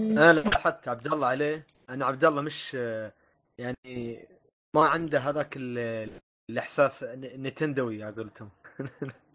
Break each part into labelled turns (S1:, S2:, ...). S1: انا لاحظت عبد الله عليه ان عبد الله مش يعني ما عنده هذاك ال- الاحساس ن- نتندوي على قولتهم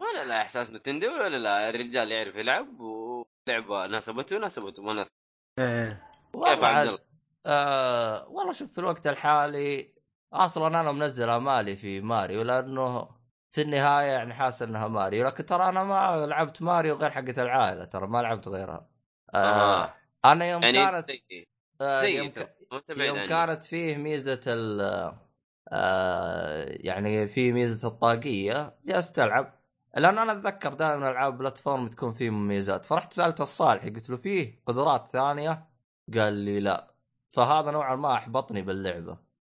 S2: ولا لا احساس نتندو ولا لا الرجال يعرف يلعب ولعبه ناسبته ناسبته ما ناسبته
S1: إيه.
S2: كيف
S3: والله
S2: عبد
S3: عاد
S2: الله؟
S3: آه والله شوف في الوقت الحالي اصلا انا منزل امالي في ماريو لانه في النهايه يعني حاسس انها ماريو لكن ترى انا ما لعبت ماريو غير حقة العائله ترى ما لعبت غيرها آه
S2: آه.
S3: انا يوم
S2: يعني
S3: كانت
S2: زي
S3: آه
S2: زي
S3: يوم,
S2: تو،
S3: ك...
S2: ما أنت يعني. بعيد
S3: يوم
S2: عني.
S3: كانت فيه ميزه ال آه يعني في ميزه الطاقيه جلست العب لان انا اتذكر دائما العاب بلاتفورم تكون فيه مميزات فرحت سالت الصالح قلت له فيه قدرات ثانيه قال لي لا فهذا نوعا ما احبطني باللعبه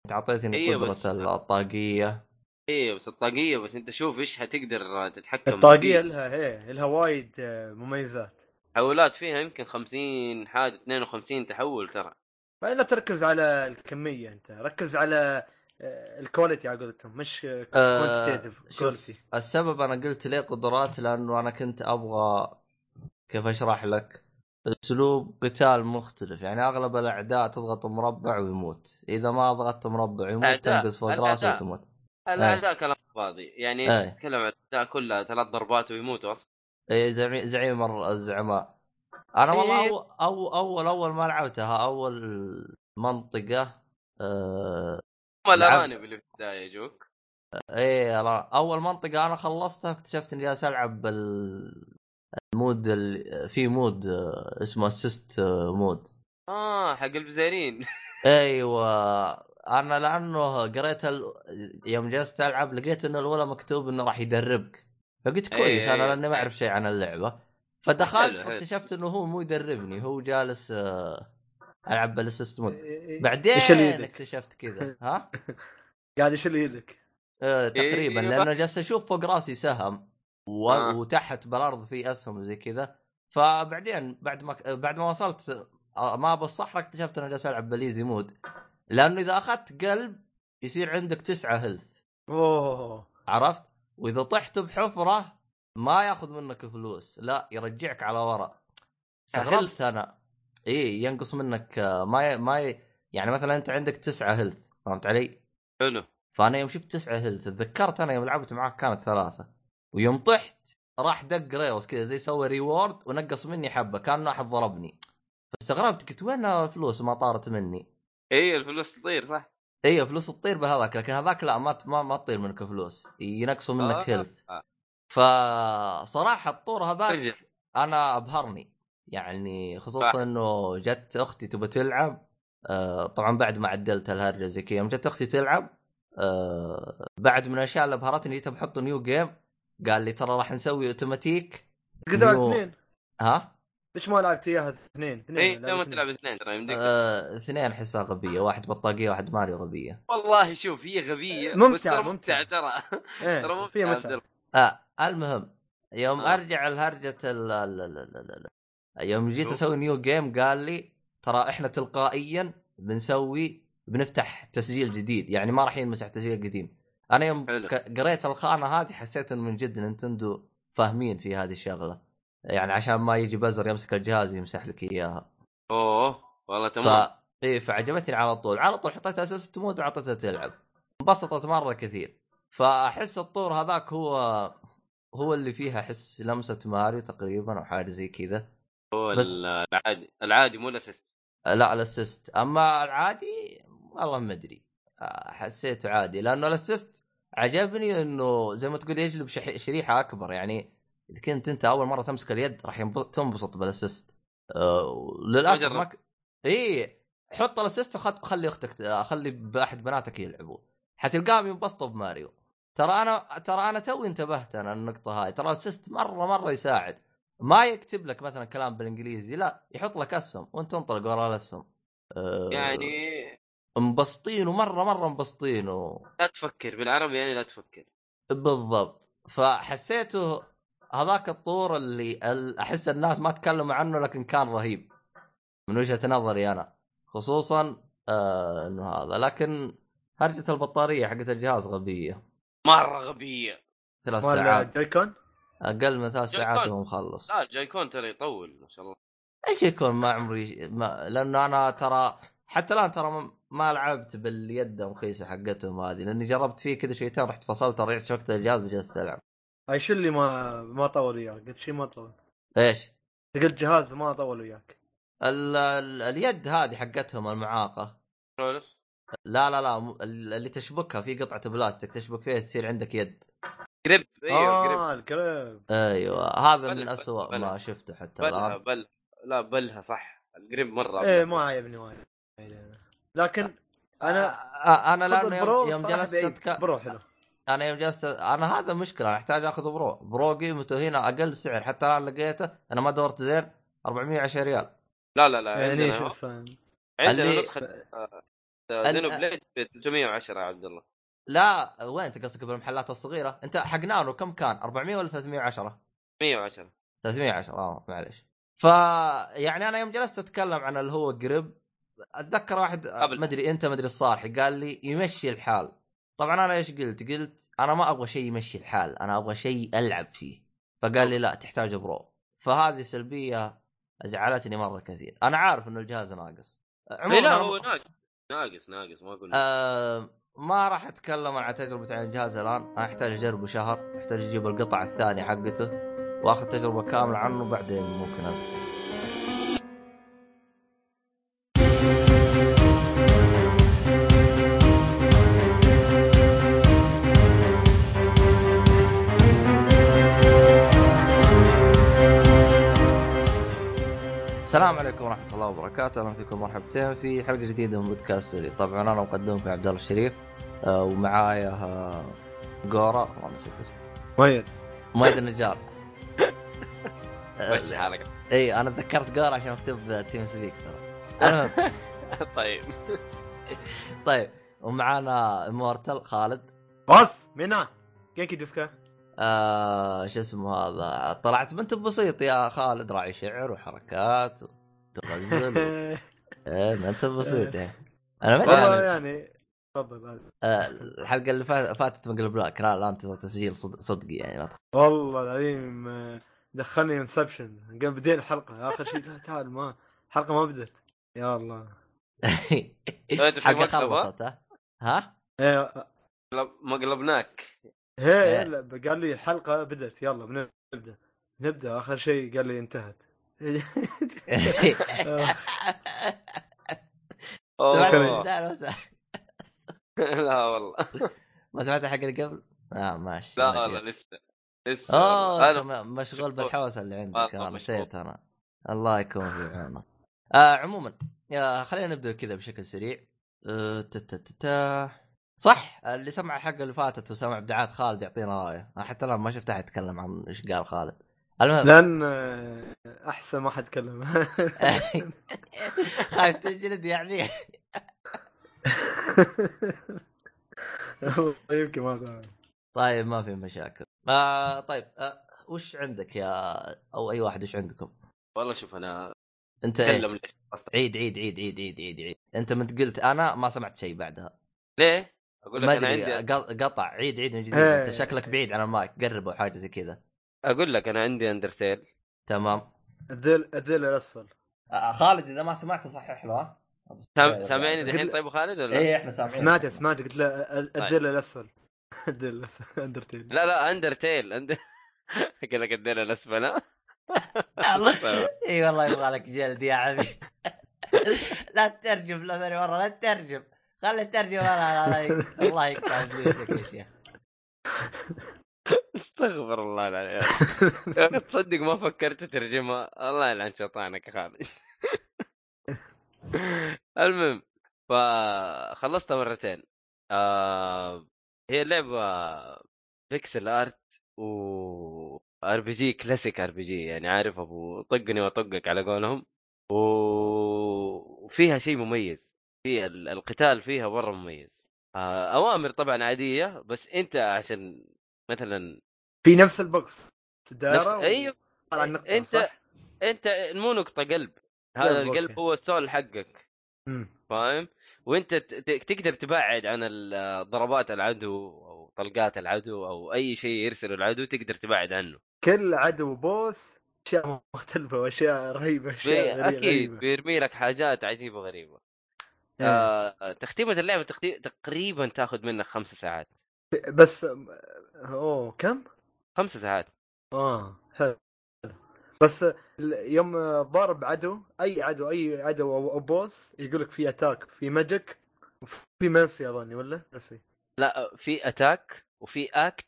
S3: انت اعطيتني
S2: إيه
S3: قدره
S2: بس-
S3: الطاقيه
S2: ايه بس الطاقيه بس انت شوف ايش هتقدر تتحكم
S1: الطاقيه
S2: فيه.
S1: لها هي لها وايد آه، مميزات
S2: تحولات فيها يمكن 50 حاجه 52 تحول ترى
S1: فلا تركز على الكميه انت ركز على آه، الكواليتي على قولتهم مش
S3: آه،
S1: كوانتيتيف
S3: شوف
S1: كواليتي
S3: السبب انا قلت ليه قدرات لانه انا كنت ابغى كيف اشرح لك اسلوب قتال مختلف يعني اغلب الاعداء تضغط مربع ويموت اذا ما ضغطت مربع ويموت
S2: أعداء،
S3: تنقز فوق
S2: الأعداء.
S3: راسه وتموت
S2: الاعداء كلام فاضي يعني
S3: إيه.
S2: انت تتكلم عن الاعداء كلها ثلاث ضربات ويموتوا اصلا
S3: إيه، زعيم زعيم الر- الزعماء انا
S2: إيه.
S3: والله اول اول اول, أول ما لعبتها اول منطقه آه،
S2: هم
S3: لعب-
S2: الارانب اللي في البدايه يجوك
S3: ايه را- اول منطقة انا خلصتها اكتشفت اني جالس العب بال المود ال... في مود آه، اسمه اسيست مود
S2: اه حق البزارين
S3: ايوه انا لانه قريت ال... يوم جلست العب لقيت انه الاولى مكتوب انه راح يدربك فقلت
S2: إيه،
S3: كويس انا
S2: إيه.
S3: لاني ما اعرف شيء عن اللعبة فدخلت
S2: حلو، حلو.
S3: واكتشفت انه هو مو يدربني هو جالس آه، العب بالاسيست مود
S1: إيه.
S3: بعدين
S1: يشيل يدك.
S3: اكتشفت كذا ها
S1: قاعد يشيل يدك
S3: آه، تقريبا
S2: إيه،
S3: لانه جالس اشوف فوق راسي سهم و...
S2: آه.
S3: وتحت بالارض في اسهم زي كذا فبعدين بعد ما بعد ما وصلت آه، ما بالصحراء اكتشفت انه جالس العب باليزي مود لانه اذا اخذت قلب يصير عندك تسعة هيلث
S1: اوه
S3: عرفت واذا طحت بحفره ما ياخذ منك فلوس لا يرجعك على ورا استغربت انا ايه ينقص منك آه، ما ي... ما ي... يعني مثلا انت عندك تسعة هيلث فهمت علي؟
S2: حلو
S3: فانا يوم شفت تسعه هيلث تذكرت انا يوم لعبت معاك كانت ثلاثه ويوم طحت راح دق ريوس كذا زي سوى ريورد ونقص مني حبه كان احد ضربني فاستغربت قلت وين الفلوس ما طارت مني
S2: اي إيه، الفلوس تطير صح
S3: ايوه فلوس تطير بهذاك لكن هذاك لا ما ما, ما تطير منك فلوس ينقصوا
S2: آه.
S3: منك هيلث فصراحه الطور
S2: رجع.
S3: هذاك انا ابهرني يعني
S2: صح.
S3: خصوصا انه جت اختي تبى تلعب آه، طبعا بعد ما عدلت الهرجه زي كذا يوم جت اختي تلعب آه، بعد من الاشياء اللي ابهرتني جيت بحط نيو جيم قال لي ترى راح نسوي اوتوماتيك
S1: قدر على
S3: نيو.
S1: اثنين
S3: ها
S1: ليش ما لعبت اياها اثنين؟ اثنين
S2: اي
S1: لعبت
S2: لما
S1: اثنين.
S2: إيه، تلعب اثنين ترى يمديك
S3: آه، اثنين احسها غبيه واحد بطاقيه واحد ماريو غبيه
S2: والله شوف هي غبيه
S1: ممتعة،
S2: بس ترى
S1: ممتعة.
S2: ترى ترى
S1: ايه في
S2: ممتعه عبد
S1: متعه
S2: الله.
S3: آه المهم يوم
S2: آه.
S3: ارجع لهرجه ال ال- ال- ال- ال- ال- يوم جيت
S2: شوف.
S3: اسوي نيو جيم قال لي ترى احنا تلقائيا بنسوي بنفتح تسجيل جديد يعني ما راح ينمسح تسجيل قديم انا يوم
S2: حلو.
S3: ك- قريت الخانه هذه حسيت انه من جد نينتندو فاهمين في هذه الشغله يعني عشان ما يجي بزر يمسك الجهاز يمسح لك اياها
S2: اوه والله
S3: ف
S2: تمام
S3: ايه فعجبتني على طول على طول حطيتها اساس تموت وعطيتها تلعب انبسطت مره كثير فاحس الطور هذاك هو هو اللي فيها احس لمسه ماريو تقريبا او حاجه زي كذا
S2: هو
S3: بس-
S2: ال- العادي العادي مو الاسيست
S3: لا الاسيست اما العادي والله ما ادري آه، حسيته عادي لانه الاسيست عجبني انه زي ما تقول يجلب شح- شريحه اكبر يعني اذا كنت انت اول مره تمسك اليد راح ينب- تنبسط بالاسيست آه، للاسف
S2: أجرب.
S3: ما ك... اي حط الاسيست وخط... خلي اختك آه، خلي احد بناتك يلعبوا حتلقاهم ينبسطوا بماريو ترى انا ترى انا توي انتبهت انا النقطه هاي ترى الاسيست مره مره يساعد ما يكتب لك مثلا كلام بالانجليزي لا يحط لك اسهم وانت تنطلق ورا آه، الاسهم أه،
S2: يعني
S3: مبسطين ومره مره مبسطين و...
S2: لا تفكر بالعربي يعني لا تفكر
S3: بالضبط فحسيته هذاك الطور اللي ال- احس الناس ما تكلموا عنه لكن كان رهيب من وجهه نظري انا خصوصا آه انه هذا لكن هرجه البطاريه حقت الجهاز غبيه
S2: مره غبيه
S3: ثلاث
S1: مال
S3: ساعات
S1: جايكون
S3: اقل من ثلاث ساعات
S2: جايكون.
S3: ومخلص
S2: لا الجايكون ترى يطول ما شاء الله
S3: ايش يكون ما عمري ما لانه انا ترى حتى الان ترى ما- ما لعبت باليد مخيسه حقتهم هذه لاني جربت فيه كذا شويتين رحت فصلت رجعت وقت الجهاز وجلست العب
S1: اي شو اللي ما ما طول وياك؟ قلت شيء ما طول
S3: ايش؟
S1: أنت قلت جهاز ما طول وياك
S3: ال... ال... اليد هذه حقتهم المعاقه
S2: كنترولر
S3: لا لا لا م- ال- اللي تشبكها في قطعه بلاستيك تشبك فيها تصير عندك يد
S2: قريب
S3: آه،
S2: ايوه قريب
S1: اه القريب
S3: ايوه هذا من
S2: بلها-
S3: أسوأ ما
S2: بلها.
S3: شفته حتى
S2: بلها
S3: الان
S2: بل لا بلها صح القريب مره
S3: إيه،
S1: ايه ما عيبني وايد لكن انا
S3: أ- انا لانه
S1: برو
S3: يوم, يوم
S1: صراحة
S3: جلست
S1: بعيد.
S3: أتك...
S1: برو حلو
S3: انا يوم جلست انا هذا مشكله انا احتاج اخذ برو برو قيمته هنا اقل سعر حتى الان لقيته انا ما دورت زين 410 ريال
S2: لا لا
S3: آه،
S2: لا
S1: يعني شو
S2: عندنا
S1: الصين؟
S2: عندنا
S3: اللي-
S2: نسخه آه،
S3: ال-
S2: زينو بليد ب 310 يا عبد الله
S3: لا وين انت قصدك بالمحلات الصغيره انت حق نانو كم كان 400 ولا 310
S2: 110
S3: 310 اه معلش ف يعني انا يوم جلست اتكلم عن اللي هو قرب اتذكر واحد آه،
S2: قبل.
S3: ما ادري انت ما ادري الصارحي قال لي يمشي الحال طبعا انا ايش قلت؟ قلت انا ما ابغى شيء يمشي الحال انا ابغى شيء العب فيه فقال لي لا تحتاج برو فهذه سلبيه زعلتني مره كثير انا عارف انه الجهاز ناقص
S2: إيه، لا
S3: أنا-
S2: هو ناقص ناقص ناقص ما اقول
S3: آه، ما راح اتكلم عن تجربه عن الجهاز الان انا احتاج اجربه شهر احتاج اجيب القطعه الثانيه حقته واخذ تجربه كامله عنه بعدين ممكن أبدأ. السلام عليكم ورحمه الله وبركاته اهلا فيكم مرحبتين في حلقه جديده من بودكاست سوري طبعا انا مقدمكم عبد الله الشريف آه، ومعايا آه، جورا والله نسيت اسمه
S1: ميت
S3: مايد النجار آه،
S2: بس حالك
S3: اي انا تذكرت إيه، جورا عشان اكتب تيم سبيك ترى المهم
S2: طيب
S3: طيب ومعانا امورتل خالد
S1: بس منا كيكي ديسكا
S3: آه شو اسمه هذا طلعت بنت بسيط يا خالد راعي شعر وحركات
S1: نعم.
S3: وتغزل و... ايه ما انت بسيط يعني انا ما ادري
S1: والله
S3: عن-
S1: يعني تفضل هذا.
S3: آه، الحلقه اللي فات- فاتت من بلاك لا لا انتظر تسجيل صد- صدقي يعني لا تخ-
S1: والله العظيم آه، دخلني انسبشن قبل بدينا الحلقه اخر شيء لا تعال ما الحلقه ما بدت يا الله
S2: أنت في
S3: حلقه
S2: مكتبة؟
S3: خلصت ها ها
S1: ايه
S2: قلب- ما قلبناك
S1: هي لا، قال لي الحلقه بدت يلا بنبدا نبدا اخر شيء قال لي انتهت
S3: سمعت
S1: أوكي.
S2: أوه.
S3: لا، لا، سمعت-
S2: لا والله
S3: ما سمعت الحق اللي قبل؟ اه ماشي
S2: لا
S3: ما أدري.
S2: والله لسه لسه
S3: اوه
S2: والله.
S3: انت
S2: انا
S3: م- آه، مشغول بالحوسه اللي
S2: آه،
S3: عندك انا
S2: مشغول.
S3: نسيت انا الله يكون في عونك آه عموما آه خلينا نبدا كذا بشكل سريع آه تا تا تا تا. صح اللي سمع الحلقه اللي فاتت وسمع ابداعات خالد يعطينا رايه انا حتى الان ما شفت احد يتكلم عن ايش قال خالد المهم
S1: لان آه، احسن ما حد تكلم
S3: خايف تنجلد يعني
S1: والله يمكن ما تعرف
S3: طيب ما في مشاكل آه طيب آه وش عندك يا او اي واحد وش عندكم
S2: والله شوف انا
S3: انت إيه؟
S2: اتكلم ليش
S3: عيد عيد عيد عيد عيد عيد عيد انت من قلت انا ما سمعت شيء بعدها
S2: ليه؟ اقول
S3: ما
S2: لك انا
S3: ادري
S2: عندي
S3: قل- قطع عيد عيد من جديد
S1: إيه.
S3: انت شكلك بعيد عن المايك قرب او حاجه زي كذا
S2: اقول لك انا عندي اندرتيل
S3: تمام
S1: الذل الذل الاسفل
S3: آه خالد اذا ما سمعته صحح له ها؟
S2: سام- سامعني
S1: قلت
S2: دحين
S1: له-
S2: طيب أبو خالد ولا؟
S3: ايه احنا سامعين
S1: سمعته سمعته قلت له آه، الذل الاسفل الذل الاسفل اندرتيل
S2: طيب. لا لا اندرتيل اندر قال لك الدنيا الاسفل ها؟
S3: الله. اي والله يبغى لك جلد يا عمي لا تترجم لا ثاني مره لا تترجم خلي الترجمه لا لا لا الله يقطع فلوسك يا شيخ
S2: استغفر الله العظيم تصدق ما فكرت تترجمها الله يلعن شيطانك يا خالد المهم فخلصتها مرتين آه هي لعبة بيكسل ارت و ار بي جي كلاسيك ار بي جي يعني عارف ابو طقني واطقك على قولهم و- وفيها شيء مميز في ال- القتال فيها مره مميز آه اوامر طبعا عاديه بس انت عشان مثلا
S1: في نفس البوكس
S2: نفس
S1: دائره
S2: ايوه
S1: طلع النقطه
S2: أنت-
S1: صح؟
S2: انت مو نقطه قلب هذا
S1: قلب،
S2: القلب
S1: أوكي.
S2: هو السول حقك
S1: مم.
S2: فاهم وانت ت- ت- تقدر تبعد عن ال- ضربات العدو او طلقات العدو او اي شيء يرسله العدو تقدر تبعد عنه
S1: كل عدو بوس اشياء مختلفه واشياء رهيبه اشياء غري-
S2: اكيد
S1: غريبه
S2: بيرمي لك حاجات عجيبه غريبه
S1: إيه.
S2: آه، تختيمه اللعبه تختي... تقريبا تاخذ منك خمسة ساعات
S1: بس اوه كم؟
S2: خمسة ساعات
S1: اه حلو بس ال- يوم ضارب عدو اي عدو اي عدو او أو بوس يقول لك في اتاك في ماجيك وفي منسي اظني ولا نسي
S2: لا في اتاك وفي اكت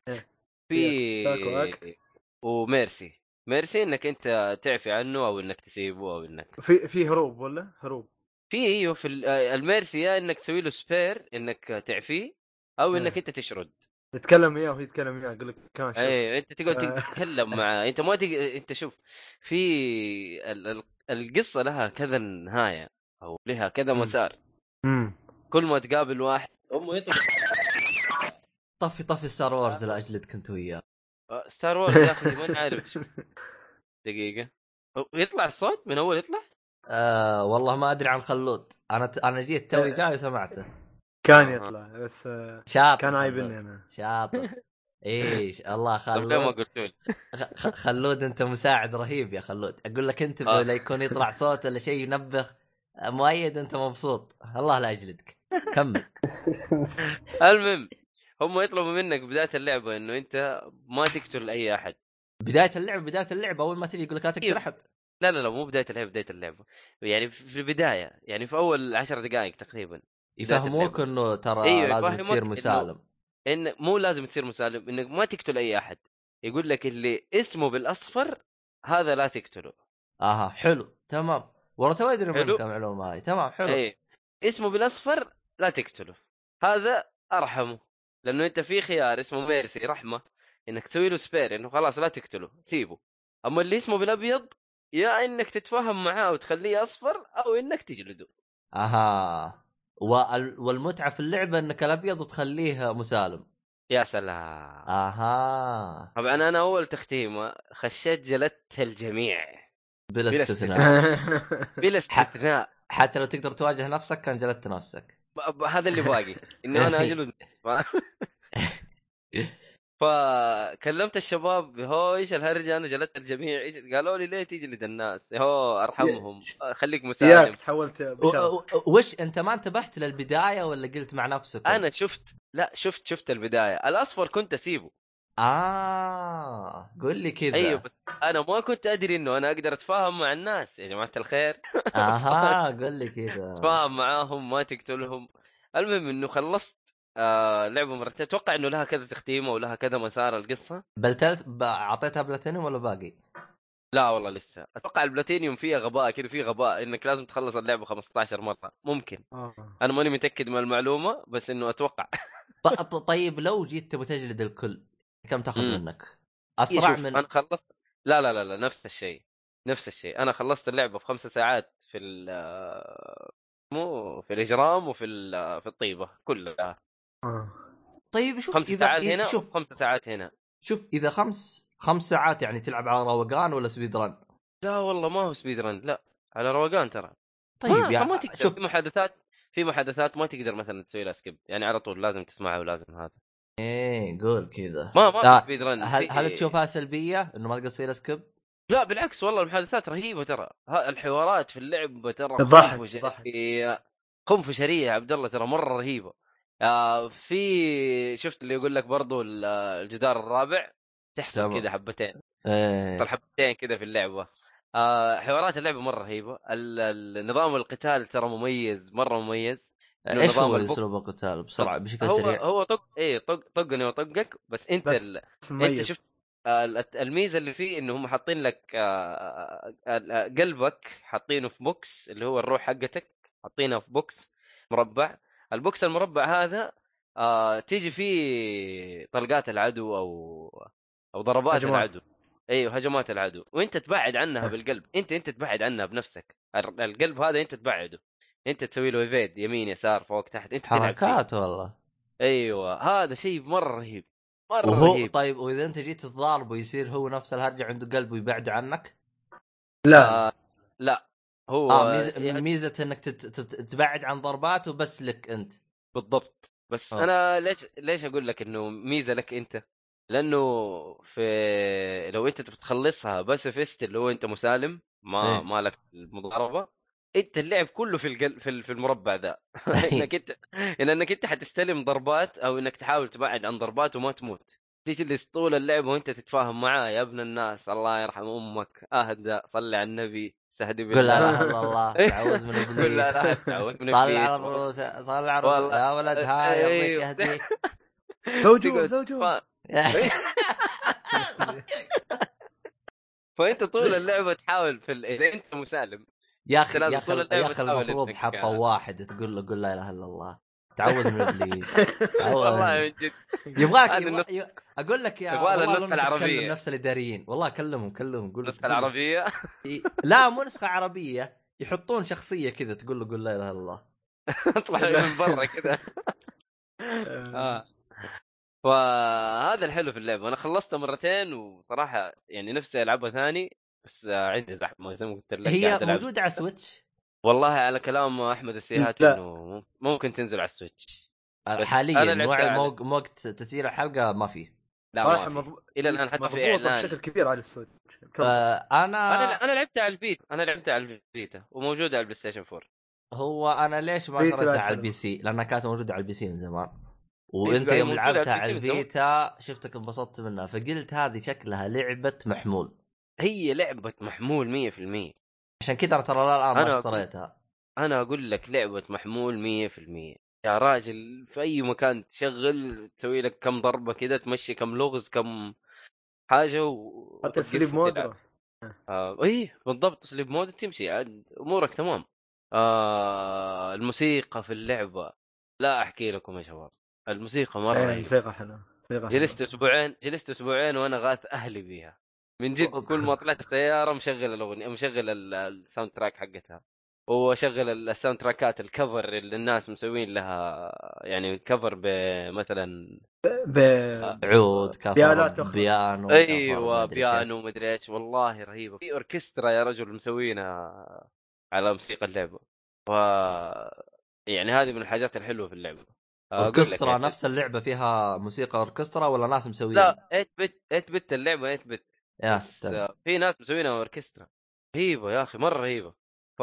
S1: إيه. أتاك
S2: في
S1: وأكت.
S2: وميرسي ميرسي انك انت تعفي عنه او انك تسيبه او انك
S1: في في هروب ولا هروب
S2: في ايوه في ال- آه، الميرسي يا انك تسوي له سبير انك تعفيه او
S1: إيه.
S2: انك انت تشرد
S1: يتكلم وياه وهي تتكلم وياه يقول لك كان شوف
S2: ايه انت تقعد
S1: آه.
S2: تتكلم معاه انت ما تق... انت شوف في ال... ال- القصه لها كذا نهايه او لها كذا
S1: مم.
S2: مسار
S1: امم
S2: كل ما تقابل واحد امه يطلق
S3: طفي طفي ستار وورز لا اجلدك انت وياه
S2: آه، ستار وورز يا اخي ما عارف دقيقه أو- يطلع الصوت من اول يطلع
S3: آه والله ما ادري عن خلود انا ت... انا جيت توي جاي وسمعته
S1: كان يطلع بس آه،
S3: شاطر
S1: كان عايبني
S3: خلود.
S1: انا
S3: شاطر ايش الله
S2: طب ليه ما
S1: أيوه.
S3: خلود
S2: قلت لي
S3: خ- خ- خلود انت مساعد رهيب يا خلود اقول لك انت
S2: آه.
S3: لا يكون يطلع صوت ولا شيء ينبخ مؤيد انت مبسوط الله لا يجلدك كمل
S2: المهم هم يطلبوا منك بدايه اللعبه انه انت ما تقتل اي احد
S3: بدايه اللعب بدايه اللعب اول ما تجي يقول لك لا
S2: إيوه.
S3: تقتل احد
S2: لا لا لا مو بدايه اللعبه بدايه اللعبه يعني في البدايه يعني في اول عشر دقائق تقريبا
S3: يفهموك انه ترى
S2: أيوة،
S3: لازم
S2: يفهمك
S3: تصير
S2: إنه-
S3: مسالم
S2: ان مو لازم تصير مسالم انك ما تقتل اي احد يقول لك اللي اسمه بالاصفر هذا لا تقتله
S3: اها حلو تمام والله تو ادري
S2: حلو. إيه.
S3: منك المعلومه هاي تمام حلو
S2: اي اسمه بالاصفر لا تقتله هذا ارحمه لانه انت في خيار اسمه ميرسي رحمه انك تسوي له سبير انه خلاص لا تقتله سيبه اما اللي اسمه بالابيض يا انك تتفاهم معاه وتخليه اصفر او انك تجلده
S3: اها وال- والمتعه في اللعبه انك الابيض وتخليه مسالم
S2: يا سلام
S3: اها
S2: طبعا انا اول تختيمه خشيت جلدت الجميع
S3: بلا
S2: بلا
S3: استثناء
S2: بلا استثناء
S3: حتى لو تقدر تواجه نفسك كان جلدت نفسك
S2: ب- ب- هذا اللي باقي اني انا اجلد فكلمت الشباب هو ايش الهرجه انا جلدت الجميع ايش قالوا لي ليه تجلد الناس هو ارحمهم خليك مسالم
S1: ياك تحولت
S3: و-
S1: بشر
S3: و- وش انت ما انتبهت للبدايه ولا قلت مع نفسك
S2: انا شفت لا شفت شفت البدايه الاصفر كنت اسيبه
S3: اه قول لي كذا
S2: ايوه بس انا ما كنت ادري انه انا اقدر اتفاهم مع الناس يا جماعه الخير
S3: اها قول لي كذا
S2: اتفاهم معاهم ما تقتلهم المهم انه خلصت آه لعبه مرتين اتوقع انه لها كذا تختيمه ولها كذا مسار القصه
S3: بلتلت ب- اعطيتها بلاتينيوم ولا باقي؟
S2: لا والله لسه اتوقع البلاتينيوم فيها غباء كذا فيه غباء انك لازم تخلص اللعبه 15 مره ممكن
S1: آه.
S2: انا ماني متاكد من المعلومه بس انه اتوقع
S3: ط- ط- طيب لو جيت تبغى تجلد الكل كم تاخذ
S2: مم.
S3: منك؟ اسرع
S2: شوف،
S3: من
S2: انا خلصت لا لا لا لا نفس الشيء نفس الشيء انا خلصت اللعبه في خمسة ساعات في ال آه، مو في الاجرام وفي ال- آه، في الطيبه كلها
S1: آه.
S3: طيب شوف
S2: خمس
S3: اذا
S2: ساعات
S3: إذا-
S2: هنا
S3: شوف
S2: وخمس ساعات هنا
S3: شوف اذا خمس خمس ساعات يعني تلعب على روقان ولا سبيد رن؟
S2: لا والله ما هو سبيد رن لا على روقان ترى
S3: طيب
S2: ما,
S3: يعني
S2: ما تقدر
S3: شوف
S2: في محادثات في محادثات ما تقدر مثلا تسوي لها سكيب يعني على طول لازم تسمعها ولازم هذا
S3: ايه قول كذا
S2: ما ما
S3: آه،
S2: في سبيد رن
S3: هل
S2: في-
S3: هل تشوفها سلبيه انه ما تقدر تصير سكيب؟
S2: لا بالعكس والله المحادثات رهيبه ترى ها- الحوارات في اللعبه ترى
S1: الضحك،
S2: خنفشريه خنفشريه يا عبد الله ترى مره رهيبه آه في شفت اللي يقول لك برضو ال- الجدار الرابع تحصل
S3: تمام.
S2: كذا حبتين
S3: ايه
S2: تحصل حبتين كذا في اللعبه آه حوارات اللعبه مره رهيبه ال- ال- نظام القتال ترى مميز مره مميز إنه
S3: ايش
S2: نظام
S3: إيه، هو
S2: البوك-
S3: اسلوب القتال بسرعه بشكل
S2: هو
S3: سريع؟
S2: هو طق ايه طق طقني وطقك بس انت
S1: بس
S2: ال...
S1: بس
S2: انت
S1: مميز
S2: شفت آه، الت- الميزه اللي فيه انه هم حاطين لك آه، آه، آه، قلبك حاطينه في بوكس اللي هو الروح حقتك حاطينها في بوكس مربع البوكس المربع هذا آه، تيجي فيه طلقات العدو او او ضربات
S1: هجمات.
S2: العدو ايوه هجمات العدو وانت تبعد عنها
S1: أه.
S2: بالقلب انت انت تبعد عنها بنفسك ال- القلب هذا انت تبعده انت تسوي له ايفيد يمين يسار فوق تحت انت تلعب فيه.
S3: حركات والله
S2: ايوه هذا شيء مره رهيب مره
S3: وهو
S2: رهيب
S3: طيب واذا انت جيت تضارب ويصير هو نفس الهرجه عنده قلب ويبعد عنك
S1: لا
S2: آه، لا هو
S3: اه ميزه,
S2: يعني
S3: آه. ميزة انك تت... تت... تبعد عن ضرباته بس لك انت
S2: بالضبط بس
S3: آه.
S2: انا ليش ليش اقول لك انه ميزه لك انت لانه في لو انت بتخلصها باسفست اللي هو انت مسالم ما
S3: إيه.
S2: مالك المضاربه انت اللعب كله في القل... في ال- في المربع ذا
S3: طيب.
S2: انك انت لانك انت حتستلم ضربات او انك تحاول تبعد عن ضربات وما تموت تجلس طول اللعب وانت تتفاهم معاه يا ابن الناس الله يرحم امك اهدى صلي على النبي استهدي
S3: قول لا
S2: بالله
S3: لا الله الله تعوز من
S2: قول لا
S3: ابليس
S2: لا تعود من
S3: صلى
S2: إبليس.
S3: على الرؤوس صلى على الرؤوس
S2: والله.
S3: يا ولد هاي الله
S2: أيوه.
S3: يهديك
S1: زوجو
S2: آه، تقعد
S1: زوجو
S2: تفا- فانت طول اللعبه تحاول في ال... اذا انت مسالم
S3: يا اخي
S2: لازم
S3: يا اخي
S2: طول اللعبة
S3: يا اخي
S2: تحاول
S3: المفروض
S2: إنك-
S3: حطوا واحد تقول له قول لا اله الا الله تعوذ من ابليس تعوذ
S2: والله
S3: من-
S2: من جد
S3: يبغاك
S2: هذه
S3: يبغى-
S2: النقطة.
S3: يبغى- اقول لك يا
S2: يبغى لها
S3: والله لو
S2: النسخة
S3: إنك
S2: العربية.
S3: تكلم نفس الاداريين والله كلمهم كلمهم قول
S2: النسخه العربيه
S3: إي- إيه، لا مو نسخه عربيه يحطون شخصيه كذا تقول له قول لا اله الا الله
S2: اطلع من برا كذا
S1: آه.
S2: اه فهذا الحلو في اللعبه انا خلصتها مرتين وصراحه يعني نفسي العبها ثاني بس آه، عندي زحمه زي ما قلت لك
S3: هي
S2: قاعد ألعب.
S3: موجوده على سويتش
S2: والله على كلام احمد السيهات
S1: لا.
S2: انه ممكن تنزل على السويتش بس أنا
S3: حاليا
S2: لعبت
S3: مو
S2: على-
S3: مو- مو وقت تسجيل الحلقه ما في
S2: لا
S1: صراحة
S2: ما في.
S1: مربو-
S2: الى الان حتى في
S1: مربوطة بشكل
S2: اعلان
S1: كبير على السويتش
S3: آه، انا
S2: انا انا لعبتها على الفيتا انا لعبتها على الفيتا وموجوده على البلاي ستيشن 4
S3: هو انا ليش ما
S1: فيتا
S3: شريتها
S1: بعد
S3: على
S1: حلو.
S3: البي سي؟ لانها كانت موجوده على البي سي من زمان. وانت
S2: هي
S3: يوم
S2: موجودة على
S3: لعبتها
S2: البي سي
S3: على
S2: من زمان.
S3: الفيتا شفتك انبسطت منها فقلت هذه شكلها لعبه محمول
S2: هي لعبه محمول 100%
S3: عشان كذا ترى الان
S2: أنا
S3: ما
S2: أقول-
S3: اشتريتها
S2: انا اقول لك لعبه محمول 100% يا راجل في اي مكان تشغل تسوي لك كم ضربه كده تمشي كم لغز كم حاجه و
S1: حتى سليب مود
S2: آه اي بالضبط سليب مود تمشي عاد امورك تمام آه الموسيقى في اللعبه لا احكي لكم يا شباب الموسيقى مره رهيبة.
S1: موسيقى حلوه موسيقى
S2: جلست اسبوعين جلست اسبوعين وانا غاث اهلي بيها من جد كل ما طلعت الطياره مشغل الاغنيه مشغل ال- الساوند تراك حقتها واشغل ال- الساوند تراكات الكفر اللي الناس مسوين لها يعني آه، كفر بمثلا
S3: آه.
S1: ب-
S3: عود كفر
S1: بيانات أخرى.
S3: بيانو كفر،
S2: ايوه
S3: مدري كيف.
S2: بيانو ومدري ايش والله رهيبه في اوركسترا يا رجل مسوينها على موسيقى اللعبه و يعني هذه من الحاجات الحلوه في اللعبه أقول لك
S3: اوركسترا
S2: يعني-
S3: نفس اللعبه فيها موسيقى اوركسترا ولا ناس مسويين؟
S2: لا 8 بت 8 بت اللعبه 8 بت
S3: يا
S2: بس
S3: تمام.
S2: في ناس مسوينها اوركسترا رهيبه يا اخي مره رهيبه ف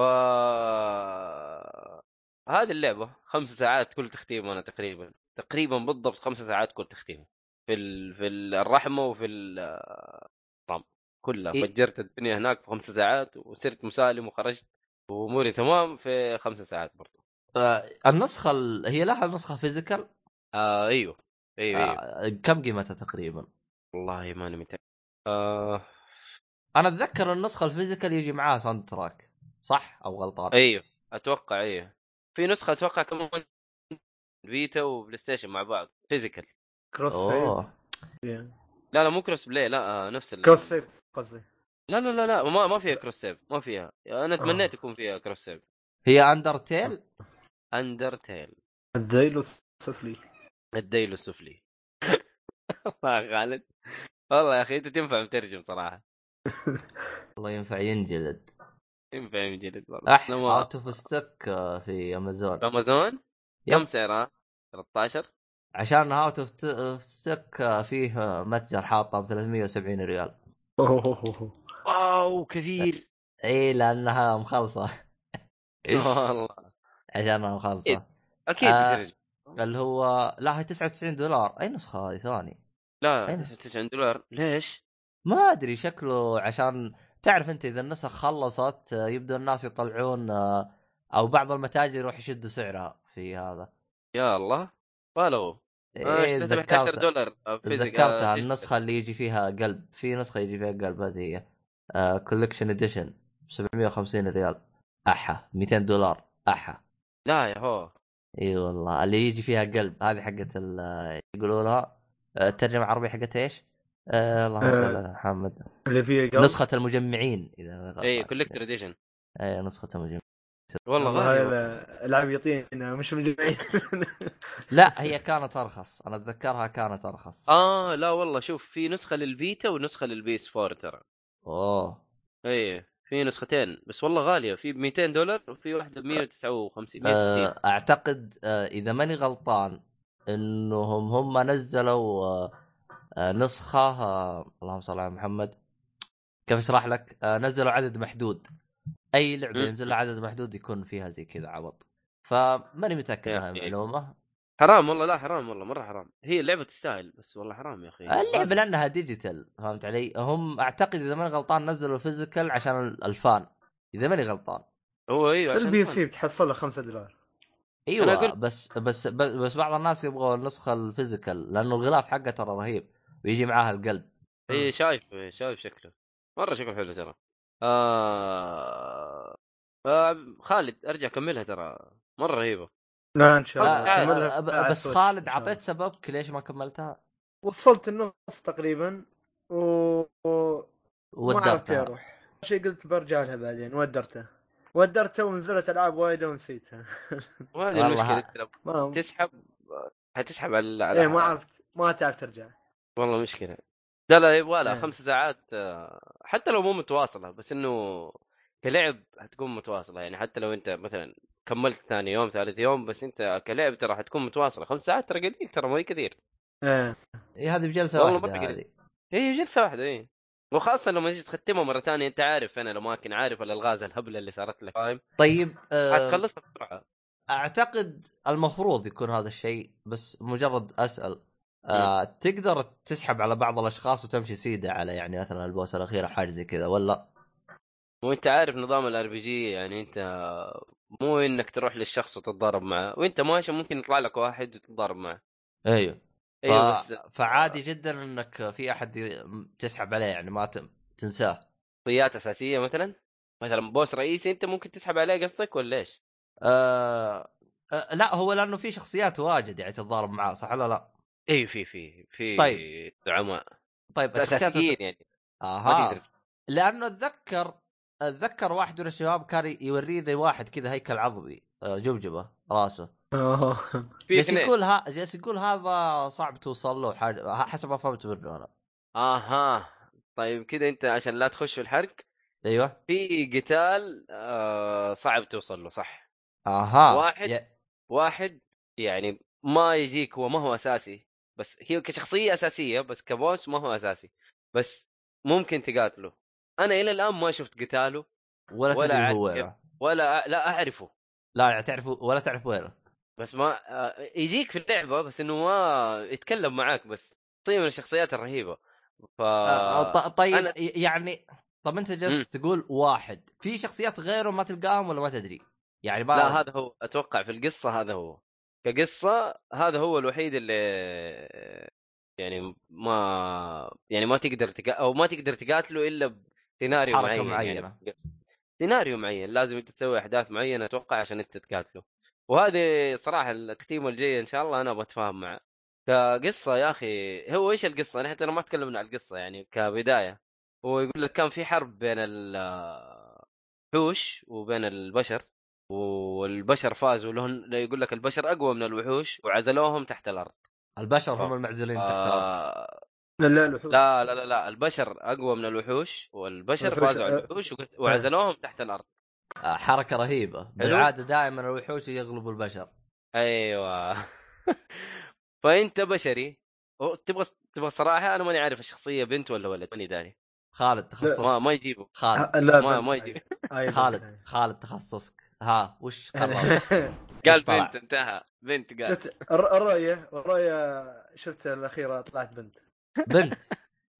S2: هذه اللعبه خمس ساعات كل تختيم انا تقريبا تقريبا بالضبط خمس ساعات كل تختيم في ال... في ال- الرحمه وفي الرام كلها
S3: إيه.
S2: فجرت الدنيا هناك في خمس ساعات وصرت مسالم وخرجت واموري تمام في خمس ساعات برضو
S3: آه، النسخه ال... هي لها نسخه فيزيكال
S2: آه ايوه ايوه, أيوه.
S3: آه، كم قيمتها تقريبا؟
S2: والله ماني متاكد آه
S3: انا اتذكر النسخه الفيزيكال يجي معاها ساوند تراك صح او غلطان؟
S2: ايوه اتوقع ايوه في نسخه اتوقع كمان فيتا وبلاي ستيشن مع بعض فيزيكال
S1: كروس سيف
S3: اوه
S2: لا لا مو كروس بلاي لا آه، نفس ال...
S1: كروس سيف قصدي
S2: لا لا لا لا ما ما فيها كروس سيف ما فيها انا تمنيت يكون فيها كروس سيف
S3: هي اندرتيل
S2: اندرتيل
S1: الديلو سفلي
S2: الديل السفلي والله يا خالد والله يا اخي انت تنفع مترجم صراحه
S3: الله ينفع ينجلد
S2: تنفع من جلد والله
S3: اح
S2: أنا ما-
S3: اوت اوف ستوك آه، في امازون
S2: امازون
S3: يب.
S2: كم سعرها؟ 13
S3: عشان اوت اوف ستوك آه، فيه متجر حاطه ب 370 ريال
S1: أوه.
S2: واو كثير
S3: اي لانها مخلصه
S2: والله
S3: عشانها مخلصه
S2: اكيد
S3: آه.
S2: بترجم
S3: اللي هو لا هي 99 دولار اي نسخه هذه ثاني
S2: لا
S3: أين؟
S2: 99 دولار ليش؟
S3: ما ادري شكله عشان تعرف انت اذا النسخ خلصت آه، يبدو الناس يطلعون آه، او بعض المتاجر يروح يشدوا سعرها في هذا إيه،
S2: يا الله فالو آه،
S3: اي
S2: اشتريتها ب 11
S3: تذكرت
S2: دولار آه، فيزيك-
S3: تذكرتها
S2: آه،
S3: النسخه اللي يجي فيها قلب في نسخه يجي فيها قلب هذه هي آه، كولكشن اديشن 750 ريال احا 200 دولار احا
S2: لا يا هو
S3: اي والله اللي يجي فيها قلب هذه حقت ال- يقولوا لها آه، الترجمه العربيه حقت ايش؟ آه، اللهم صل على محمد
S1: اللي فيه قلب.
S3: نسخه المجمعين اذا أنا غلطان.
S2: اي كوليكتر اديشن
S3: اي نسخه المجمعين
S2: إيه، والله
S1: والله
S2: غالي
S1: هاي العاب يعطينا مش مجمعين
S3: لا هي كانت ارخص انا اتذكرها كانت ارخص
S2: اه لا والله شوف في نسخه للفيتا ونسخه للبيس 4 ترى
S3: اوه
S2: اي في نسختين بس والله غاليه في ب 200 دولار وفي واحده ب 159 160
S3: آه، اعتقد آه، اذا ماني غلطان انهم هم نزلوا آه، آه، نسخه آه، اللهم صل على محمد كيف اشرح لك؟ آه، نزلوا عدد محدود اي لعبه
S2: مم.
S3: ينزل لها عدد محدود يكون فيها زي كذا عبط فماني متاكد
S2: يا
S3: من هاي
S2: أخي.
S3: المعلومه
S2: حرام والله لا حرام والله مره حرام هي اللعبه تستاهل بس والله حرام يا اخي
S3: اللعبه لانها ديجيتال فهمت علي؟ هم اعتقد اذا ماني غلطان نزلوا الفيزيكال عشان الفان اذا ماني غلطان
S2: هو ايوه عشان
S1: البي
S2: فن.
S1: سي بتحصلها 5 دولار
S3: ايوه
S2: أقول-
S3: بس بس بس بعض الناس يبغوا النسخه الفيزيكال لانه الغلاف حقه ترى رهيب ويجي معاها القلب
S2: اي شايف إيه، شايف شكله مره شكله حلو ترى آه... آه... خالد ارجع كملها ترى مره رهيبه
S1: لا ان شاء الله
S2: آه،
S1: كملها
S3: آه،
S1: بعد
S3: بس
S1: سويتش.
S3: خالد اعطيت سببك ليش ما كملتها؟
S1: وصلت النص تقريبا و و- ما عرفت
S3: ودرتها
S1: اروح شيء قلت برجع لها بعدين ودرته ودرته ونزلت العاب وايد ونسيتها
S2: وهذه
S3: والله
S2: المشكله
S3: ها.
S2: أنت لو
S1: ما
S2: تسحب هتسحب على على
S1: ايه ما عرفت ما تعرف ترجع
S2: والله مشكله لا لا يبغى لها
S1: إيه.
S2: خمس ساعات آه، حتى لو مو متواصله بس انه كلعب حتكون متواصله يعني حتى لو انت مثلا كملت ثاني يوم ثالث يوم بس انت كلعب ترى حتكون متواصله خمس ساعات ترى قليل ترى ما هي كثير
S1: ايه
S3: اي إيه، هذه بجلسه
S2: والله
S3: واحده
S2: ما تقدر.
S3: هذه
S2: هي جلسه واحده اي وخاصه لما تجي تختمها مره ثانيه انت عارف انا الاماكن عارف الالغاز الهبله اللي صارت لك فاهم
S3: طيب آه
S2: حتخلصها بسرعه
S3: اعتقد المفروض يكون هذا الشيء بس مجرد اسال آه تقدر تسحب على بعض الاشخاص وتمشي سيده على يعني مثلا البوس الاخير او حاجه زي كذا ولا
S2: وانت عارف نظام الار بي جي يعني انت مو انك تروح للشخص وتتضارب معه وانت ماشي ممكن يطلع لك واحد وتتضارب معه
S3: ايوه
S2: ايوه بس
S3: فعادي جدا انك في احد ي- تسحب عليه يعني ما ت- تنساه
S2: شخصيات اساسيه مثلا مثلا بوس رئيسي انت ممكن تسحب عليه قصدك ولا ايش؟
S3: آه آه، لا هو لانه في شخصيات واجد يعني تتضارب معاه صح ولا لا؟
S2: اي إيه، في في في
S3: طيب.
S2: زعماء
S3: طيب الشخصيات آه،
S2: اساسيين يعني ما
S3: اها
S2: تقدر
S3: لانه اتذكر اتذكر واحد من الشباب كان يوريني واحد كذا هيكل عظمي آه، جبجبه راسه
S1: أوه.
S2: في
S3: جالس
S2: اثنين.
S3: يقول ها جالس يقول هذا صعب توصل له حاجه ه- حسب ما فهمت منه انا
S2: اها طيب كذا انت عشان لا تخش في الحرق
S3: ايوه
S2: في قتال آه صعب توصل له صح
S3: اها
S2: واحد.
S3: يا-
S2: واحد يعني ما يجيك هو ما هو اساسي بس هي كشخصيه اساسيه بس كبوس ما هو اساسي بس ممكن تقاتله انا الى الان ما شفت قتاله
S3: ولا
S2: ولا
S3: تدري
S2: عارف
S3: هو
S2: كيف.
S3: وينه
S2: ولا أ... لا اعرفه
S3: لا يعني تعرف ولا تعرف وينه
S2: بس ما آه، يجيك في اللعبه بس انه ما يتكلم معاك بس شخصيه من الشخصيات الرهيبه ف
S3: آه، ط- طيب
S2: أنا-
S3: ي- يعني طب انت
S2: مم.
S3: جالس تقول واحد في شخصيات غيره ما تلقاهم ولا ما تدري يعني ما
S2: لا هذا هو اتوقع في القصه هذا هو كقصه هذا هو الوحيد اللي يعني ما يعني ما تقدر تقا... او ما تقدر تقاتله الا بسيناريو
S3: بحركة
S2: معين
S3: معينة.
S2: يعني في القصة. سيناريو معين لازم انت تسوي احداث معينه اتوقع عشان انت تقاتله وهذه صراحه التختيمه الجايه ان شاء الله انا بتفاهم معه كقصه يا اخي هو ايش القصه؟ نحن ترى ما تكلمنا عن القصه يعني كبدايه هو يقول لك كان في حرب بين الوحوش وبين البشر والبشر فازوا لهم لا يقول لك البشر اقوى من الوحوش وعزلوهم تحت الارض
S3: البشر هم
S2: آه.
S3: المعزولين تحت الأرض.
S2: آه
S1: لا لا الوحوش
S2: لا لا لا لا البشر اقوى من الوحوش والبشر
S1: الوحوش-
S2: فازوا على
S1: آه.
S2: الوحوش وقت- وعزلوهم تحت الارض
S3: آه، حركه رهيبه بالعاده دائما الوحوش يغلبوا البشر
S2: ايوه فانت بشري أو تبغى تبغى صراحه انا ماني عارف الشخصيه بنت ولا ولد ماني داري
S3: خالد تخصص
S2: ما ما يجيبه
S3: خالد
S1: آه، لا
S2: ما
S1: بنت.
S2: ما يجيب
S1: أيوة،
S3: خالد
S1: بنت.
S3: خالد تخصصك ها وش قررت؟
S2: قال
S3: إيش طلع؟
S2: بنت انتهى بنت قال
S1: شفت الر- الرؤية الرؤية شفت الأخيرة طلعت بنت
S3: بنت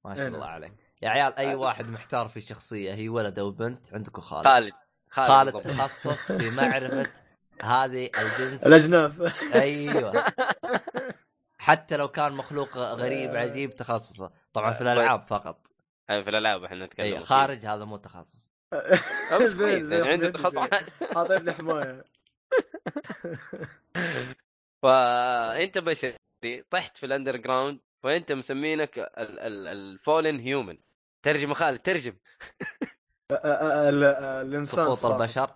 S3: ما شاء
S1: أنا.
S3: الله عليك يا عيال اي واحد محتار في شخصيه هي ولد او بنت عندكم خالد
S2: خالد
S3: خالد
S2: بالضبط.
S3: تخصص في معرفه هذه الجنس
S1: الأجناس
S3: ايوه حتى لو كان مخلوق غريب عجيب تخصصه طبعا في الالعاب فقط
S2: أيوة، في الالعاب احنا نتكلم
S3: اي
S2: أكيد.
S3: خارج هذا مو تخصص
S2: آه، بس كويس
S1: زين،
S2: يعني عنده
S1: زين.
S2: تخصص
S1: حاطين حماية
S2: فانت بشري طحت في الاندر جراوند فانت مسمينك ال- ال- الفولن هيومن ترجم خالد ترجم
S1: آه، آه، آه، ال- آه، الإنسان
S3: سقوط
S1: الصعب.
S3: البشر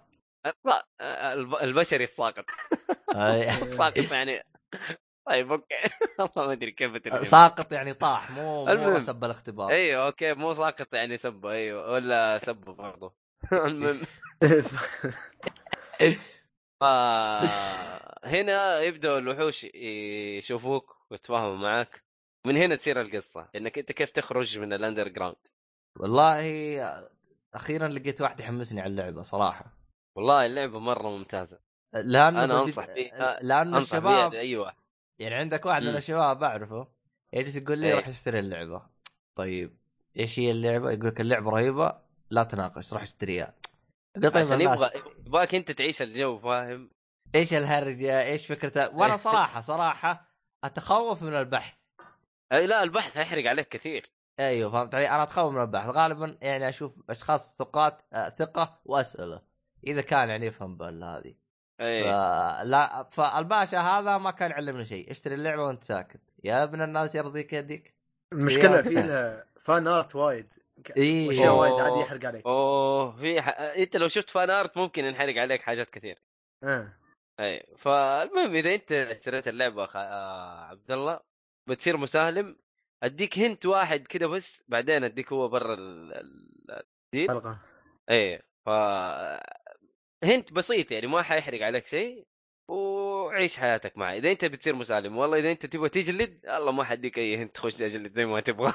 S2: الص- الب- البشري الساقط
S1: إيه.
S3: أي.
S2: ساقط يعني طيب اوكي والله ما ادري كيف اترجم
S3: ساقط يعني طاح مو مو
S2: المهم.
S3: رسب الاختبار
S2: ايوه اوكي مو ساقط يعني سبه ايوه ولا سبه برضه المهم آه، هنا يبدأ الوحوش يشوفوك ويتفاهموا معك من هنا تصير القصه انك انت كيف تخرج من الاندر جراوند
S3: والله اخيرا لقيت واحد يحمسني على اللعبه صراحه
S2: والله اللعبه مره ممتازه
S3: لانه
S2: أنا
S3: بالبد-
S2: أنصح فيها-
S3: لانه
S2: انصح
S3: الشباب
S2: بها اي واحد
S3: يعني عندك واحد من
S2: مم.
S3: الشباب اعرفه يجلس يقول لي
S2: إيه.
S3: روح اشتري اللعبه طيب ايش هي اللعبه؟ يقول لك اللعبه رهيبه لا تناقش روح اشتريها اقول طيب
S2: عشان
S3: الناس
S2: يبغى يبغاك انت تعيش الجو فاهم
S3: ايش الهرجه؟ ايش فكرتها؟ وانا
S2: إيه.
S3: صراحه صراحه اتخوف من البحث
S2: اي إيه، لا البحث هيحرق عليك كثير
S3: ايوه فهمت علي؟ انا اتخوف من البحث غالبا يعني اشوف اشخاص ثقات آه، ثقه واساله اذا كان يعني يفهم بالله هذه إيه.
S2: اي
S3: فلا فالباشا هذا ما كان يعلمنا شيء اشتري اللعبه وانت ساكت يا ابن الناس يرضيك يديك
S1: المشكله
S3: سيارة.
S1: في لها فان ارت وايد
S3: إيه.
S1: واشياء
S2: أوه.
S1: وايد عادي يحرق عليك
S2: اوه في ح... انت لو شفت فان ارت ممكن ينحرق عليك حاجات كثير
S1: آه.
S2: اي فالمهم اذا انت اشتريت اللعبه خ... آه عبد الله بتصير مسالم اديك هنت واحد كده بس بعدين اديك هو برا ال... ال... الديل
S1: حلقه
S2: اي إيه، ف هنت بسيط يعني ما حيحرق عليك شيء وعيش حياتك معه اذا انت بتصير مسالم والله اذا انت تبغى تجلد الله ما حديك اي هنت تخش تجلد زي ما تبغى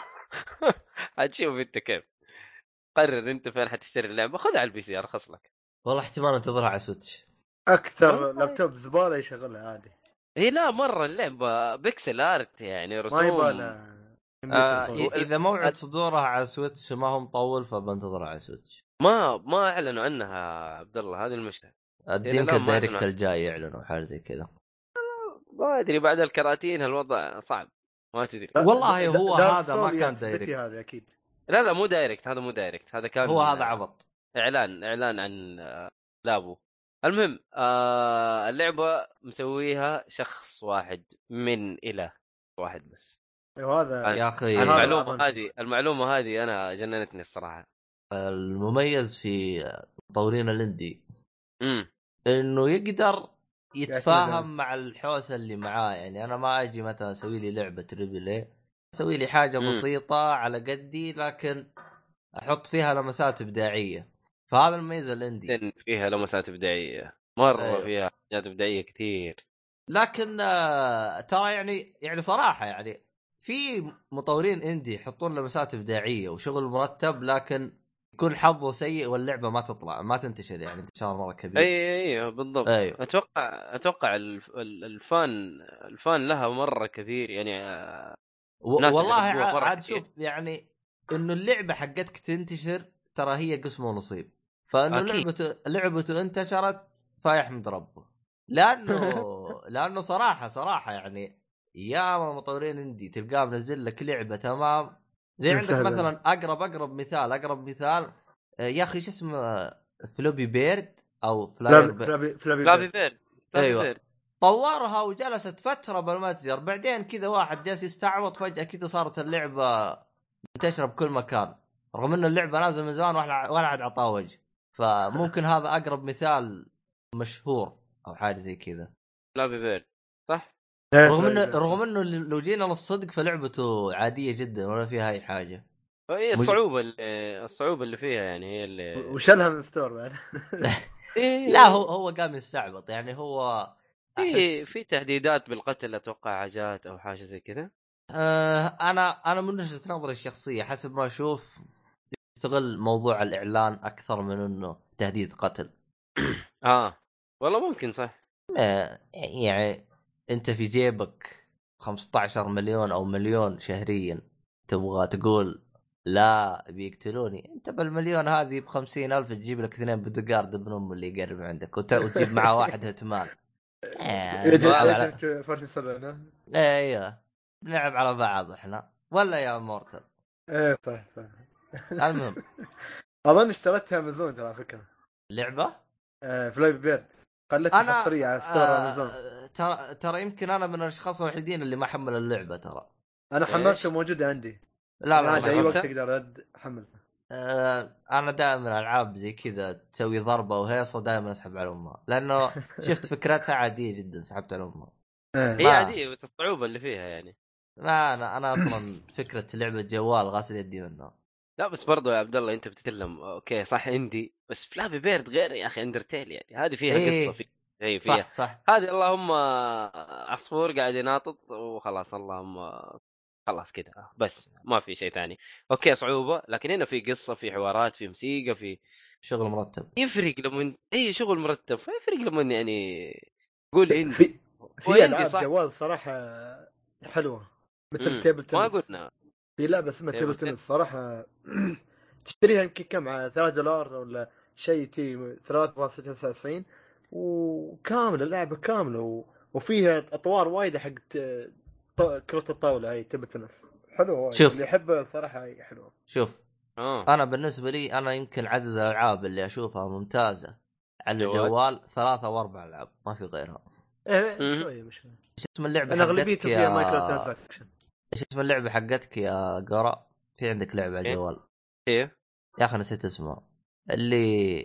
S2: حتشوف انت كيف قرر انت فين حتشتري اللعبه خذها على البي سي ارخص لك
S3: والله احتمال انتظرها على سويتش
S1: اكثر
S2: والله.
S1: لابتوب زباله يشغلها عادي
S2: هي لا مره اللعبه بيكسل ارت يعني رسوم
S1: ما يبالها
S2: آه،
S3: إي- اذا موعد صدورها على سويتش ما هو مطول فبنتظرها على سويتش
S2: ما ما اعلنوا عنها عبد الله هذه المشكله
S3: أد-
S2: إلى
S3: يمكن
S2: الآن ما
S3: الدايركت
S2: أعلنوا.
S3: الجاي يعلنوا حاجه زي كذا
S2: ما ادري بعد الكراتين الوضع صعب ما تدري
S1: لا،
S3: والله
S1: دا-
S3: هو
S1: دارك
S3: هذا ما
S1: سول
S3: كان
S1: يا سبتي
S3: دايركت.
S1: هذا اكيد
S2: لا لا مو دايركت هذا مو دايركت هذا كان
S3: هو هذا عبط
S2: اعلان اعلان عن آه، لابو المهم آه اللعبه مسويها شخص واحد من الى واحد بس
S1: ايوه هذا
S3: آه، يا اخي
S1: أنا معلوم.
S2: المعلومه هذه المعلومه هذه انا جننتني الصراحه
S3: المميز في مطورين الاندي
S2: امم
S3: انه يقدر
S1: يعتمد
S3: يتفاهم مع الحوسه اللي معاه يعني انا ما اجي مثلا اسوي لي لعبه تريبل اي اسوي لي حاجه
S2: مم.
S3: بسيطه على قدي لكن احط فيها لمسات ابداعيه فهذا المميز الاندي
S2: جدا فيها لمسات ابداعيه مره
S3: أيوة.
S2: أيوه. فيها حاجات ابداعيه كثير
S3: لكن آه، ترى يعني يعني صراحه يعني في مطورين اندي يحطون لمسات ابداعيه وشغل مرتب لكن يكون حظه سيء واللعبه ما تطلع ما تنتشر يعني انتشار مره
S2: اي
S3: كبير
S2: اي أيوة بالضبط
S3: ايوه
S2: اتوقع اتوقع الف- ال- الفان الفان لها مره كثير يعني آه،
S3: و-
S2: الناس اللي
S3: والله
S2: يحبوها
S3: ع-
S2: مرة
S3: عاد
S2: كثير.
S3: شوف يعني انه اللعبه حقتك تنتشر ترى هي قسم ونصيب فانه
S2: أكيد.
S3: لعبته لعبته انتشرت فيحمد ربه لانه لانه صراحه صراحه يعني يا مطورين اندي تلقاه منزل لك لعبه تمام زي
S1: يا
S3: عندك
S1: سهلة.
S3: مثلا اقرب اقرب مثال اقرب مثال آه، يا اخي شو اسمه فلوبي بيرد او فلاير
S1: فلابي فلابي
S3: بيرد
S1: فلابي
S2: فلافي
S1: بيرد.
S2: بيرد فلافي
S3: أيوة.
S2: بيرد.
S3: طورها وجلست فتره بالمتجر بعدين كذا واحد جالس يستعوض فجاه كذا صارت اللعبه منتشره بكل مكان رغم ان اللعبه نازله من زمان ولا ولا عاد عطاه وجه فممكن هذا اقرب مثال مشهور او حاجه زي كذا
S2: فلافي بيرد صح؟
S1: إيه،
S3: رغم
S1: فلابي
S3: انه
S1: بيرد.
S3: رغم انه لو جينا للصدق فلعبته عاديه جدا ولا فيها اي حاجه
S2: هي
S3: مج-
S2: الصعوبه اللي الصعوبه اللي فيها يعني هي اللي
S1: وشلها من ستور بعد
S2: آه، إيه،
S3: لا هو هو قام يستعبط يعني هو
S2: في
S3: أحس
S2: في تهديدات بالقتل اتوقع حاجات او حاجه زي كذا
S3: آه انا انا من وجهه نظري الشخصيه حسب ما اشوف يستغل موضوع الاعلان اكثر من انه تهديد قتل
S2: اه والله ممكن صح
S3: آه يعني انت في جيبك 15 مليون او مليون شهريا تبغى تقول لا بيقتلوني انت بالمليون هذه ب ألف تجيب لك اثنين بدقارد ابن ام اللي يقرب عندك وت- وتجيب معاه واحد هتمان آه،
S1: ايجنت
S3: نلعب على-
S1: إيجنت 47 ها؟
S3: ايوه نلعب على بعض احنا ولا يا مورتل
S1: ايه صح صح
S3: المهم
S1: اظن اشتريتها امازون ترى على فكره
S3: لعبه
S1: آه، فلابي بيرد خلتها
S3: انا
S1: حصريه على ستور امازون
S3: آه ترى ترى يمكن انا من الاشخاص الوحيدين اللي ما حمل اللعبه ترى
S1: انا
S2: إيش؟
S1: حملتها موجوده عندي
S3: لا لا
S1: عادي، اي
S3: ما
S1: وقت
S3: حملت.
S1: تقدر أد- حملها
S3: آه انا دائما العاب زي كذا تسوي ضربه وهيصه دائما اسحب على امها لانه شفت فكرتها عاديه جدا سحبت على امها
S1: إيه.
S2: هي
S3: ما-
S2: عاديه بس الصعوبه اللي فيها يعني
S3: ما انا انا اصلا فكره لعبه جوال غاسل يدي منها
S2: لا بس برضو يا عبد الله انت بتتكلم اوكي صح عندي بس فلافي بيرد غير يا اخي اندرتيل يعني هذه فيها
S3: إيه.
S2: قصه فيها اي فيها
S3: صح صح
S2: هذه اللهم عصفور قاعد يناطط وخلاص اللهم خلاص كذا بس ما في شيء ثاني اوكي صعوبه لكن هنا في قصه في حوارات في موسيقى في
S3: شغل مرتب
S2: يفرق لما اي شغل مرتب فيفرق لما يعني تقول عندي
S1: في في
S2: ويندي
S1: العاب
S2: صح.
S1: جوال صراحه حلوه مثل
S2: مم.
S1: تيبل
S2: ما
S1: تنس
S2: قلنا
S1: في لعبه اسمها
S3: إيه،
S2: تيبل
S1: تيبل تنس صراحه تشتريها يمكن كم على 3 دولار ولا شيء تي 3.99 وكامله اللعبه كامله و... وفيها اطوار وايده حق ت- ط- كره الطاوله هي تيبل تنس حلوه وايد
S3: شوف.
S1: اللي يحبها صراحه هي حلوه
S3: شوف
S2: اه
S3: انا بالنسبه لي انا يمكن عدد الالعاب اللي اشوفها ممتازه على
S2: جوال.
S3: الجوال ثلاثة او اربع العاب ما في غيرها
S1: ايه
S2: مم.
S1: شويه مش مشكله
S3: ايش اسم اللعبه
S1: انا اغلبيته
S3: حقتك يا
S1: فيها مايكرو ترانزاكشن
S3: ايش اسم اللعبه حقتك يا قرا في عندك لعبه على
S2: إيه؟
S3: الجوال
S2: ايه
S3: يا اخي نسيت اسمها اللي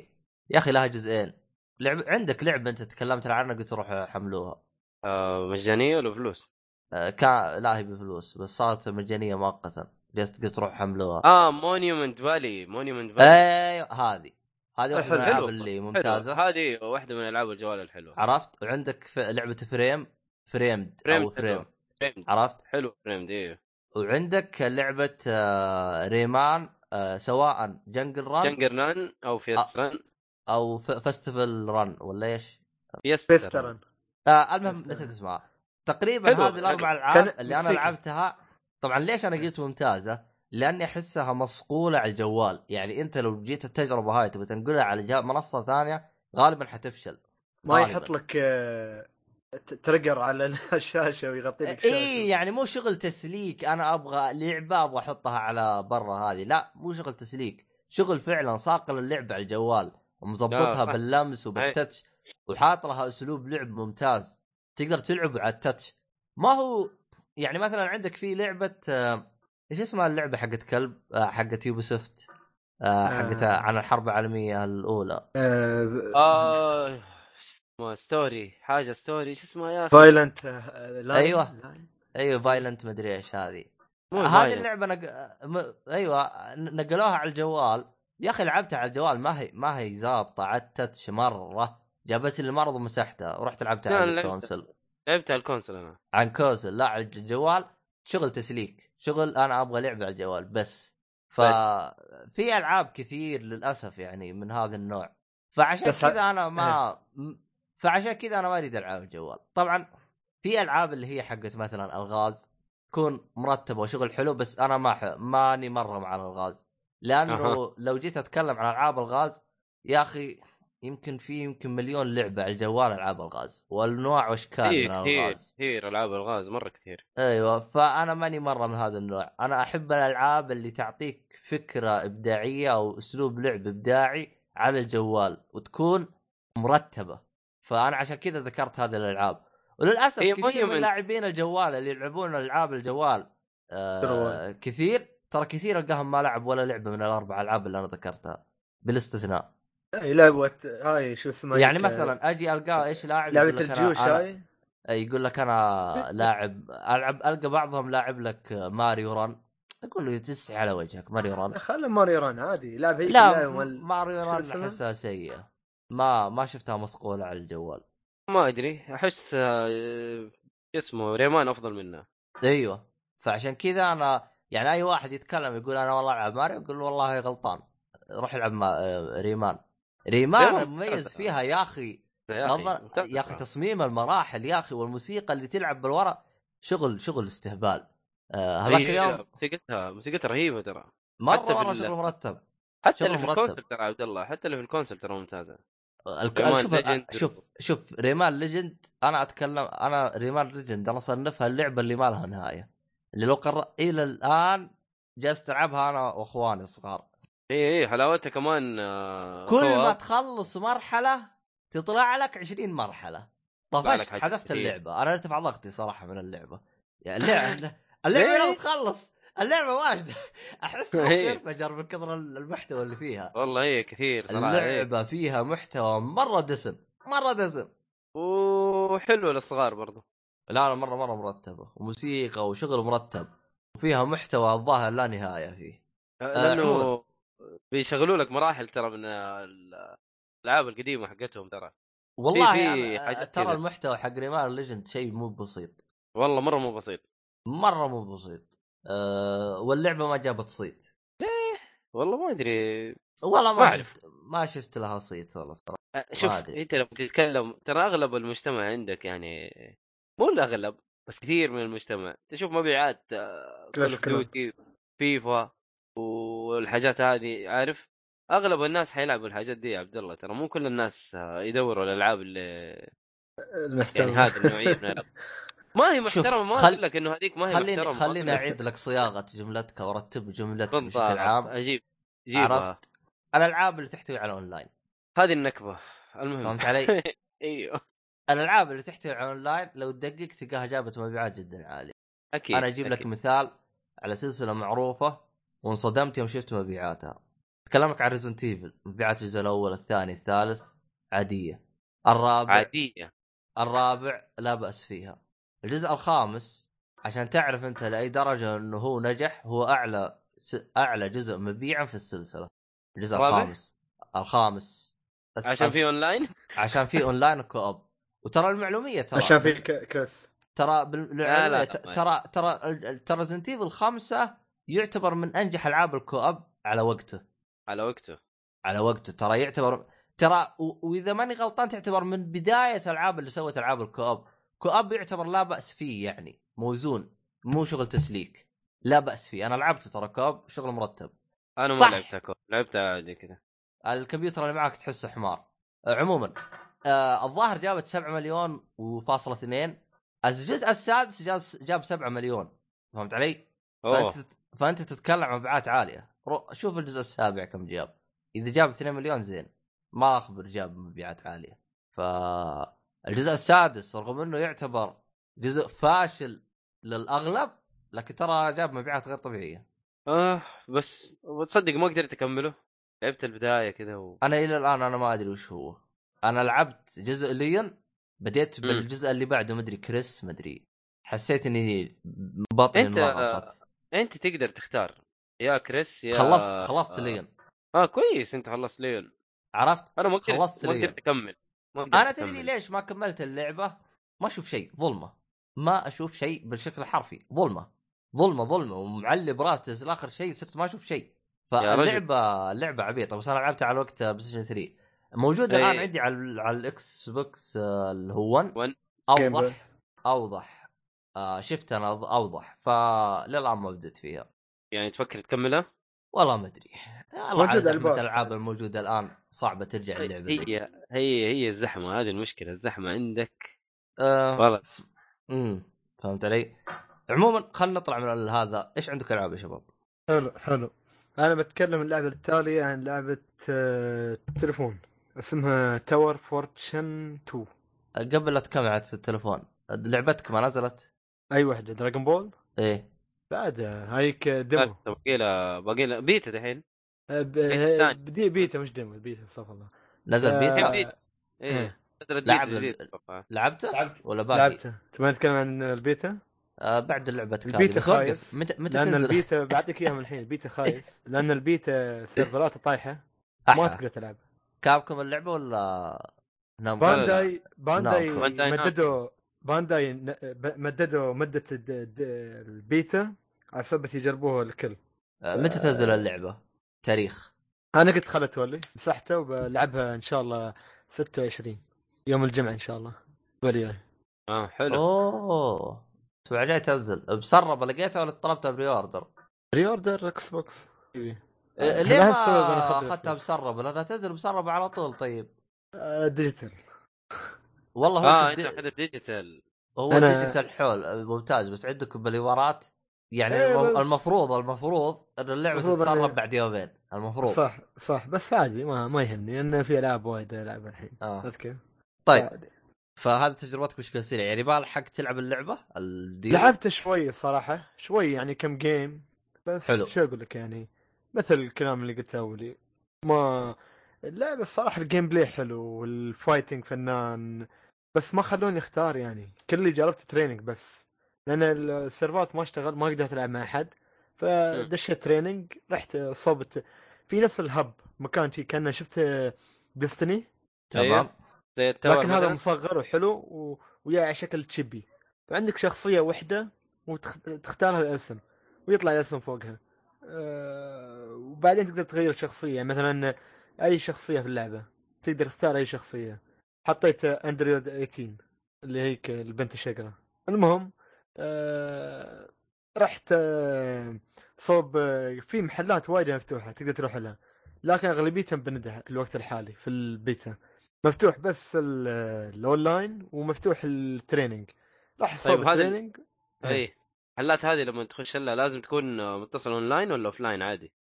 S3: يا اخي لها جزئين لعب عندك لعبه انت تكلمت عنها قلت روح حملوها
S2: آه مجانيه ولا فلوس؟
S3: آه، كان لا هي بفلوس بس صارت مجانيه مؤقتا جلست قلت روح حملوها
S2: اه مونيومنت فالي مونيومنت فالي
S3: ايوه هذه هذه واحده من
S1: حلو.
S2: طيب، حلو.
S3: الالعاب اللي
S2: حلوة.
S3: ممتازه
S2: هذه واحده من العاب الجوال الحلوه
S3: عرفت وعندك ف- لعبه فريم فريمد
S2: فريمد
S3: او فريم
S2: حلوة. فريمد.
S3: عرفت
S2: حلو فريمد ايه
S3: وعندك لعبه آه، ريمان آه، سواء جنجل ران
S2: جنجر ران
S3: آه.
S2: او فيستران
S3: او ف- فستيفال ران ولا ايش
S2: فيستران
S1: فيسترن
S3: آه المهم
S1: بس-
S3: نسيت اسمها تقريبا
S2: حلو،
S3: هذه الاربع العاب
S1: كان
S3: اللي انا
S1: موسيقى.
S3: لعبتها طبعا ليش انا قلت ممتازه؟ لاني احسها مصقوله على الجوال، يعني انت لو جيت التجربه هاي تبي تنقلها على جا- منصه ثانيه غالبا حتفشل.
S1: ما
S3: غالباً.
S1: يحط لك آه، ت- ترقر على الشاشه ويغطي لك الشاشه
S3: اي يعني مو شغل تسليك انا ابغى لعبه ابغى احطها على برا هذه، لا مو شغل تسليك، شغل فعلا صاقل اللعبه على الجوال
S2: لا،
S3: ومظبطها
S2: صح.
S3: باللمس وبالتتش وحاط لها اسلوب لعب ممتاز تقدر تلعب على التتش ما هو يعني مثلا عندك في لعبه آه، ايش اسمها اللعبه حقت كلب آه، حقت يوبيسوفت آه، حقت
S1: آه.
S3: عن الحرب العالميه الاولى
S2: اه اسمها ستوري حاجه ستوري ايش اسمها يا اخي؟
S1: فايلنت آه،
S3: أيوة. ايوه فايلنت مدري ايش هذه
S2: مو
S3: هذه
S2: Violent.
S3: اللعبه نق... م... ايوه ن- نقلوها على الجوال يا اخي لعبتها على الجوال ما هي ما هي ظابطه على التتش مره جابت لي المرض ومسحتها ورحت لعبتها
S2: لا،
S3: على
S2: أنا لعبتها.
S3: الكونسل
S2: لعبت على الكونسل انا
S3: عن كوزل لا على الجوال شغل تسليك شغل انا ابغى لعبه على الجوال بس ف
S2: بس.
S3: في العاب كثير للاسف يعني من هذا النوع فعشان
S1: بس ه-
S3: كذا انا ما م- فعشان كذا انا ما اريد العاب الجوال طبعا في العاب اللي هي حقت مثلا الغاز تكون مرتبه وشغل حلو بس انا ما ح... ماني مره مع الغاز لانه
S2: أها.
S3: لو جيت اتكلم عن العاب الغاز يا اخي يمكن في يمكن مليون لعبه على الجوال العاب الغاز والنوع واشكال
S2: كثير
S3: من
S2: كثير
S3: الغاز
S2: كثير العاب الغاز مره كثير
S3: ايوه فانا ماني مره من هذا النوع انا احب الالعاب اللي تعطيك فكره ابداعيه او اسلوب لعب ابداعي على الجوال وتكون مرتبه فانا عشان كذا ذكرت هذه الالعاب وللاسف
S2: هي
S3: كثير من
S2: Monument.
S3: لاعبين الجوال اللي يلعبون العاب الجوال آه
S1: جوال.
S3: كثير ترى كثير القاهم ما لعب ولا لعبه من الاربع العاب اللي انا ذكرتها بالاستثناء
S1: اي لعبه إيه، هاي شو اسمها
S3: يعني
S1: هيك،
S3: مثلا اجي القى ايش لاعب
S1: لعبه
S3: يقول لك أنا-
S1: الجيوش
S3: أنا-
S1: هاي
S3: يقول لك انا لاعب العب القى بعضهم لاعب لك ماريو ران اقول له تسعي على وجهك ماريو ران
S1: خلى إيه، ماري ران عادي لعب هيك
S3: لا
S1: لا
S3: م-
S1: مال
S3: ماريو
S1: شو
S3: ران
S1: اسمه؟
S3: احسها سيئه ما ما شفتها مصقوله على الجوال
S2: ما ادري احس آه، اسمه ريمان افضل منه
S3: ايوه فعشان كذا انا يعني اي واحد يتكلم يقول انا والله العب ماريو اقول له والله غلطان روح العب ما... آه، ريمان ريمان
S2: ريمان
S3: المميز
S2: ممتازة.
S3: فيها يا اخي
S2: يا
S3: أظن-
S2: ممتاز.
S3: يا اخي تصميم المراحل يا اخي والموسيقى اللي تلعب بالورق شغل شغل استهبال آه، هذاك
S2: هي-
S3: اليوم
S2: موسيقتها موسيقتها رهيبه ترى
S3: مره
S2: حتى
S3: مره
S2: بال-
S3: شغل مرتب
S2: حتى
S3: شغل
S2: اللي في
S3: مرتب.
S2: الكونسل ترى عبد الله حتى اللي في الكونسل ترى ممتازه
S3: الك...
S2: ريمان
S3: شوف
S2: ليجند.
S3: شوف شوف ريمان ليجند انا اتكلم انا ريمان ليجند انا صنفها اللعبه اللي ما لها نهايه اللي لو قر... الى الان جالس العبها انا واخواني الصغار
S2: اي اي حلاوتها كمان آه،
S3: كل ما
S2: co-op.
S3: تخلص مرحله تطلع لك 20 مرحله
S2: يطلع لك
S3: طفشت
S2: حاجات
S3: حذفت
S2: كثير.
S3: اللعبه انا ارتفع ضغطي صراحه من اللعبه يعني اللعبه اللعبه لو
S2: ليه؟
S3: تخلص اللعبه واجده احس
S2: إيه.
S3: مخي انفجر من كثر المحتوى اللي فيها
S2: والله هي كثير صراحه إيه.
S3: اللعبه فيها محتوى مره دسم مره دسم
S2: وحلوه للصغار برضه
S3: لا لا مره مره مرتبه وموسيقى وشغل مرتب وفيها محتوى الظاهر لا نهايه فيه عموماً.
S2: لانه بيشغلوا لك مراحل ترى من ال- الالعاب القديمه حقتهم ترى
S3: والله
S2: في-
S3: في
S2: حاجات
S3: ترى
S2: كذا.
S3: المحتوى حق ريمان ليجند شيء مو بسيط
S2: والله مره مو بسيط
S3: مره مو بسيط أه واللعبه ما جابت صيت
S2: والله ما ادري
S3: والله
S4: ما
S3: ما
S4: أعرف.
S3: شفت ما شفت لها صيت والله صراحه
S2: شوف
S3: عادي.
S2: انت لما تتكلم ترى اغلب المجتمع عندك يعني مو الاغلب بس كثير من المجتمع تشوف مبيعات كول
S1: Clash
S2: اوف
S1: Royale.
S2: ديوتي فيفا والحاجات هذه عارف اغلب الناس حيلعبوا الحاجات دي يا عبد الله ترى مو كل الناس آه، يدوروا الالعاب اللي يعني
S1: المحترمة
S2: هذه النوعيه من الالعاب ما هي
S3: شوف،
S2: محترمه ما
S3: خل-
S2: اقول لك انه هذيك طيب، ما هي
S3: خليني
S2: محترمه
S3: خليني اعيد لك صياغه جملتك وارتب جملتك
S2: بالضبط
S3: بشكل عام
S2: اجيب جيبها
S3: عرفت الالعاب اللي تحتوي على اونلاين
S2: هذه النكبه المهم
S3: فهمت علي؟
S2: ايوه
S3: الالعاب اللي تحتوي على اونلاين لو تدقق تلقاها جابت مبيعات جدا عاليه
S2: اكيد
S3: انا اجيب لك
S2: أكيد.
S3: مثال على سلسله معروفه وانصدمت يوم شفت مبيعاتها تكلمك عن ريزنت ايفل مبيعات الجزء الاول الثاني الثالث عاديه الرابع
S2: عاديه
S3: الرابع لا بأس فيها الجزء الخامس عشان تعرف انت لأي درجة انه هو نجح هو أعلى س... أعلى جزء مبيعا في السلسلة الجزء
S2: الرابع؟
S3: الخامس الخامس الس-
S2: عشان
S3: الف-
S2: في اونلاين
S3: عشان في اونلاين كوب وترى المعلومية ترى
S1: عشان في ك- كلاس
S3: ترى
S2: لا، لا،
S3: بالمعلومية
S2: لا،
S3: ت-
S2: ما-
S3: ترى ترى ال- ترى ريزنت ايفل الخامسة يعتبر من انجح العاب الكوب على وقته
S2: على وقته
S3: على وقته ترى يعتبر ترى و... واذا ماني غلطان تعتبر من بدايه العاب اللي سوت العاب الكوب كوب يعتبر لا باس فيه يعني موزون مو شغل تسليك لا باس فيه انا لعبته ترى كوب شغل مرتب
S2: انا ما
S3: صح.
S2: لعبتها كور لعبتها عادي كذا
S3: الكمبيوتر اللي معك تحسه حمار آه، عموما آه الظاهر جابت 7 مليون وفاصلة اثنين الجزء السادس جاز- جاب 7 مليون فهمت علي؟
S2: اوه
S3: فانت فانت تتكلم عن مبيعات عاليه رو- شوف الجزء السابع كم جاب اذا جاب 2 مليون زين ما اخبر جاب مبيعات عاليه ف الجزء السادس رغم انه يعتبر جزء فاشل للاغلب لكن ترى جاب مبيعات غير طبيعيه
S2: اه بس وتصدق ما قدرت اكمله لعبت البدايه كذا و...
S3: انا الى الان انا ما ادري وش هو انا لعبت جزء ليون بديت
S2: مم.
S3: بالجزء اللي بعده مدري كريس مدري حسيت اني بطني
S2: أنت-
S3: انغصت
S2: انت تقدر تختار يا كريس يا
S3: خلصت خلصت
S2: آه.
S3: ليون
S2: اه كويس انت خلصت ليون
S3: عرفت
S2: انا ما قدرت
S3: خلصت
S2: ما
S3: ليون.
S2: قدرت اكمل ما قدرت
S3: انا تدري
S2: أكمل.
S3: ليش ما كملت اللعبه ما اشوف شيء ظلمه ما اشوف شيء بالشكل الحرفي ظلمه ظلمه ظلمه ومعلب راسي لاخر شيء صرت ما اشوف شيء
S2: يا رجل.
S3: فاللعبه اللعبه عبيطه بس انا لعبتها على وقت بلاي ستيشن 3 موجود
S2: أي.
S3: الان عندي على ال- على الاكس بوكس آه، اللي هو 1
S2: One.
S1: Game
S3: اوضح
S1: Pass.
S3: اوضح آه شفت انا أض- اوضح فللان ما بديت فيها
S2: يعني تفكر تكملها؟
S3: والله ما ادري والله على
S1: موجود
S3: زحمه
S1: الباص.
S3: الالعاب الموجوده الان صعبه ترجع
S2: إيه،
S3: اللعبه ذي
S2: هي هي هي الزحمه هذه المشكله الزحمه عندك
S3: آه
S2: والله.
S3: ف- امم فهمت علي؟ عموما خلينا نطلع من ال- هذا، ايش عندك العاب يا شباب؟
S1: حلو حلو انا بتكلم اللعبه التاليه عن لعبه آه، تليفون اسمها تاور فورتشن 2
S3: قبل لا تكمل في التليفون لعبتك ما نزلت؟
S1: اي واحده دراجون بول
S3: ايه
S1: بعد هايك ديمو
S2: باقي لها باقي لها بيتا دحين
S1: آه، ب-
S2: الثاني.
S1: بدي بيتا مش ديمو بيتا استغفر الله إيه،
S3: نزل
S1: آه،
S2: كم
S3: بيتا؟
S2: بيتا؟ ايه نزلت بيتا
S3: لعب
S2: جديد
S3: ال-
S2: أتوقع.
S3: لعبته؟ ولا باقي؟
S1: لعبتها تبغى نتكلم عن البيتا؟
S3: آه بعد لعبتك هذه
S1: البيتا
S3: بس وقف
S1: خايس.
S3: متى متى
S1: لان
S3: تنزل؟
S1: البيتا بعطيك اياها من الحين البيتا خايس لان البيتا سيرفراتها طايحه ما
S3: أحا.
S1: تقدر تلعب
S3: كابكم اللعبه ولا نامكو؟
S2: لا، لا.
S1: بانداي بانداي
S3: نعم.
S2: بانداي نعم.
S1: مددوا بانداي ن- ب- مددوا مده الد- الد- البيتا على سبب يجربوها الكل
S3: آه متى تنزل اللعبه؟ تاريخ
S1: انا قلت خلها تولي مسحتها وبلعبها ان شاء الله 26 يوم الجمعه ان شاء الله وليله
S2: اه حلو
S3: اوه الاسبوع الجاي تنزل بسرب لقيتها ولا طلبتها بري اوردر؟
S1: آه، ري اوردر اكس بوكس
S3: آه، ليه
S1: لهذا
S3: ما
S1: السبب أنا أخذت
S3: اخذتها مسربه؟ لانها تنزل مسربه على طول طيب
S1: آه، ديجيتال
S3: والله هو
S2: اه
S3: في
S2: انت
S3: الدي-
S2: اخذت ديجيتال
S3: هو
S1: أنا-
S3: ديجيتال حول ممتاز بس عندكم بالامارات يعني
S1: إيه،
S3: الم-
S1: بس-
S3: المفروض المفروض ان اللعبه
S1: المفروض إن-
S3: تتسرب بعد يومين المفروض
S1: صح صح بس عادي ما ما يهمني لان في العاب وايد العبها الحين آه،
S3: آه.
S1: عرفت كيف؟
S3: طيب
S1: عادي.
S3: فهذه تجربتك بشكل سريع يعني ما لحقت تلعب اللعبه الديو
S1: لعبت شوي الصراحه شوي يعني كم جيم بس
S3: حلو.
S1: حلو. شو اقول لك يعني مثل الكلام اللي قلته اولي ما اللعبه الصراحه الجيم بلاي حلو والفايتنج فنان بس ما خلوني اختار يعني كل اللي جربت تريننج بس لان السيرفات ما اشتغل ما قدرت العب مع احد فدشيت تريننج رحت صوبت في نفس الهب مكان شي كانه شفت ديستني
S3: تمام
S1: إيه.
S2: أيوه. زي التاور
S1: لكن هذا
S2: مثلاً.
S1: مصغر وحلو و... ويا على شكل تشيبي فعندك شخصيه واحده وتختار الاسم ويطلع الاسم فوقها آه، وبعدين تقدر تغير الشخصيه مثلا اي شخصيه في اللعبه تقدر تختار اي شخصيه حطيت اندرويد 18 اللي هيك البنت الشقره المهم آه، رحت آه، صوب آه، في محلات وايد مفتوحه تقدر تروح لها لكن اغلبيتها بندها الوقت الحالي في البيتا مفتوح بس ال- الاونلاين ومفتوح التريننج راح صوب
S2: طيب، هذا-
S1: التريننج
S2: اي الحلات إيه. هذه لما تخش لها لازم تكون آه، متصل اونلاين ولا اوفلاين عادي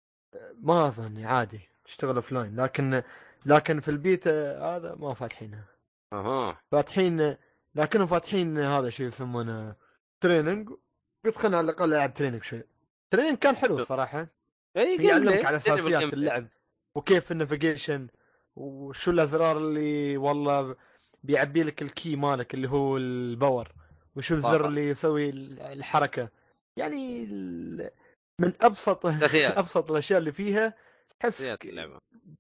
S1: ما اظني عادي تشتغل اوف لاين لكن لكن في البيت آه، هذا ما فاتحينها
S2: اها
S1: فاتحين لكنهم فاتحين هذا شيء يسمونه تريننج يدخلنا على الاقل العب تريننج شوي تريننج كان حلو الصراحه
S2: اي
S1: يعلمك على اساسيات اللعب وكيف النافيجيشن وشو الازرار اللي والله بيعبي لك الكي مالك اللي هو الباور وشو الزر
S2: طبعاً.
S1: اللي يسوي الحركه يعني ال- من ابسط
S2: أساسيات.
S1: ابسط الاشياء اللي فيها تحس
S2: اساسيات اللعبه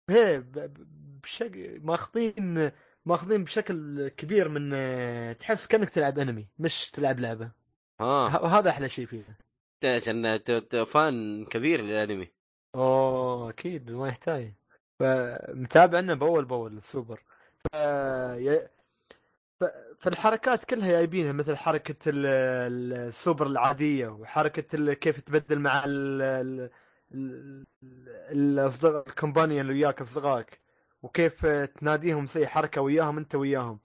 S1: هي ب- ب- بشكل ماخذين ماخذين بشكل كبير من تحس كانك تلعب انمي مش تلعب لعبه
S2: ها
S1: ه- هذا احلى شيء فيها
S2: أنت عشان ت- ت- فان كبير للانمي
S1: اوه اكيد ما يحتاج فمتابعنا باول باول السوبر ف... ي... ف... فالحركات كلها جايبينها مثل حركه ال... ال- السوبر العاديه وحركه ال... كيف تبدل مع ال... ال... ال- الاصدقاء الكومبانيون اللي وياك اصدقائك وكيف تناديهم تسوي حركه وياهم انت وياهم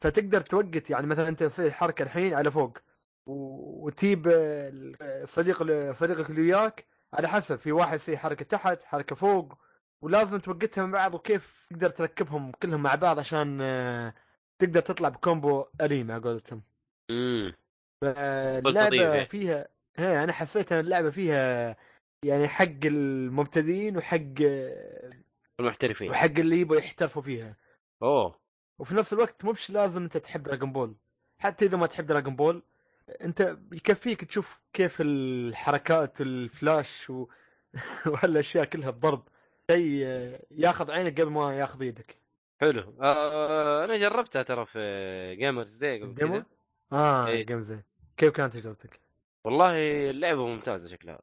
S1: فتقدر توقت يعني مثلا انت تسوي حركه الحين على فوق و- وتجيب ال- صديق صديقك اللي وياك على حسب في واحد يسوي حركه تحت حركه فوق ولازم توقتها مع بعض وكيف تقدر تركبهم كلهم مع بعض عشان آه، تقدر تطلع بكومبو أريمة على قولتهم
S2: امم
S1: فاللعبة
S2: تضيف.
S1: فيها هي أنا حسيت أن اللعبة فيها يعني حق المبتدئين وحق آه،
S2: المحترفين
S1: وحق اللي يبغوا يحترفوا فيها
S2: اوه
S1: وفي نفس الوقت مو بش لازم أنت تحب دراجون بول حتى إذا ما تحب دراجون بول أنت يكفيك تشوف كيف الحركات الفلاش و... وهالأشياء كلها الضرب شيء آه، ياخذ عينك قبل ما ياخذ يدك
S2: حلو آه انا جربتها ترى في جيمرز داي قبل
S1: الديمو؟
S2: كذا
S1: اه
S2: إيه.
S1: جيم زين كيف كانت تجربتك؟
S2: والله اللعبه ممتازه شكلها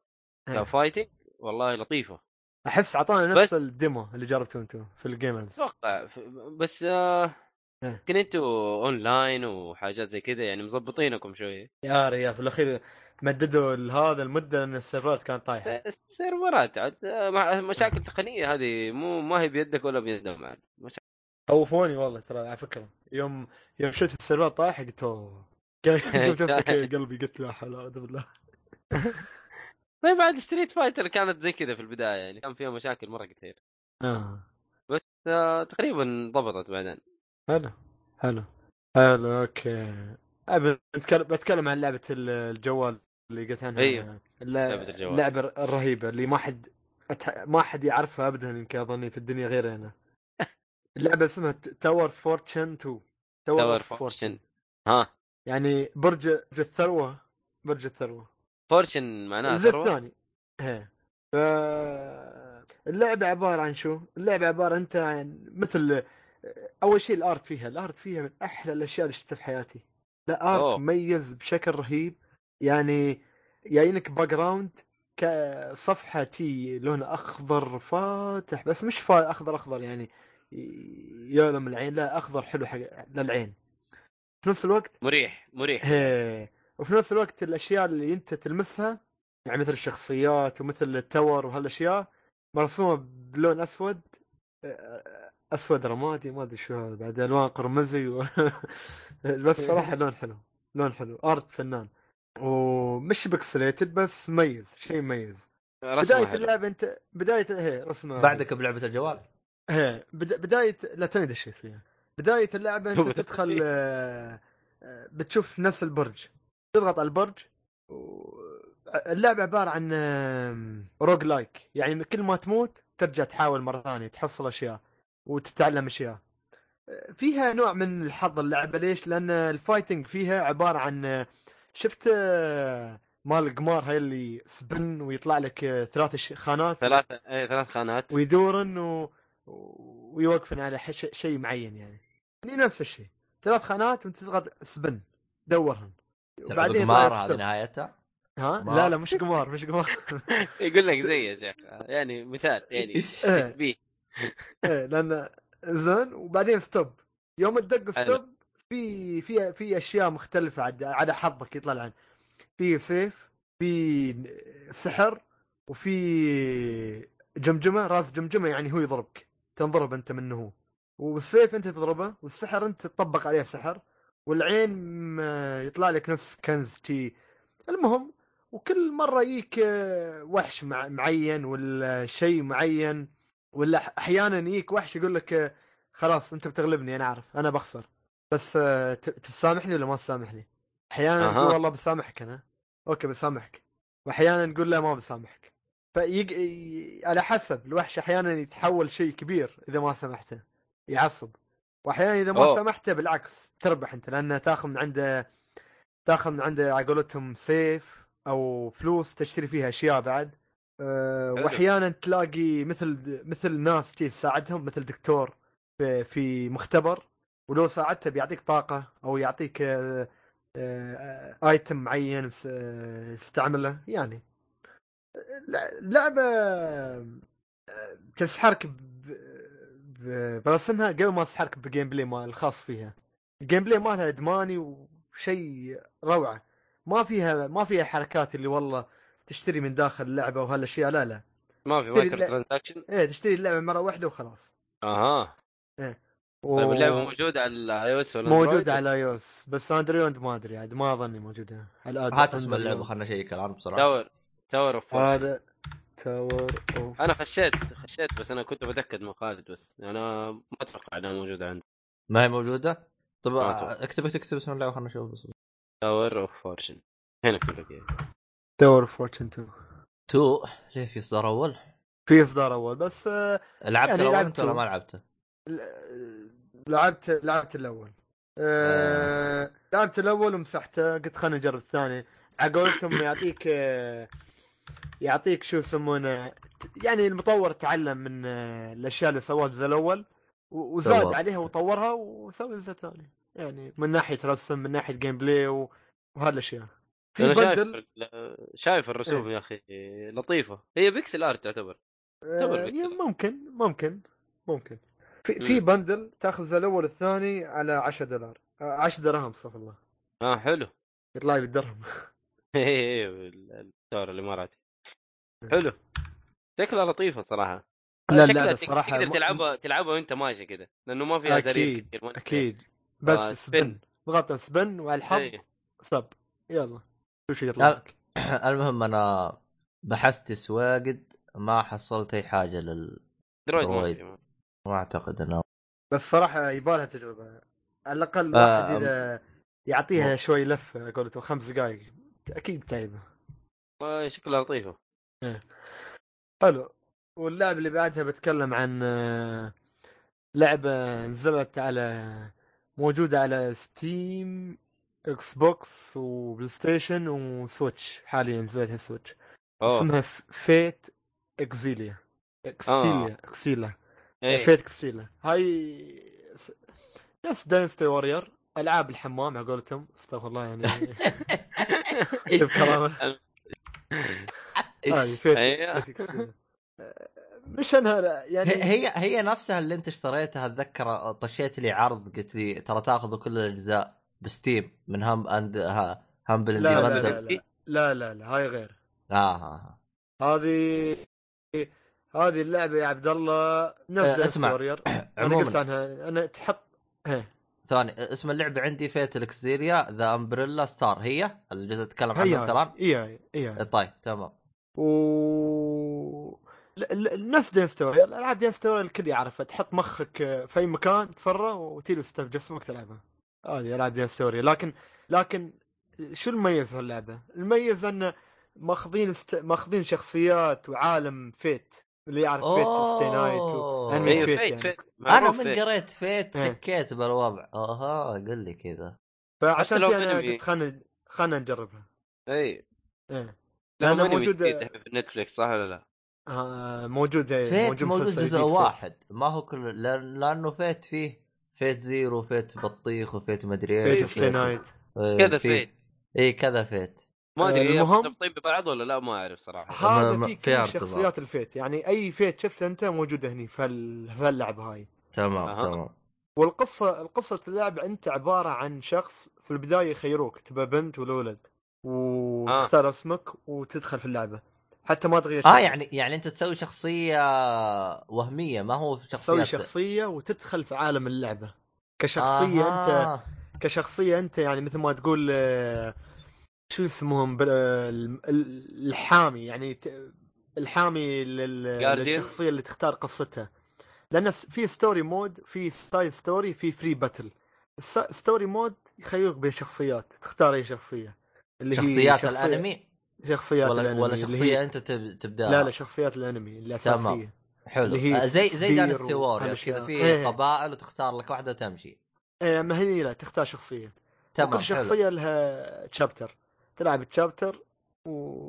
S1: إيه.
S2: فايتنج والله لطيفه
S1: احس اعطانا
S2: بس-
S1: نفس الديمو اللي جربتوه انتم في الجيمرز
S2: اتوقع ف- بس آه،
S1: إيه.
S2: يمكن انتوا اونلاين وحاجات زي كذا يعني مظبطينكم شويه
S1: يا ريال في الاخير مددوا هذا المده لان السيرفرات كانت طايحه
S2: بس سيرفرات عاد، آه، مع- مشاكل تقنيه هذه مو ما هي بيدك ولا بيدهم عاد مشاكل
S1: خوفوني والله ترى على فكره يوم يوم شفت السيرفرات طايحه قلت اوه قلت نفسك قلبي قلت لا حول ولا قوه إلا بالله
S2: طيب بعد ستريت فايتر كانت زي كذا في البدايه يعني كان فيها مشاكل مره كثير
S1: آه.
S2: بس آه، تقريبا ضبطت بعدين
S1: حلو حلو حلو اوكي أبي بتكلم بتكلم عن لعبه ال- الجوال اللي قلت عنها
S2: أيوة. لعبة
S1: لعبه
S2: الجوال.
S1: اللعبه الرهيبه اللي ما حد أتح... ما حد يعرفها ابدا يمكن اظني في الدنيا غير هنا اللعبه اسمها تاور فورتشن 2
S2: تاور
S1: تاور
S2: فورشن
S1: فورتشن
S2: ها
S1: يعني برج برج الثروه برج الثروه
S2: فورشن معناها
S1: الجزء
S2: ثروة؟
S1: الثاني ايه ف اللعبة عبارة عن شو؟ اللعبة عبارة انت عن مثل اول شيء الارت فيها، الارت فيها من احلى الاشياء اللي شفتها في حياتي. لا ارت
S2: أوه.
S1: مميز بشكل رهيب يعني جايينك باك جراوند كصفحة تي لونها اخضر فاتح بس مش فا اخضر اخضر يعني يؤلم العين لا اخضر حلو حق للعين. في نفس الوقت
S2: مريح مريح
S1: إيه. وفي نفس الوقت الاشياء اللي انت تلمسها يعني مثل الشخصيات ومثل التور وهالاشياء مرسومه بلون اسود آه، اسود رمادي ما ادري شو هذا بعد الوان قرمزي و... بس صراحه لون حلو لون حلو ارت فنان ومش بكسليتد بس مميز شيء مميز
S2: رسمة
S1: بدايه
S2: حلو.
S1: اللعبه انت بدايه هي إيه، رسمه
S3: بعدك بلعبه الجوال
S1: ايه بد- بدايه لا توني دشيت فيها بدايه اللعبه انت تدخل آه، آه، بتشوف نفس البرج تضغط على البرج و- اللعبه عباره عن آم، روج لايك يعني كل ما تموت ترجع تحاول مره ثانيه تحصل اشياء وتتعلم اشياء آه، فيها نوع من الحظ اللعبه ليش؟ لان الفايتنج فيها عباره عن آه، شفت آه، مال القمار هاي اللي سبن ويطلع لك آه، ثلاث أش- خانات
S2: ثلاث ايه ثلاث خانات
S1: ويدورن و... ويوقفن على حش... شيء معين يعني يعني نفس الشيء ثلاث خانات وانت تضغط سبن دورهن
S3: تلعب
S1: يطلع
S3: قمار
S1: لك
S3: هذه
S1: ستوب.
S3: نهايتها
S1: ها
S3: ما-
S1: لا لا مش قمار مش قمار
S2: يقول لك زي يا شيخ يعني مثال يعني
S1: إيه،
S2: تشبيه
S1: إيه، لان زين وبعدين ستوب يوم تدق ستوب في في في اشياء مختلفه عد- على حظك يطلع العين في سيف في سحر وفي جمجمه راس جمجمه يعني هو يضربك تنضرب انت منه هو والسيف انت تضربه والسحر انت تطبق عليه سحر والعين م- يطلع لك نفس كنز تي المهم وكل مره يجيك آه، وحش مع- معين ولا شيء معين ولا أح- احيانا يجيك وحش يقول لك آه، خلاص انت بتغلبني انا عارف انا بخسر بس آه، ت- تسامحني ولا ما تسامحني؟ احيانا
S2: أها.
S1: تقول والله بسامحك انا اوكي بسامحك واحيانا تقول لا ما بسامحك فيج... ي- على حسب الوحش احيانا يتحول شيء كبير اذا ما سامحته يعصب واحيانا اذا ما
S2: أوه.
S1: سامحته بالعكس تربح انت لانه تاخذ من عنده تاخذ من عنده على قولتهم سيف او فلوس تشتري فيها اشياء بعد أه
S2: حلو.
S1: واحيانا تلاقي مثل مثل ناس تي تساعدهم مثل دكتور في, في مختبر ولو ساعدته بيعطيك طاقه او يعطيك أه آه، ايتم معين س- آه، استعمله يعني لا- لعبه آه، تسحرك ب- ب- برسمها قبل ما تسحرك بالجيم بلاي مال الخاص فيها الجيم بلاي مالها ادماني وشيء روعه ما فيها ما فيها حركات اللي والله تشتري من داخل اللعبه وهالاشياء لا لا
S2: ما في
S1: تدري
S2: مايكرو
S1: لا-
S2: ترانزاكشن
S1: ايه تشتري اللعبه مره واحده وخلاص
S2: اها
S1: و...
S2: طيب اللعبه موجوده على الاي او اس ولا
S1: موجوده على ايوس بس اندرويد ما ادري عاد ما اظني موجوده على Android.
S3: هات اسم اللعبه خلنا نشيك الان بسرعه
S2: تاور تاور اوف
S1: هذا تاور اوف
S2: انا خشيت خشيت بس انا كنت بتاكد من خالد بس انا ما اتوقع انها موجوده عندي
S3: ما هي موجوده طب
S2: ما أتوقع.
S3: اكتب اكتب اسم اللعبه خلنا نشوف بس
S2: تاور اوف فورشن هنا في البقيه
S1: تاور فورتشن 2
S3: تو ليه إيه، في اصدار اول؟
S1: في اصدار اول بس آه،
S3: لعبته
S1: يعني
S3: الاول
S1: لعبت
S3: انت ولا
S1: two.
S3: ما لعبته؟
S1: ل- لعبت لعبت الاول آه، لعبت الاول ومسحته قلت خلينا نجرب الثاني على قولتهم يعطيك آه، يعطيك شو يسمونه يعني المطور تعلم من آه، الاشياء اللي سواها بالجزء الاول و- وزاد
S3: سوى.
S1: عليها وطورها وسوى الجزء الثاني يعني من ناحيه رسم من ناحيه جيم بلاي و- وهالاشياء في إيه.
S2: انا شايف
S1: بندل
S2: ال- شايف الرسوم يا اخي لطيفه هي بيكسل ارت تعتبر
S1: آه،
S2: بيكسل.
S1: يا ممكن ممكن ممكن في
S2: مم.
S1: في بندل تاخذ الجزء الاول والثاني على 10 دولار آه، 10 دراهم استغفر الله
S2: اه حلو
S1: يطلع لي بالدرهم
S2: ايه الدور الاماراتي حلو شكلها لطيفه صراحه
S1: إيه. لا،
S2: شكلها
S1: اللعبة
S2: تك-
S1: الصراحة
S2: تقدر
S1: م-
S2: تلعبها تلعبها وانت ماشي كذا لانه ما فيها زرير
S1: اكيد
S2: كثير ما-
S1: اكيد بس
S2: آه،
S1: سبن ضغط سبن والحظ
S2: إيه.
S1: سب يلا شوف شو
S3: لا.
S1: يطلع لك
S3: آه، المهم انا بحثت سواقد ما حصلت اي حاجه لل
S2: درويد
S3: درويد.
S2: ما في.
S3: ما اعتقد انه
S1: بس صراحة يبالها تجربة على الاقل
S3: آه،
S1: واحد اذا يعطيها
S3: مم.
S1: شوي لفة على قولتهم خمس دقائق اكيد تعبه
S2: آه، شكلها لطيفه
S1: حلو واللعبة اللي بعدها بتكلم عن آه، لعبة نزلت على موجودة على ستيم اكس بوكس وبلاي ستيشن وسويتش حاليا نزلتها سويتش
S2: اوه
S1: اسمها ف- فيت اكزيليا اكستيليا اكسيلا
S2: إيه.
S1: فيت اكسيلا هاي س- نفس داينستي وورير العاب الحمام على قولتهم استغفر الله يعني شوف كرامه
S3: إيه.
S1: هذه فيت
S2: أيوه.
S1: فيت إكسيلا. آه، مش انها لا،
S3: هي
S1: يعني
S3: هي- هي نفسها اللي انت اشتريتها اتذكر طشيت لي عرض قلت لي ترى تاخذوا كل الاجزاء بستيم من هم اند ها همبل اند
S1: لا لا
S3: بندل
S1: لا لا لا لا لا هاي غير
S3: اه آه.
S1: هذه هذه اللعبه يا عبد الله
S3: آه،
S1: نفس
S3: اسمع.
S1: وورير انا قلت
S3: عموما
S1: عنها انا تحط إيه،
S3: ثاني اسم اللعبه عندي فيت الاكسيريا ذا امبريلا ستار هي الجزء تتكلم
S1: هي
S3: عنه انت
S1: هاي
S3: الان
S1: اي اي
S3: طيب تمام
S1: و ل- ل- نفس دين ستوري الالعاب دين ستوري الكل يعرفها تحط مخك آه، في اي مكان تفره وتجلس في جسمك تلعبها هذه العاب دين ستوري لكن لكن شو المميز في اللعبه؟ المميز انه ماخذين است... ماخذين شخصيات وعالم فيت اللي يعرف فيت ستي نايت و...
S3: أوه.
S1: أنمي
S2: ايوه
S1: فيت
S2: فيت
S1: يعني
S2: فيت
S3: انا
S2: معروف
S3: من
S2: فيت.
S3: قريت فيت
S1: إيه.
S3: شكيت بالوضع اها قل لي كذا
S1: فعشان
S2: حتى لو
S1: كذا انا
S2: أنمي.
S1: قلت خلنا خلنا نجربها
S2: اي
S1: إيه.
S2: لانه
S1: لأنها
S2: موجوده
S1: موجودة-
S2: في نتفلكس صح ولا لا؟
S1: آه موجوده
S3: فيت موجود
S1: مسلسل
S3: جزء
S1: جديد فيت.
S3: واحد ما هو كل لأن... لانه فيت فيه فيت زيرو فيت بطيخ وفيت مدري
S1: فيت
S3: ايش
S2: إيه،
S1: ستي
S2: فيت.
S1: نايت
S2: كذا فيت.
S3: اي كذا فيت
S2: ما ادري هي
S1: المهم-
S2: مرتبطين ببعض طيب ولا لا ما اعرف صراحه
S1: هذا
S3: ما-
S1: في
S3: في
S1: كل
S3: ارتباط.
S1: شخصيات الفيت يعني اي فيت شفته انت موجوده هني في اللعبه هاي
S3: تمام
S2: أها.
S3: تمام
S1: والقصه القصه اللعبه انت عباره عن شخص في البدايه يخيروك تبى بنت ولا ولد
S3: آه.
S1: وتختار اسمك وتدخل في اللعبه حتى ما تغير
S3: اه
S1: شيء.
S3: يعني يعني انت تسوي شخصيه وهميه ما هو شخصيه
S1: تسوي شخصيه وتدخل في عالم اللعبه كشخصيه انت
S3: آه.
S1: كشخصيه انت يعني مثل ما تقول آه، شو اسمهم بال- آه، ال- ال- الحامي يعني ت- الحامي لل-
S2: Guardian.
S1: للشخصيه اللي تختار قصتها لان س- في ستوري مود في ستايل ستوري في فري باتل ستوري مود يخيرك بين شخصيات تختار اي شخصيه اللي هي
S3: شخصيات
S1: شخصية-
S3: الانمي
S1: شخصيات
S3: ولا آه.
S1: الانمي
S3: ولا
S1: اللي
S3: شخصيه
S1: هي...
S3: انت تب- تبدا
S1: لا لا شخصيات الانمي الاساسيه
S3: حلو
S1: اللي هي
S3: آه، زي زي
S1: سبير
S3: دانستي وورير
S1: وهالأشياء.
S3: كذا في
S1: إيه.
S3: قبائل وتختار لك واحده وتمشي
S1: إيه، ما هي لا تختار شخصيه
S3: تمام
S1: كل
S3: حلو
S1: شخصيه لها تشابتر تلعب تشابتر و...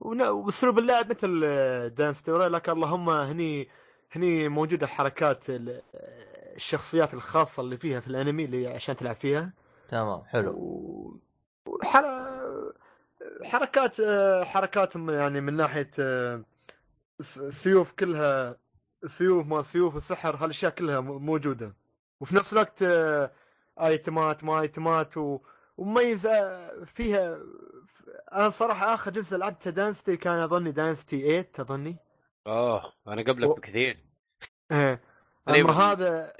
S1: ون- واسلوب اللعب مثل آه، دانس توري لكن اللهم هني هني موجوده حركات ال- آه، الشخصيات الخاصه اللي فيها في الانمي اللي عشان تلعب فيها
S3: تمام
S1: إيه.
S3: حلو
S1: و- وحر... حركات حركات م- يعني من ناحيه س- سيوف كلها سيوف ما سيوف وسحر هالاشياء كلها م- موجوده وفي نفس الوقت آه، ايتمات ما ايتمات و- ومميز آه، فيها انا صراحه اخر جزء لعبته دانستي كان اظني دانستي 8 اظني
S2: اوه انا قبلك
S1: و-
S2: بكثير
S1: إيه.
S2: تقريباً.
S1: اما هذا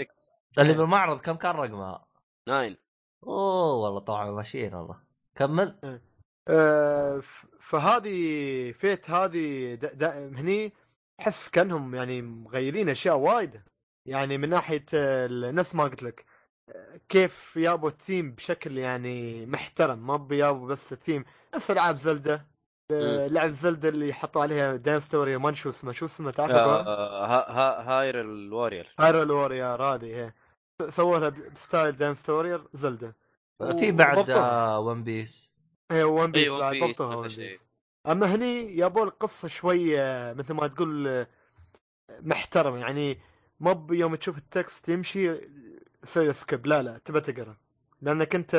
S3: اللي بالمعرض كم كان رقمها؟
S2: ناين
S3: اوه والله طبعا ماشيين والله كمل
S1: آه، ف- فهذه فيت هذه د- د- هني احس كانهم يعني مغيرين اشياء وايد يعني من ناحيه آه، ال- نفس ما قلت لك آه، كيف يابوا الثيم بشكل يعني محترم ما بيابوا بس الثيم نفس العاب زلده آه، لعب زلده اللي حطوا عليها دان ستوري ما شو اسمه شو اسمه تعرف آه.
S2: آه، ها- ها- هاير الوارير
S1: هايرو وورير هذه هي. س- سووا لها ب- بستايل دان ستوري زلده
S3: في بعد
S1: وضبطوها.
S3: آه، ون بيس
S1: اي ون بيس
S2: إيه، One
S1: إيه، بعد
S2: Piece، إيه.
S1: ضبطوها
S2: نفس
S1: ون
S2: الشيء.
S1: بيس اما هني يابوا القصه شويه مثل ما تقول آه، محترمه يعني مب يوم تشوف التكست يمشي سوي سكيب لا لا تبى تقرا لانك انت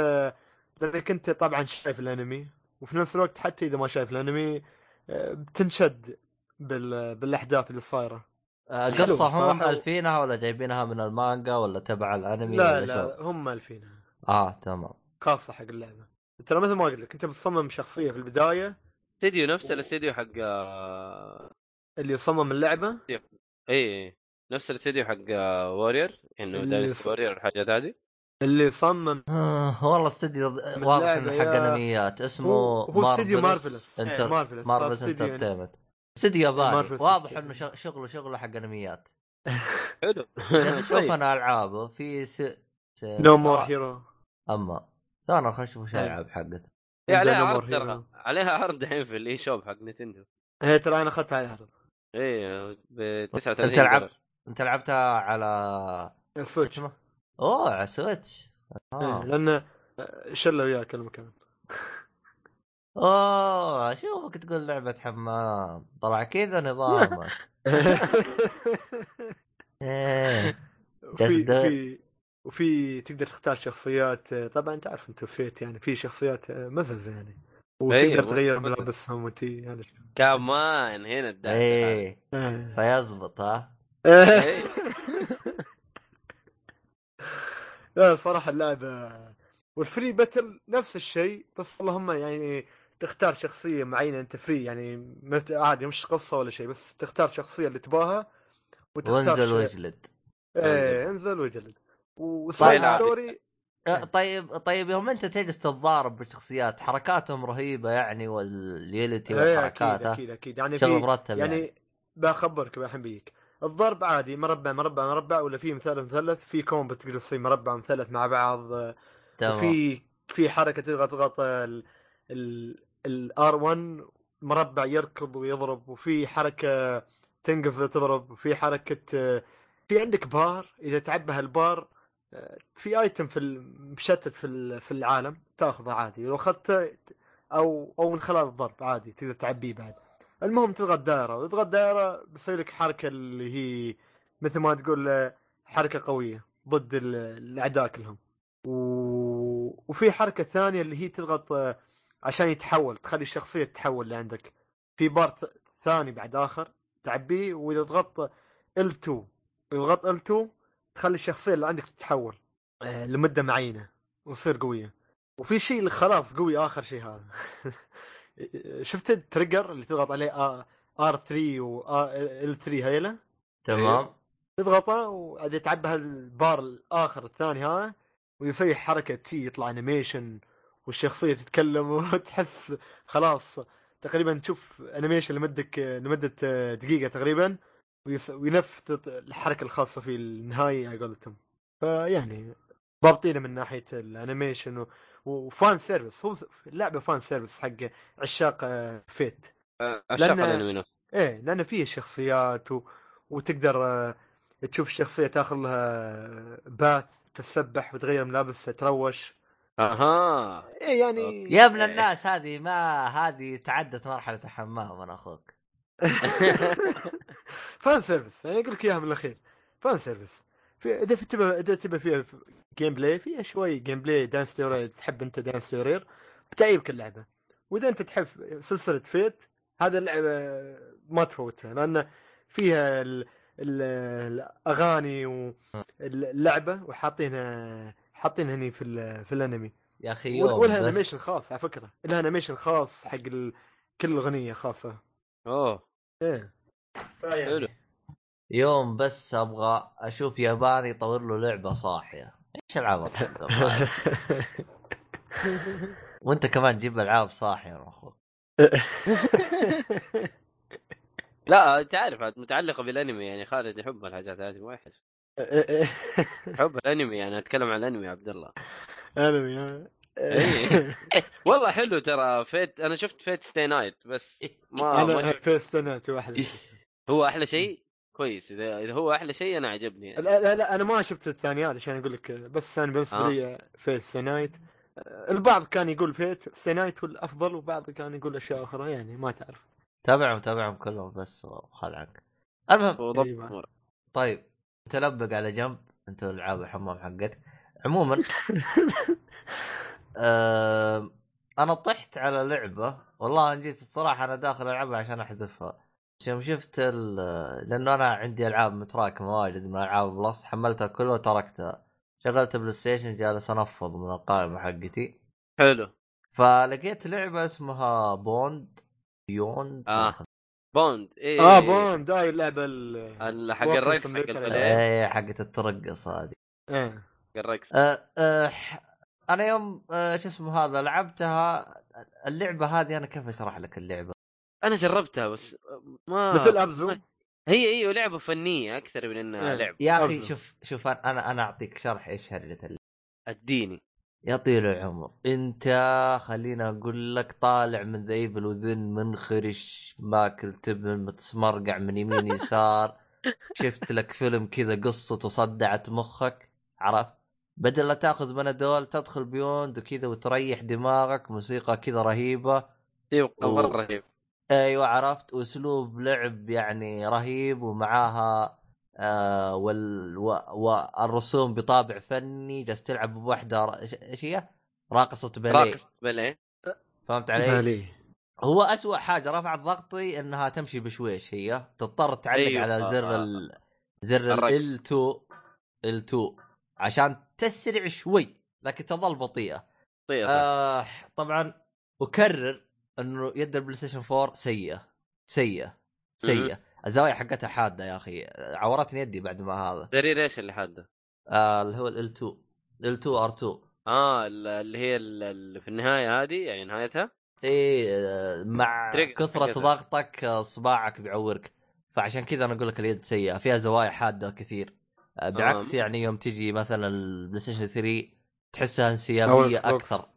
S1: لانك انت طبعا شايف الانمي وفي نفس الوقت حتى اذا ما شايف الانمي آه، بتنشد بال... بالاحداث اللي صايره
S3: آه،
S1: حلو
S3: قصه هم
S1: الصراحة.
S3: الفينها ولا جايبينها من المانجا ولا تبع الانمي
S1: لا
S3: ولا شو؟
S1: لا هم الفينها
S3: اه تمام
S1: خاصه حق اللعبه ترى مثل ما قلت لك انت بتصمم شخصيه في البدايه
S2: استديو نفس الاستديو حق آه،
S1: اللي يصمم اللعبه
S2: اي إيه، نفس الاستديو حق آه، وارير انه
S1: اللي
S2: داينست
S1: ص-
S2: وارير والحاجات هذه
S1: اللي صمم
S3: آه والله استديو
S1: من
S3: واضح
S1: لعبة
S3: انه
S1: يا-
S3: حق انميات اسمه
S1: هو- هو استديو مارفلس. إيه،
S3: انتر...
S1: مارفلس.
S3: مارفلس
S1: استديو يعني.
S3: انترتينمنت استديو ياباني
S1: مارفلس
S3: واضح
S1: استديو.
S3: انه ش- شغله شغله حق انميات
S2: حلو
S3: يا اخي شوف
S2: طيب.
S3: انا العابه في س... س...
S1: نو مور
S3: آه،
S1: هيرو
S3: اما انا خش اشوف وش
S1: إيه.
S3: العاب حقته
S2: هي
S5: يعني
S2: عليها
S1: عندنا
S2: عرض
S1: More
S2: ترى عليها عرض دحين في الاي شوب حق نتندو
S1: هي إيه، ترى انا اخذتها على العرض
S2: اي ب 39
S3: أنت لعبت؟
S2: دولار.
S3: انت لعبتها على
S1: السويتش
S3: اوه على سويتش
S1: إيه،
S3: آه.
S1: لان شله وياك المكان
S3: اوه اشوفك تقول لعبه حمام طلع كذا نظامك إيه.
S1: في
S3: Just do
S1: في وفي تقدر تختار شخصيات طبعا انت عارف انت فيت يعني في شخصيات مزز يعني
S2: إيه،
S1: وتقدر تغير
S2: مزز.
S1: ملابسهم وتي يعني إيه.
S2: كمان هنا الدعسه
S3: ايه سيزبط ها
S2: إيه.
S1: لا صراحة اللعبة والفري باتل نفس الشيء بس اللهم يعني تختار شخصية معينة انت فري يعني ما بت- عادي مش قصة ولا شيء بس تختار شخصية اللي تباها
S3: وانزل
S1: ش-
S3: واجلد
S1: ايه انزل وجلد وسايد
S2: طيب.
S1: ستوري إيه.
S3: أه، طيب طيب يوم انت تجلس تتضارب بالشخصيات حركاتهم رهيبه يعني واليلتي
S1: ايه اكيد
S3: والحركات ها؟
S1: اكيد اكيد يعني
S3: شغل
S1: في
S3: مرتب يعني,
S1: يعني بخبرك بحين بيك الضرب عادي مربع مربع مربع ولا في مثلث مثلث في كومبو تقدر تصير مربع مثلث مع بعض
S3: تمام
S1: وفي في حركه تضغط تضغط ال ال الار 1 مربع يركض ويضرب وفي حركه تنقز تضرب وفي حركه آه، في عندك بار اذا تعبها البار آه، في ايتم في ال- مشتت في ال- في العالم تاخذه عادي لو اخذته او او من خلال الضرب عادي تقدر تعبيه بعد المهم تضغط دائره وتضغط دائره بيصير لك حركه اللي هي مثل ما تقول آه، حركه قويه ضد ال- الاعداء كلهم و... وفي حركه ثانيه اللي هي تضغط آه، عشان يتحول تخلي الشخصيه تتحول اللي عندك في بار ثاني بعد اخر تعبيه واذا ضغطت L2 يضغط L2 تخلي الشخصيه اللي عندك تتحول آه، لمده معينه وتصير قويه وفي شيء اللي خلاص قوي اخر شيء هذا شفت التريجر اللي تضغط عليه R3 و L3 هيله
S3: تمام
S1: إيه. تضغطه وعاد يتعبى البار الاخر الثاني هذا ويسوي حركه شي يطلع انيميشن والشخصيه تتكلم وتحس خلاص تقريبا تشوف انيميشن لمدك لمده دقيقه تقريبا ويس- وينفذ الحركه الخاصه في النهايه على قولتهم فيعني ضابطينه من ناحيه الانيميشن و- وفان سيرفيس هو اللعبه فان سيرفيس حق عشاق آه، فيت
S2: اشتغل
S1: لأن-
S2: انا منه
S1: ايه لان فيه شخصيات و... وتقدر آه، تشوف الشخصيه تاخذ لها باث تسبح وتغير ملابس تروش
S2: اها
S1: ايه يعني
S3: يا ابن الناس هذه ما هذه تعدت مرحله الحمام انا اخوك
S1: فان سيرفيس يعني اقول لك اياها من الاخير فان سيرفيس في اذا في تبى اذا تبى فيها جيم بلاي فيها شوي جيم بلاي دانس تيورير تحب انت دانس تيورير بتعيبك اللعبه واذا انت تحب سلسله فيت هذا اللعبه ما تفوتها لان فيها ال ال الاغاني واللعبه وحاطينها حاطينها هني في ال- في الانمي
S3: يا اخي يوم
S1: ولها
S3: أيوة، بس.
S1: انيميشن خاص على فكره لها انيميشن خاص حق ال- كل اغنيه خاصه
S2: اوه
S1: ايه فيعني-
S5: طيب.
S2: حلو.
S3: يوم بس ابغى اشوف ياباني يطور له لعبه صاحيه ايش العبط هذا والله؟
S2: طيب.
S3: وانت كمان جيب العاب صاحيه يا اخوك
S2: لا انت عارف عاد متعلقه بالانمي يعني خالد يحب الحاجات هذه ما يحس حب الانمي يعني اتكلم عن الانمي يا عبد الله
S1: انمي ها؟
S2: إيه. والله حلو ترى فيت انا شفت فيت ستي نايت بس ما, آه، ما
S1: انا
S2: شفت. إيه.
S1: فيست نايت واحده
S2: هو احلى شيء كويس اذا إذا هو احلى شيء انا عجبني يعني.
S1: لا, لا لا انا ما شفت الثانيات عشان اقول لك بس انا بالنسبه
S2: آه.
S1: لي فيست نايت البعض كان يقول فيت نايت هو الافضل وبعض كان يقول اشياء اخرى يعني ما تعرف
S3: تابعهم تابعهم كلهم بس وخل عنك المهم
S2: وضبط
S1: أيوة.
S2: أمور.
S3: طيب تلبق على جنب انت العاب الحمام حقك عموما آه انا طحت على لعبه والله أنا جيت الصراحه انا داخل العبها عشان احذفها بس يوم شفت ال- لانه انا عندي العاب متراكمه واجد من العاب بلس حملتها كلها وتركتها شغلت بلاي ستيشن جالس انفض من القائمه حقتي
S2: حلو
S3: فلقيت لعبه اسمها بوند بيوند
S2: آه. بوند ايه
S1: اه بون داي اللعبه ال-
S2: ال- حق
S1: Walker
S2: الرقص حق
S1: Simulator.
S2: البلد
S3: ايه حقت الترقص هذه
S1: إيه.
S2: حق الرقص
S3: أه أه انا يوم أه شو اسمه هذا لعبتها اللعبه هذه انا كيف اشرح لك اللعبه؟
S2: انا جربتها بس آه، ما
S1: مثل ابزو
S2: هي ايوه لعبه فنيه اكثر من انها
S1: إيه.
S2: لعبه
S3: يا اخي
S1: أبزر.
S3: شوف شوف أنا- انا انا اعطيك شرح ايش هرجه اللعبه
S2: اديني
S3: يا طويل العمر انت خلينا اقول لك طالع من ذيب الوذن منخرش ماكل تبن متسمرقع من يمين يسار شفت لك فيلم كذا قصته صدعت مخك عرفت بدل لا تاخذ بنادول تدخل بيوند وكذا وتريح دماغك موسيقى كذا رهيبه
S2: ايوه
S3: و-
S2: مره رهيب
S3: ايوه عرفت اسلوب لعب يعني رهيب ومعاها آه وال و- والرسوم بطابع فني جالس تلعب بوحده ر- إيش- ايش هي؟ راقصة باليه
S2: راقص بلا
S3: فهمت علي؟ هو أسوأ حاجة رفعت ضغطي انها تمشي بشويش هي تضطر تعلق
S2: أيوة.
S3: على زر ال زر
S2: الرقص.
S3: ال L2 L2 عشان تسرع شوي لكن تظل بطيئة
S2: طيب
S3: آه طبعا اكرر انه يد البلاي ستيشن 4 سيئه سيئه سيئه الزوايا حقتها حاده يا اخي عورتني يدي بعد ما هذا
S2: دليل ايش اللي حاده؟
S3: آه اللي هو ال 2 ال 2 ار 2
S2: اه ال- اللي هي ال- اللي في النهايه هذه يعني نهايتها
S3: ايه آه، مع
S2: تريجر
S3: كثره
S2: حقتها.
S3: ضغطك آه، صباعك بيعورك فعشان كذا انا اقول لك اليد سيئه فيها زوايا حاده كثير آه بعكس
S2: آه.
S3: يعني يوم تجي مثلا البلاي ستيشن 3 تحسها انسيابيه
S1: أو الإكس بوكس.
S3: اكثر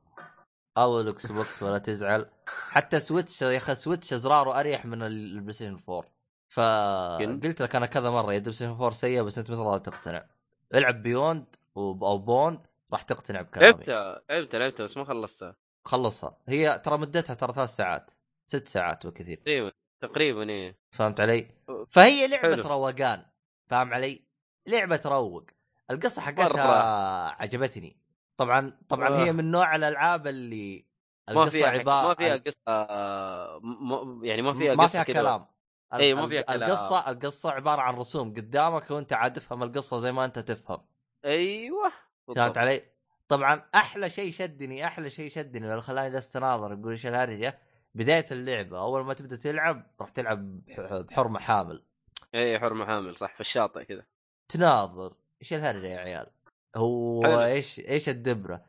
S3: او الاكس بوكس ولا تزعل حتى سويتش يا اخي سويتش ازراره اريح من البلاي ستيشن 4 فقلت لك انا كذا مره يد البلاي ستيشن 4 سيئه بس انت مثل ما تقتنع العب بيوند وب- او بوند راح تقتنع
S5: إيه.
S3: بكلامي
S2: لعبتها لعبتها لعبتها بس ما خلصتها
S3: خلصها هي ترى مدتها ترى ثلاث ساعات ست ساعات وكثير
S2: تقريبا تقريبا ايه
S3: فهمت علي؟ فهي لعبه
S2: حلو.
S3: روقان فاهم علي؟ لعبه تروق القصه حقتها
S2: مرة.
S3: عجبتني طبعا طبعا
S2: آه.
S3: هي من نوع الالعاب اللي
S2: ما فيها عبارة ما فيها قصه آه، م- م- يعني ما فيها
S3: ما
S2: قصه
S3: فيها
S2: كده.
S3: كلام ال-
S2: إيه، ما
S3: ال-
S2: فيها كلام.
S3: القصه القصه عباره عن رسوم قدامك وانت عاد تفهم القصه زي ما انت تفهم
S2: ايوه
S3: فهمت
S2: بالضبط.
S3: علي؟ طبعا احلى شيء شدني احلى شيء شدني لو خلاني جلست اناظر اقول ايش الهرجه بدايه اللعبه اول ما تبدا تلعب راح تلعب بح- بحرمه حامل
S2: اي حرمه إيه، حامل صح في الشاطئ كذا
S3: تناظر ايش الهرجه يا عيال؟ هو
S2: حلو.
S3: ايش ايش الدبره؟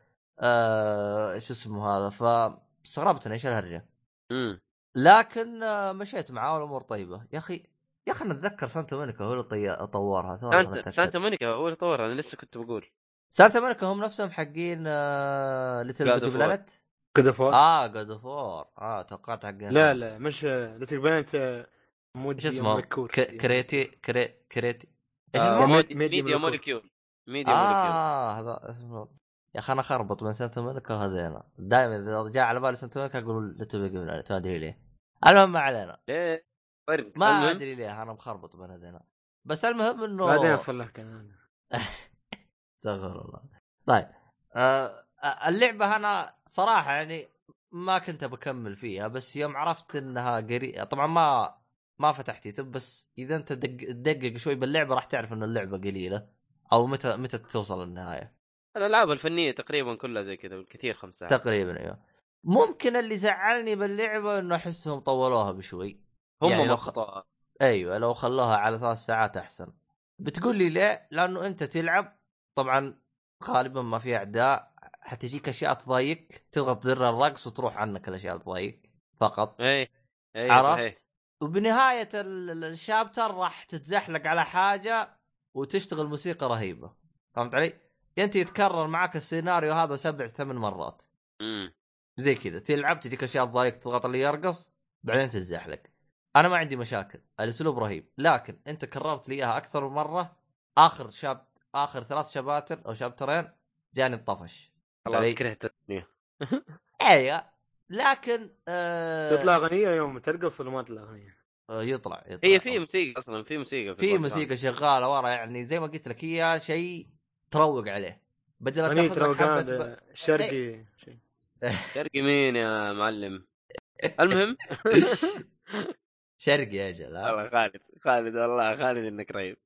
S3: آه شو اسمه هذا فاستغربت انا ايش الهرجه؟
S2: امم
S3: لكن آه، مشيت معاه والامور طيبه يا اخي يا اخي انا اتذكر سانتا مونيكا هو اللي طي- طورها ثواني خلنا
S2: سانتا
S3: أتأكد.
S2: سانتا مونيكا هو اللي طورها انا لسه كنت بقول
S3: سانتا مونيكا هم نفسهم حقين آه، ليتل
S2: God
S3: بيج
S2: of War.
S3: بلانت
S1: جود اوف
S2: آه،
S1: وور
S3: اه جود اوف وور اه توقعت حقين
S1: لا لا مش ليتل بلانت مود
S3: ايش اسمه؟
S1: يعني.
S3: ك- كريتي كري كريتي ايش
S1: آه،
S3: اسمه؟
S1: ميديا-
S2: ميديا,
S1: ميديا
S2: ميديا
S1: موليكيول.
S2: موليكيول ميديا موليكيول
S3: اه هذا اسمه يا اخي انا اخربط بين سانتا مونيكا وهذينا دائما اذا جاء على بالي سانتا مونيكا اقول ليتل بيج بلانت ما ادري ليه المهم ما علينا
S2: ليه إيه، فرق
S3: ما
S2: المهم،
S3: ادري ليه انا مخربط بين هذينا بس المهم انه
S1: بعدين اصلحك انا
S3: استغفر الله طيب آه آه، اللعبه انا صراحه يعني ما كنت بكمل فيها بس يوم عرفت انها قريبه طبعا ما ما فتحت يوتيوب بس اذا انت دق- تدقق شوي باللعبه راح تعرف ان اللعبه قليله او متى متى توصل النهايه
S2: الالعاب الفنيه تقريبا كلها زي كذا بالكثير خمس ساعات
S3: تقريبا ايوه ممكن اللي زعلني باللعبه انه احسهم طولوها بشوي
S2: هم
S3: يعني
S2: يعني
S3: لو خ- ايوه لو خلوها على ثلاث ساعات احسن بتقول لي ليه؟ لانه انت تلعب طبعا غالبا ما في اعداء حتجيك اشياء تضايقك تضغط زر الرقص وتروح عنك الاشياء اللي تضايقك فقط
S2: اي اي إيه، صحيح
S3: عرفت؟ وبنهايه ال- ال- الشابتر راح تتزحلق على حاجه وتشتغل موسيقى رهيبه فهمت علي؟ انت يتكرر معك السيناريو هذا سبع ثمان مرات
S2: مم.
S3: زي كذا تلعب تجيك اشياء تضايق تضغط اللي يرقص بعدين تتزحلق انا ما عندي مشاكل الاسلوب رهيب لكن انت كررت لي اياها اكثر من مره اخر شاب اخر ثلاث شباتر او شابترين جاني الطفش
S2: خلاص
S3: علي.
S2: كرهت الدنيا
S3: ايوه لكن آه
S1: تطلع اغنيه يوم ترقص ولا ما تطلع اغنيه؟
S3: آه يطلع, يطلع
S2: هي في موسيقى اصلا في موسيقى
S3: في
S2: البودكاست.
S3: موسيقى شغاله ورا يعني زي ما قلت لك هي شيء تروق عليه بدل ما
S1: اغنيه
S3: تاخذ لك حبه
S1: روقان
S2: إيه.
S3: ب-
S1: يعني شرقي شيء.
S2: شرقي مين يا معلم المهم
S3: شرقي يا اجل ها؟
S2: والله خالد خالد والله خالد انك رهيب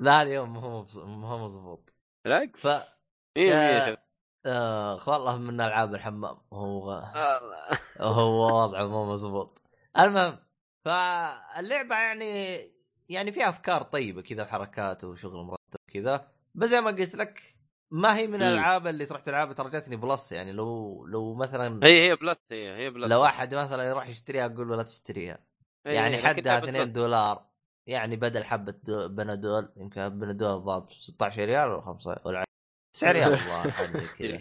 S3: لا اليوم ما هو مبس- ما هو مضبوط آه،
S2: بالعكس
S3: ف-
S2: مين
S3: يا-
S2: يا شباب
S3: اخ والله من العاب الحمام هو آه.
S2: الله.
S3: هو وضعه مو مزبوط المهم فاللعبه يعني يعني فيها افكار طيبه كذا وحركات وشغل مرتب كذا بس زي ما قلت لك ما هي من
S2: مم.
S3: الالعاب اللي تروح تلعبها ترجتني بلس يعني لو لو مثلا
S2: هي هي بلس هي هي بلس
S3: لو احد مثلا يروح يشتريها اقول له لا تشتريها
S2: هي-
S3: يعني
S2: هي، إيه، لكن
S3: حدها
S2: لعبة
S3: 2
S2: بلس.
S3: دولار يعني بدل حبه دو- بنادول يمكن بنادول ضاب 16 ريال ولا 5 ولا 9 ريال والله حاجه زي كذا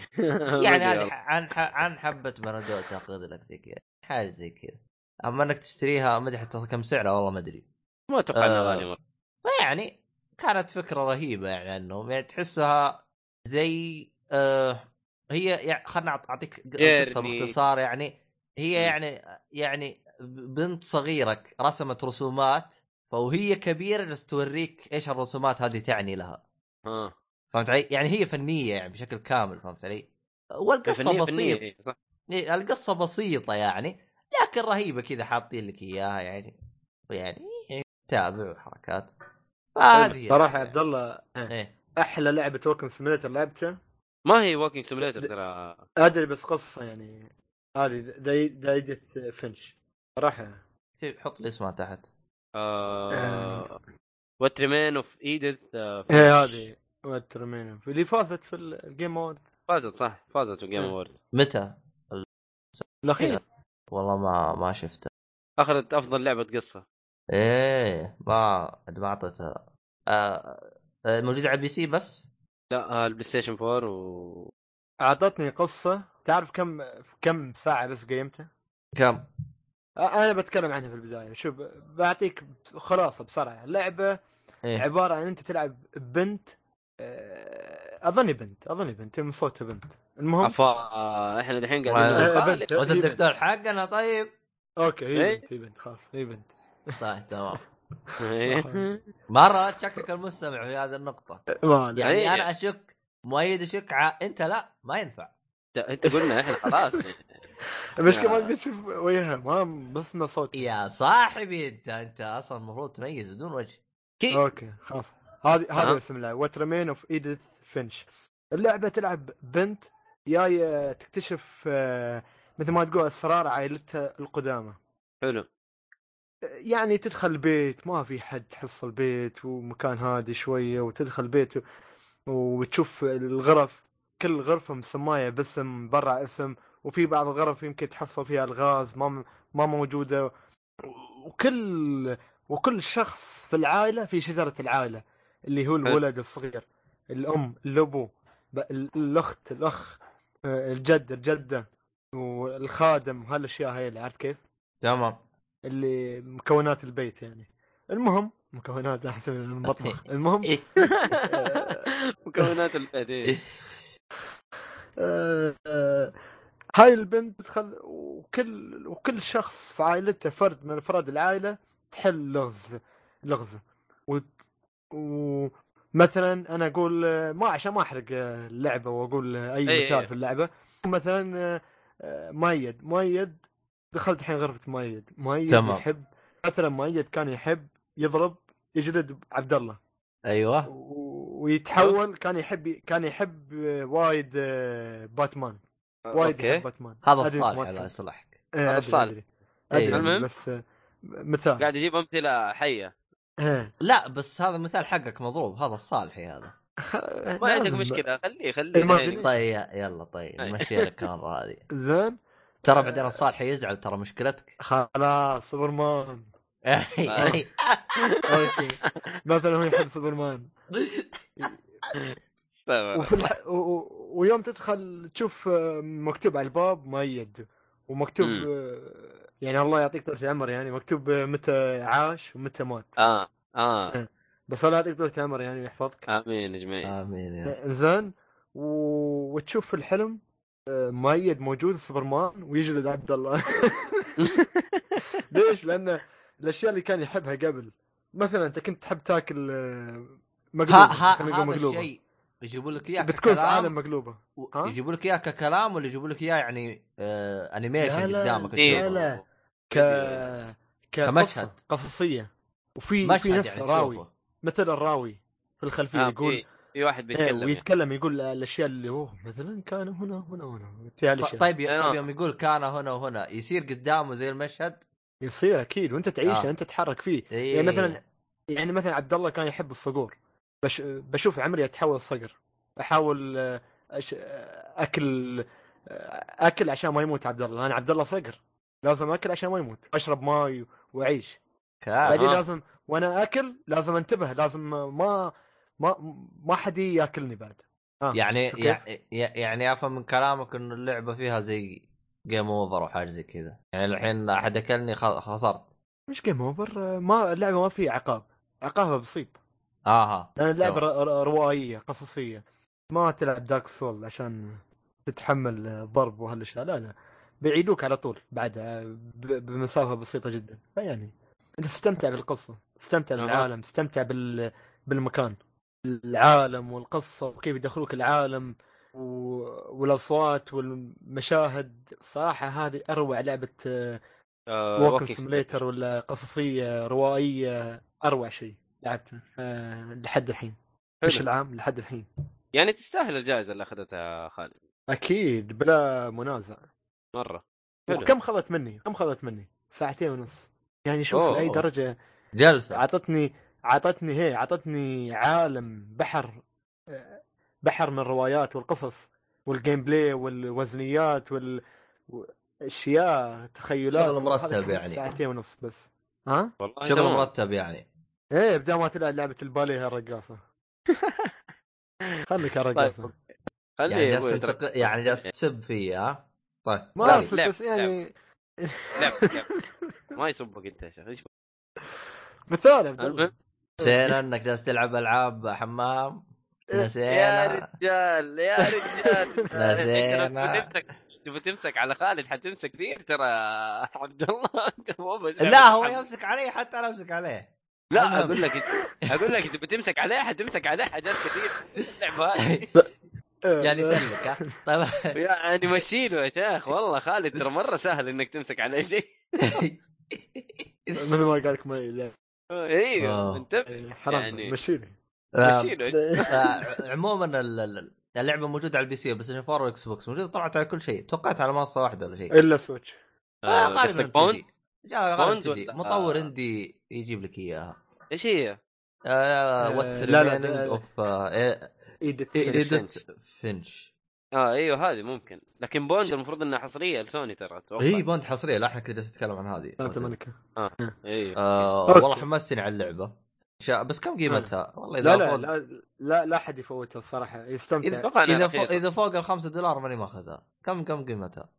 S3: يعني
S2: إيه. ما أدري
S3: هذه ح- عن ح- عن حبه بنادول تاخذ لك زي كذا حاجه زي كذا اما انك تشتريها ما ادري حتى كم سعرها والله ما ادري
S2: ما اتوقع انها
S3: آه.
S2: غاليه مره
S3: فيعني كانت فكره رهيبه يعني عنهم يعني تحسها زي آه هي يعني خلنا أعط- اعطيك ق- قصه
S2: جيرني.
S3: باختصار يعني هي
S2: مم.
S3: يعني يعني بنت صغيره رسمت رسومات فوهي كبيره بس توريك ايش الرسومات هذه تعني لها
S2: ها
S3: فهمت علي؟ يعني هي فنيه يعني بشكل كامل فهمت علي؟ والقصه
S2: فنية-
S3: بسيطه
S2: فنية، صح.
S3: إيه، القصه بسيطه يعني لكن رهيبه كذا حاطين لك اياها يعني يعني تابع وحركات فهذه
S1: صراحه
S3: يعني.
S1: عبد الله
S3: ايه
S1: احلى لعبه وكن سيميليتر لعبتها
S2: ما هي ووكينج سيميليتر ترى
S1: ادري بس قصه يعني هذه داي- دايجة فنش صراحه
S3: اكتب- حط لي اسمها تحت آه.
S2: آه. وات ريمين اوف ايديث
S1: ايه هذه وترمينا اللي فازت في الجيم اورد
S2: فازت صح فازت في جيم
S3: آه.
S2: اوورد
S3: متى؟
S1: الاخير
S3: والله ما ما شفته
S2: اخذت افضل لعبه قصه
S3: ايه ما عاد ما اعطيتها آه آه، موجوده على البي سي بس
S2: لا آه، البلاي ستيشن 4 و
S1: اعطتني قصه تعرف كم كم ساعه بس قيمتها؟
S3: كم؟
S1: أ- انا بتكلم عنها في البدايه شوف بعطيك خلاصه بسرعه اللعبه
S3: ايه
S1: عباره عن انت تلعب بنت آه، اظني بنت اظني بنت إيه، من صوتها بنت المهم
S2: افا آه، احنا الحين
S3: آه،
S2: قاعدين
S1: بنت.
S2: نقول
S3: وانت
S1: هي
S3: بدك تختار حقنا طيب
S1: اوكي هي
S2: إيه.
S1: بنت هي بنت خلاص هي بنت
S3: طيب تمام
S2: إيه.
S3: آه.
S2: خالد.
S3: مره تشكك المستمع في هذه النقطه
S1: ما عليك.
S3: يعني
S2: إيه.
S3: انا اشك مؤيد يشك ع- انت لا ما ينفع
S2: انت قلنا احنا خلاص
S1: المشكله ما قدرت اشوف وجهها ما بس انه صوت
S3: يا صاحبي انت انت اصلا المفروض تميز بدون وجه
S2: كي
S1: اوكي خلاص هذه هذا
S2: أها.
S1: اسم اللعبه وات ريمين اوف ايديث فينش اللعبه تلعب بنت جايه تكتشف آه، مثل ما تقول اسرار عائلتها القدامى
S2: حلو
S1: يعني تدخل البيت ما في حد تحس البيت ومكان هادي شويه وتدخل البيت و- وتشوف الغرف كل غرفه مسمايه باسم برا اسم وفي بعض الغرف يمكن تحصل فيها الغاز ما م- ما موجوده وكل وكل شخص في العائله في شجره العائله اللي هو الولد الصغير الام الابو ب- ال- الاخت الاخ آه، الجد الجده والخادم هالاشياء هاي اللي عرفت كيف؟
S3: تمام
S1: اللي مكونات البيت يعني المهم مكونات احسن من المطبخ المهم
S3: إيه.
S2: مكونات البيت إيه.
S1: آه، آه، هاي البنت تدخل وكل وكل شخص في عائلته فرد من افراد العائله تحل لغز لغزه و... ومثلا انا اقول آه، ما عشان ما احرق آه، اللعبه واقول آه، اي
S2: إي إي.
S1: مثال في اللعبه مثلا آه، آه، مؤيد مؤيد دخلت الحين غرفه مؤيد مؤيد
S3: تمام.
S1: يحب مثلا مؤيد كان يحب يضرب يجلد عبد الله
S3: ايوه
S1: و- ويتحول كان يحب كان يحب وايد آه، باتمان وايد
S2: أوكي.
S1: يحب باتمان
S3: هذا
S1: أدري
S3: الصالح
S1: ما
S3: الله
S1: تحب.
S3: يصلحك
S1: إيه،
S2: هذا
S1: أدري-
S2: الصالح.
S1: أدري.
S3: إيه.
S1: أدري،
S2: المهم.
S1: بس آه، مثال
S2: قاعد يجيب امثله حيه
S1: إيه.
S3: لا بس هذا مثال حقك مضروب هذا الصالحي هذا
S1: خ-
S2: ما عندك
S1: لازم-
S2: مشكله خليه خليه
S1: المهم.
S2: يعني.
S3: طيب يلا طيب
S2: أي.
S3: نمشي لك المره هذه
S1: زين
S3: ترى بعدين الصالحي يزعل ترى مشكلتك
S1: خلاص سوبرمان
S3: أي.
S1: اوكي مثلا هو يحب سوبرمان
S2: طيب.
S1: وفي الح... و... و... ويوم تدخل تشوف آه، مكتوب على الباب مؤيد ومكتوب
S2: مم.
S1: آه، يعني الله يعطيك طول العمر يعني مكتوب آه، متى عاش ومتى مات
S2: اه اه
S1: بس الله يعطيك طول العمر يعني ويحفظك
S2: امين اجمعين
S3: امين يا سلام.
S1: زين و... وتشوف الحلم آه، مؤيد موجود سوبرمان ويجلد عبد الله ليش؟ لان الاشياء اللي كان يحبها قبل مثلا انت كنت تحب تاكل آه، مقلوبه
S3: ها ها
S1: خلينا نقول
S3: هذا
S1: مقلوبه
S3: الشيء يجيبوا لك اياه
S1: بتكون في عالم
S3: ككلام
S1: مقلوبه
S3: و-
S1: ها؟
S3: يجيبوا لك اياه ككلام ولا يجيبوا لك اياه يعني آه انيميشن
S1: لا لا،
S3: قدامك
S1: لا
S3: تشوفه؟ إيه.
S1: لا. ك
S3: كمشهد.
S1: كقصة قصصيه وفي
S3: مشهد
S1: في
S3: يعني
S1: نفس راوي
S3: تشوفه
S1: مثل الراوي في الخلفيه
S2: آه،
S1: يقول
S2: في- في واحد
S1: إيه،
S2: بيتكلم يعني.
S1: ويتكلم يقول الاشياء اللي هو مثلا كان هنا هنا هنا في هالأشياء.
S3: ط- طيب
S2: أي
S3: طيب
S2: نعم.
S3: يوم يقول كان هنا وهنا يصير قدامه زي المشهد
S1: يصير اكيد وانت تعيشه
S3: آه.
S1: انت يعني تتحرك فيه
S3: إيه.
S1: يعني مثلا يعني مثلا عبد الله كان يحب الصقور بش بشوف عمري اتحول صقر احاول آه، أش... آه، اكل آه، اكل عشان ما يموت عبد الله انا عبد الله صقر لازم اكل عشان ما يموت اشرب ماي واعيش
S3: كان
S1: بعدين لازم وانا اكل لازم انتبه لازم ما ما ما حد ياكلني بعد آه.
S3: يعني
S1: شوف كيف؟
S3: يعني يعني افهم من كلامك انه اللعبه فيها زي جيم اوفر وحاجه زي كذا يعني الحين احد اكلني خ- خسرت
S1: مش جيم اوفر ما اللعبه ما فيها عقاب عقابها بسيط
S3: اها
S1: لان اللعبه
S3: تمام.
S1: ر- ر- روائيه قصصيه ما تلعب دارك سول عشان تتحمل آه، ضرب وهالاشياء لا لا بيعيدوك على طول بعدها ب- بمسافه بسيطه جدا فيعني انت استمتع بالقصه استمتع
S2: أها.
S1: بالعالم استمتع بال... بالمكان العالم والقصه وكيف يدخلوك العالم و... والاصوات والمشاهد صراحه هذه اروع لعبه
S2: آه،
S1: ووكن
S2: walking
S1: سيميليتر ولا قصصيه روائيه اروع شيء لعبته آه، لحد الحين
S2: حلو.
S1: مش العام لحد الحين
S2: يعني تستاهل الجائزه اللي اخذتها خالد
S1: اكيد بلا منازع
S2: مره حلو.
S1: وكم خذت مني كم خذت مني ساعتين ونص يعني شوف
S2: أوه.
S1: لاي درجه
S2: آه،
S3: جلسه
S1: اعطتني اعطتني هي اعطتني عالم بحر آه، بحر من الروايات والقصص والجيم بلاي والوزنيات وال اشياء تخيلات
S3: شغل مرتب
S1: هذا كان
S3: يعني.
S1: ساعتين ونص بس ها
S2: والله
S3: شغل
S2: تمام.
S3: مرتب يعني
S1: ايه بدل ما تلعب لعبه الباليه يا الرقاصه خليك يا
S2: طيب.
S1: الرقاصه
S2: خليه
S3: يعني جالس
S2: يقول
S3: تق...
S2: ترى-
S3: يعني جالس تسب فيا ها طيب
S1: ما
S2: لا،
S1: اقصد
S2: لعب-
S1: بس يعني
S2: لعب لعب ما يسبك انت يا شيخ ايش بك؟
S1: مثال يا عبد الله.
S2: المهم
S3: نسينا انك جالس تلعب العاب حمام
S2: يا
S3: نسينا
S2: رجال يا رجال ترى
S3: لا زين.
S2: تبغى تمسك تبغى تمسك على خالد حتمسك فيه ترى عبد الله هو بس-
S3: لا هو يمسك علي حتى انا امسك عليه
S2: لا اقول لك اقول لك تبغى تمسك عليه حتمسك عليه حاجات كثير اللعبه هذه
S1: إيه،
S3: يعني يسلك ها طيب
S2: يعني مشيله يا شيخ والله خالد ترى مره سهل انك تمسك على أي شيء
S1: من ما قال لك ما لا.
S2: ايوه
S3: آه.
S2: انتبه
S1: حرام
S2: يعني-
S1: يعني... مشيني
S2: مشيله
S3: آه، عموما ال- ال- ال- اللعبه موجوده على البي سي بس 4 والاكس بوكس موجوده طلعت على كل شيء توقعت على منصه واحده ولا
S2: أيوة.
S3: شيء
S1: الا سويتش
S3: آه،
S2: آه، قصدك
S3: تجي.
S2: بوند؟
S3: جا- غالبا
S2: بوند
S3: تجي
S2: ولا-
S3: مطور
S2: آه.
S3: اندي يجيب لك اياها
S2: ايش هي؟
S1: آه،
S3: وات
S1: لا، لا،
S3: ريمينينج
S1: لا، إيه، لا.
S3: اوف إيه،
S1: ايديت
S3: ايديث
S1: إيه،
S3: فينش
S2: اه ايوه هذه ممكن لكن بوند المفروض انها حصريه لسوني ترى اتوقع
S1: إيه،
S3: هي بوند حصريه لا احنا كده جالس نتكلم عن هذه
S1: سانتا مونيكا
S2: ايوه
S3: آه
S1: أوكي. آه.
S3: والله حمستني على اللعبه إن شاء- بس كم قيمتها؟ والله اذا
S1: لا لا
S3: فوق
S1: لا لا لا احد يفوتها الصراحه
S3: اذا
S1: يستمتع
S2: أتوقع إنها
S3: اذا فوق
S2: رخيصة.
S3: اذا فوق ال 5 دولار ماني ماخذها كم كم قيمتها؟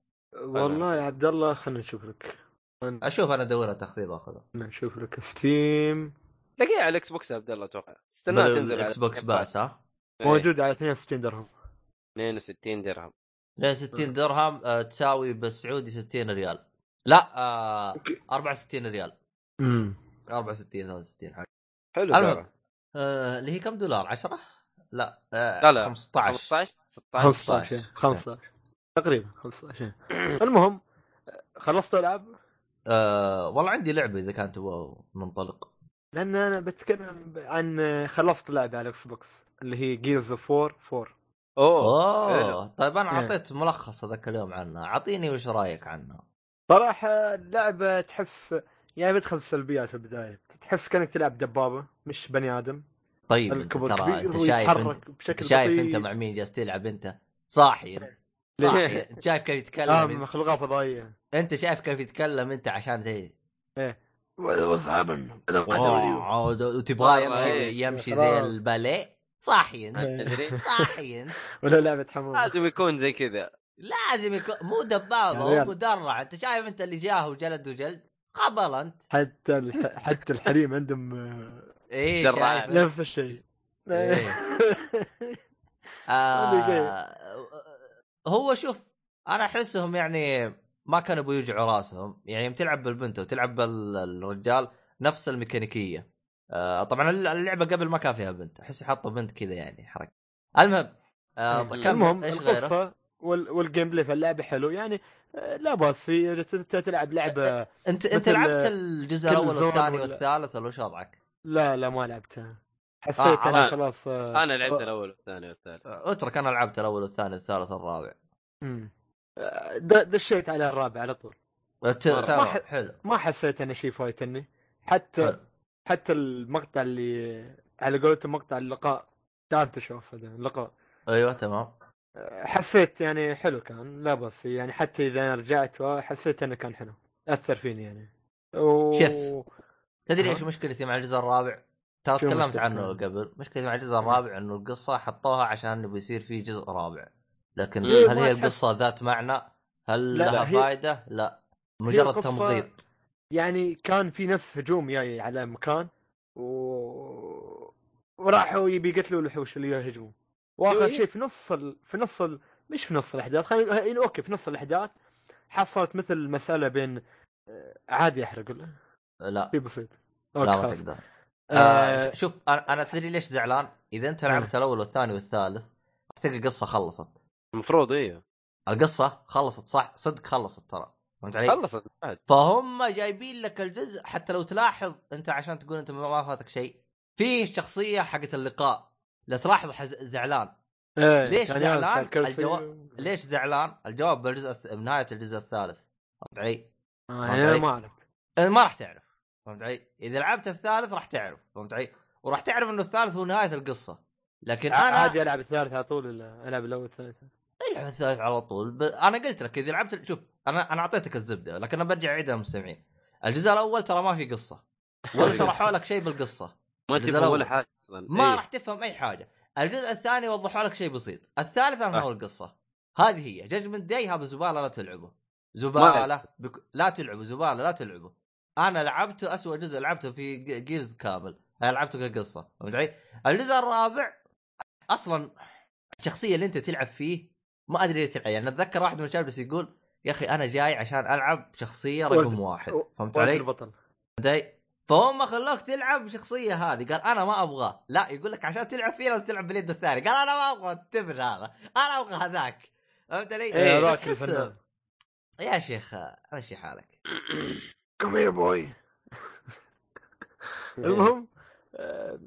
S1: والله يا عبد الله خلينا نشوف لك خلينا
S3: اشوف انا ادورها تخفيض اخذها
S1: نشوف لك ستيم
S2: تلاقيها على الاكس بوكس يا عبد الله اتوقع استناها تنزل على
S3: الاكس بوكس باس ها؟
S2: إيه،
S1: موجود على 62 درهم
S2: 62 إيه، درهم
S3: لين 60 درهم آه، تساوي بالسعودي 60 ريال لا آه
S1: أوكي.
S3: 64 ريال
S1: امم
S3: 64 63 حاجه
S2: حلو
S3: المهم.
S2: سعره
S3: آه، اللي هي كم دولار 10 لا آه
S2: لا، لا.
S3: 15
S2: 15 16
S1: 15
S3: 15.
S1: 15 تقريبا 15 المهم خلصت العاب
S3: آه والله عندي لعبه اذا كان تبغى ننطلق
S1: لان انا بتكلم عن خلصت لعبه على الاكس بوكس اللي هي جيرز اوف 4 4
S2: اوه
S3: اوه طيب انا
S1: إيه.
S3: اعطيت ملخص هذاك اليوم عنها اعطيني وش رايك عنها
S1: صراحه اللعبه تحس يعني بدخل سلبيات في البدايه تحس كانك تلعب دبابه مش بني ادم
S3: طيب انت
S1: الكبر
S3: ترى
S1: كبير
S3: انت شايف انت,
S1: ويتحرك
S3: انت
S1: بشكل
S3: شايف
S1: بطيء إيه.
S3: انت مع مين جالس تلعب انت صاحي أنت.
S2: ليه؟
S3: صاحي أنت شايف كيف
S1: اه
S3: يتكلم
S1: مخلوقات فضائيه
S3: انت شايف كيف يتكلم انت عشان ذي
S1: واتس هابن
S3: واو، وتبغاه
S2: والله إيه.
S3: يمشي يمشي زي
S1: خلاص. إيه.
S3: الباليه صاحي انت
S2: تدري
S3: صاحي انت
S1: ولا لعبه حمام
S2: لازم يكون زي كذا
S3: لازم يكون مو
S1: يا
S3: دبابه هو
S1: ريال.
S3: مدرع انت شايف انت اللي جاه وجلد وجلد خبل انت
S1: حتى الح... حتى الحريم عندهم آه،
S3: ايه
S2: درع.
S3: شايف
S1: نفس الشيء
S3: إيه. آه هو شوف انا احسهم يعني ما كانوا بيوجعوا راسهم يعني يوم تلعب بالبنت وتلعب بالرجال نفس الميكانيكيه آه طبعا اللعبه قبل ما كان فيها بنت احس حطوا بنت كذا يعني حركه المهم آه
S2: مم.
S3: طيب كمل.
S1: إيه. المهم
S3: ايش غيره؟
S1: القصه وال... والجيم بلاي في اللعبه حلو يعني آه، لا باس فيه اذا ت- ت- تلعب لعبه
S3: انت انت
S1: مثل
S3: لعبت الجزء
S1: كل
S3: الاول
S1: زون
S3: والثاني
S1: ولا-
S3: والثالث ولا وش وضعك؟
S1: لا لا ما لعبتها حسيت
S3: آه،
S1: انا
S2: آه.
S1: خلاص آه،
S2: انا لعبت الاول والثاني والثالث
S3: آه، اترك انا لعبت الاول والثاني والثالث والرابع
S1: مم. آه، د- دشيت على الرابع على طول
S3: آه، ت-
S2: مرة.
S3: تمام،
S1: ما ح-
S3: حلو
S1: ما حسيت انا شيء فايتني حتى
S3: حلو.
S1: حتى المقطع اللي على قولتهم مقطع اللقاء تعرف شو اقصد يعني اللقاء
S3: ايوه تمام
S1: حسيت يعني حلو كان لا بس يعني حتى اذا انا رجعت حسيت انه كان حلو اثر فيني يعني و...
S3: شف. تدري
S1: ها؟
S3: ايش مشكلتي مع الجزء الرابع؟ ترى
S1: شو
S3: تكلمت
S1: مشكلتك
S3: عنه
S1: معه؟
S3: قبل، مشكلتي مع الجزء الرابع انه القصه حطوها عشان انه بيصير في جزء رابع. لكن
S2: إيه،
S3: هل
S1: ما
S3: هي
S1: تحس-
S3: القصه ذات معنى؟ هل
S1: لا،
S3: لها
S1: هي-
S3: فائده؟ لا مجرد
S1: القصة-
S3: تمضيط.
S1: يعني كان في نفس هجوم جاي على مكان و... وراحوا يبي يقتلوا الوحوش اللي يهجموا واخر
S2: إيه.
S1: شيء في نص ال... في نص ال... مش في نص الاحداث خلينا إيه، اوكي في نص الاحداث حصلت مثل مساله بين آه، عادي احرق ولا
S3: لا
S1: في بسيط
S3: لا
S1: اوكي
S3: ما
S1: خلاص
S3: تقدر. آه
S1: آه، إيه.
S3: ش- شوف انا انا تدري ليش زعلان؟ اذا انت لعبت الاول والثاني والثالث تلقى القصه خلصت.
S2: المفروض ايوه
S3: القصه خلصت صح صدق خلصت ترى. فهمت علي؟
S2: خلصت بعد
S3: فهم جايبين لك الجزء حتى لو تلاحظ انت عشان تقول انت ما فاتك شيء في الشخصيه حقت اللقاء لا تلاحظ حز... زعلان
S1: إيه،
S3: ليش
S1: كان يالس على
S3: زعلان؟
S1: الكرسي
S3: الجوا- ليش زعلان الجواب بالجزء الث... بنهايه الجزء الثالث فهمت علي
S1: آه،
S3: فهمت
S1: انا
S3: علي؟
S1: ما اعرف
S3: أه، ما راح تعرف فهمت علي اذا لعبت الثالث راح تعرف فهمت علي وراح تعرف انه الثالث هو نهايه القصه لكن انا
S1: عادي العب الثالث على طول ولا العب الاول الثالث
S3: العب الثالث على طول ب... انا قلت لك اذا لعبت شوف انا انا اعطيتك الزبده لكن انا برجع اعيدها للمستمعين الجزء الاول ترى ما في قصه ولا شرحوا لك شيء بالقصه
S2: ما
S3: الجزء
S2: تفهم ولا
S3: الأول.
S2: حاجه اصلا
S3: ما
S2: إيه.
S3: راح تفهم اي حاجه الجزء الثاني وضحوا لك شيء بسيط الثالث انا
S2: صح.
S3: هو القصه هذه هي جاجمنت داي هذا زباله لا تلعبه زباله بك... لا تلعبه زباله لا تلعبه انا لعبته أسوأ جزء لعبته في ج- جيرز كامل أنا لعبته كقصه فهمت علي؟ الجزء الرابع اصلا الشخصيه اللي انت تلعب فيه ما ادري ليه تلعب يعني اتذكر واحد من الشباب بس يقول يا اخي انا جاي عشان العب شخصيه رقم
S1: وزن-
S3: واحد
S1: و-
S3: فهمت
S1: وأنت
S3: علي؟
S1: البطل
S3: داي فهو ما خلوك تلعب شخصية هذه قال انا ما ابغاه لا يقول لك عشان تلعب فيه لازم تلعب باليد الثاني قال انا ما ابغى التبن هذا انا ابغى هذاك فهمت علي؟
S1: إيه، هذاك
S3: تحس-
S1: الفنان.
S3: يا شيخ مشي حالك
S1: كم هير بوي
S5: إيه.
S1: المهم آه،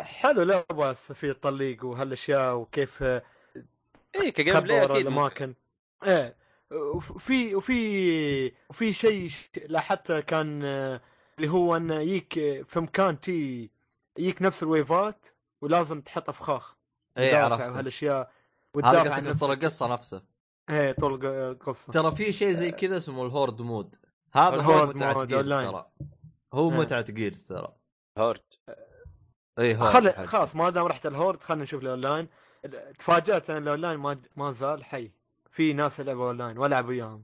S1: حلو لا باس في الطليق وهالاشياء وكيف آه،
S2: اي إيه، كجيم بلاي
S1: خبر
S2: اكيد ممكن.
S1: الاماكن ايه وفي وفي وفي شيء ش- لاحظته كان آه، اللي هو انه يجيك في مكان تي يجيك نفس الويفات ولازم تحط افخاخ
S3: اي
S1: تدافع
S3: إيه، عرفت
S1: وهالاشياء
S3: هذا
S1: وتدافع عن
S3: قصدك
S1: نفسك.
S3: طول القصة نفسه
S1: ايه طول القصه
S3: ترى في شيء زي كذا اسمه الهورد مود هذا هو
S1: آه. الهورد
S3: متعة
S1: مود
S3: جيرز
S1: أونلاين.
S3: ترى هو
S1: إيه.
S3: متعة جيرز ترى إيه،
S2: هورد
S3: اي هورد
S1: خل خلاص ما دام رحت الهورد خلينا نشوف الاونلاين تفاجات لان الاونلاين ما ما زال حي في ناس يلعبوا اونلاين والعب وياهم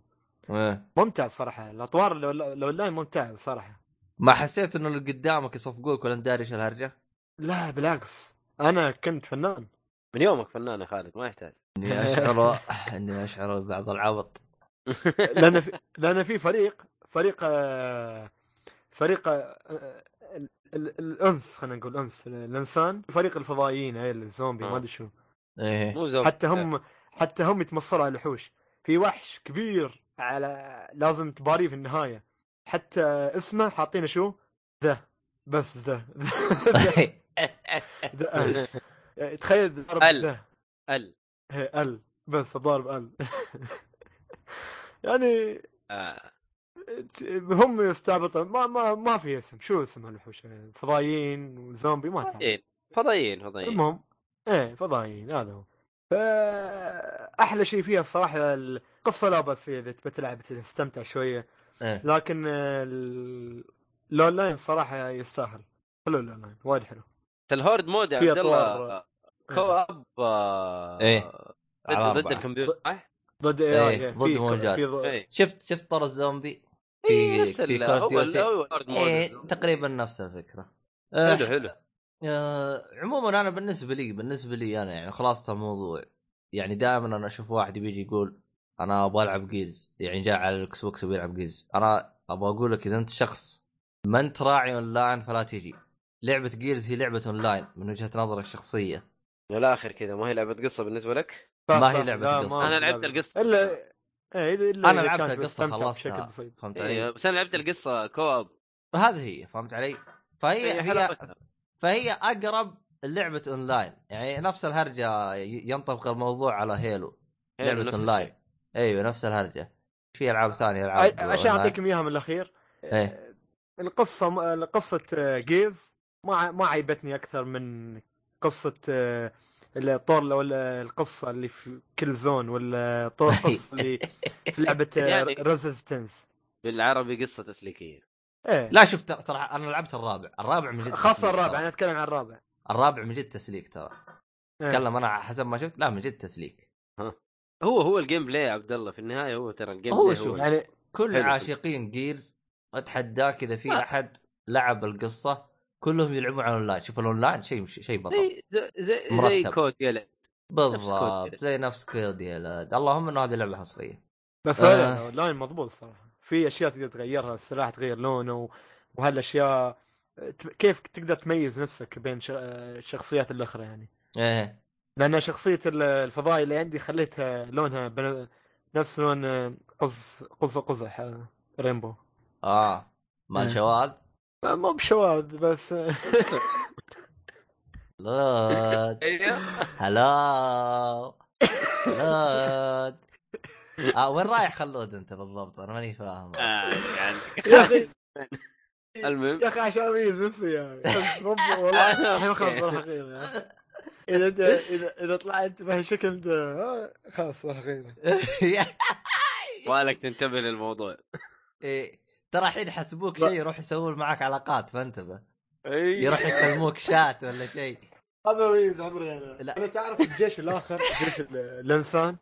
S3: إيه.
S1: ممتع صراحه الاطوار الأون- الاونلاين ممتع صراحه
S3: ما حسيت انه اللي قدامك يصفقوك ولا انت داري ايش الهرجه؟
S1: لا بالعكس انا كنت فنان
S2: من يومك فنان يا خالد ما يحتاج
S3: اني اشعر اني اشعر ببعض العبط
S1: لان في لان في فريق فريق آه، فريق آه، ال- ال- الانس خلينا نقول انس الانسان فريق الفضائيين هاي الزومبي ما ادري شو
S3: ايه
S2: مو
S5: آه.
S2: زوم
S1: حتى هم حتى هم يتمصروا على الوحوش في وحش كبير على لازم تباريه في النهايه حتى اسمه حاطينه شو ذا بس ذا ذا- ذا ال. تخيل ضرب
S2: ال.
S1: ذا
S2: ال
S1: إيه، ال بس ضارب ال يعني
S2: آه.
S1: ت- هم يستعبطون ما ما ما في اسم شو اسم الوحوش فضائيين وزومبي ما تعرف
S2: فضائيين فضائيين فضائيين
S1: المهم ايه فضائيين هذا هو فا- احلى شيء فيها الصراحه القصه لا بس فيها اذا تبي تلعب تستمتع شويه
S3: إيه.
S1: لكن ال- الاونلاين صراحه يستاهل حلو الاونلاين وايد حلو إيه.
S2: الهورد مود يا
S1: في
S2: عبد الله
S1: أطوار-
S2: كو اب آه،
S3: إيه.
S2: ضد,
S3: على
S2: ضد
S3: أربعة.
S2: الكمبيوتر صح؟
S1: ضد اي
S3: إيه،
S1: اي
S3: ضد موجات.
S2: إيه.
S3: شفت شفت طر الزومبي
S2: إيه،
S3: في
S2: نفس
S3: في
S2: ال-
S3: كول اوف
S2: هو ال-
S3: ديوتي
S2: هو الهورد مود
S3: إيه
S2: الزومبي.
S3: تقريبا نفس الفكره آه،
S2: حلو حلو
S3: آه، عموما انا بالنسبه لي بالنسبه لي انا يعني خلاصه الموضوع يعني دائما انا اشوف واحد بيجي يقول انا ابغى العب جيرز يعني جاء على الاكس بوكس وبيلعب جيرز انا ابغى اقول لك اذا انت شخص ما انت راعي اونلاين فلا تجي لعبه جيرز هي لعبه اونلاين من وجهه نظرك الشخصيه
S2: من الاخر كذا ما هي لعبه قصه بالنسبه لك؟
S1: صح،
S3: ما هي
S1: صح.
S3: لعبة
S1: لا،
S3: القصة.
S1: ما-
S2: أنا لعبت
S1: آه، لا.
S2: القصة.
S1: الا إيه، إلا إذا
S3: انا لعبت
S1: كانت
S3: القصه
S1: بتستمتع
S3: خلصتها
S1: بشكل بسيط
S3: فهمت
S2: إيه،
S3: علي؟
S2: بس انا لعبت القصه كو اب
S3: هذه هي فهمت علي؟
S2: إيه،
S3: فهي هي فهي اقرب لعبه اونلاين يعني نفس الهرجه ي- ينطبق الموضوع على هيلو لعبه اونلاين ايوه نفس الهرجه في العاب ثانيه العاب
S1: ع- عشان
S3: أونلاين.
S1: اعطيكم اياها من الاخير
S3: إيه.
S1: القصه م- قصه جيز ما ع- ما عيبتني اكثر من قصه آه، الطور ولا القصه اللي في كل زون ولا طور القصه اللي في آه، لعبه
S2: يعني-
S1: ريزيستنس
S2: بالعربي قصه تسليكيه
S1: ايه
S3: لا شوف ترى ترى انا لعبت الرابع الرابع من جد
S1: خاصه
S3: تسليك
S1: الرابع
S3: ترى.
S1: انا اتكلم عن الرابع
S3: الرابع من جد تسليك ترى
S1: إيه.
S3: اتكلم انا حسب ما شفت لا من جد تسليك
S2: هو هو الجيم بلاي يا عبد الله في النهايه هو ترى الجيم
S3: هو
S2: بلاي
S3: شوف.
S2: هو
S1: يعني
S3: كل
S2: حلو.
S3: عاشقين جيرز اتحداك اذا في احد لعب القصه كلهم يلعبون على الاونلاين شوف الاونلاين شيء شيء بطل
S2: زي زي, زي, زي
S3: مرتب.
S2: كود يلعب
S3: بالضبط
S2: كود.
S3: زي نفس كود يا لاد اللهم انه هذه لعبه حصريه
S1: بس
S3: آه.
S1: آه. لاين مضبوط صراحه في اشياء تقدر تغيرها السلاح تغير لونه وهالاشياء ت- كيف تقدر تميز نفسك بين ش- الشخصيات الاخرى يعني
S3: ايه
S1: لان شخصيه ال- الفضائي اللي عندي خليتها لونها بن... نفس لون آه، قز قز آه، قز ح- ريمبو
S3: اه
S1: إيه.
S3: مال شواذ
S1: ما- آه، مو بشواذ بس
S3: لود
S2: ايوه
S3: هلا لود آه وين رايح خلود انت بالضبط انا ماني فاهم
S2: آه.
S1: يا اخي
S2: يعني المهم
S1: يا اخي عشان اميز نفسي يعني. يا أخي. رب- والله الحين خلاص
S2: أوكي.
S1: راح اغير يا أخي. اذا انت اذا اذا طلعت بهالشكل ده آه، خلاص راح اغير
S2: مالك تنتبه للموضوع
S3: إيه، ترى الحين يحسبوك شيء يروح يسوون معك علاقات فانتبه
S2: اي
S3: يروح يكلموك شات ولا شيء
S1: هذا ميز عمري انا
S3: لا.
S1: انا تعرف الجيش الاخر جيش ال- الانسان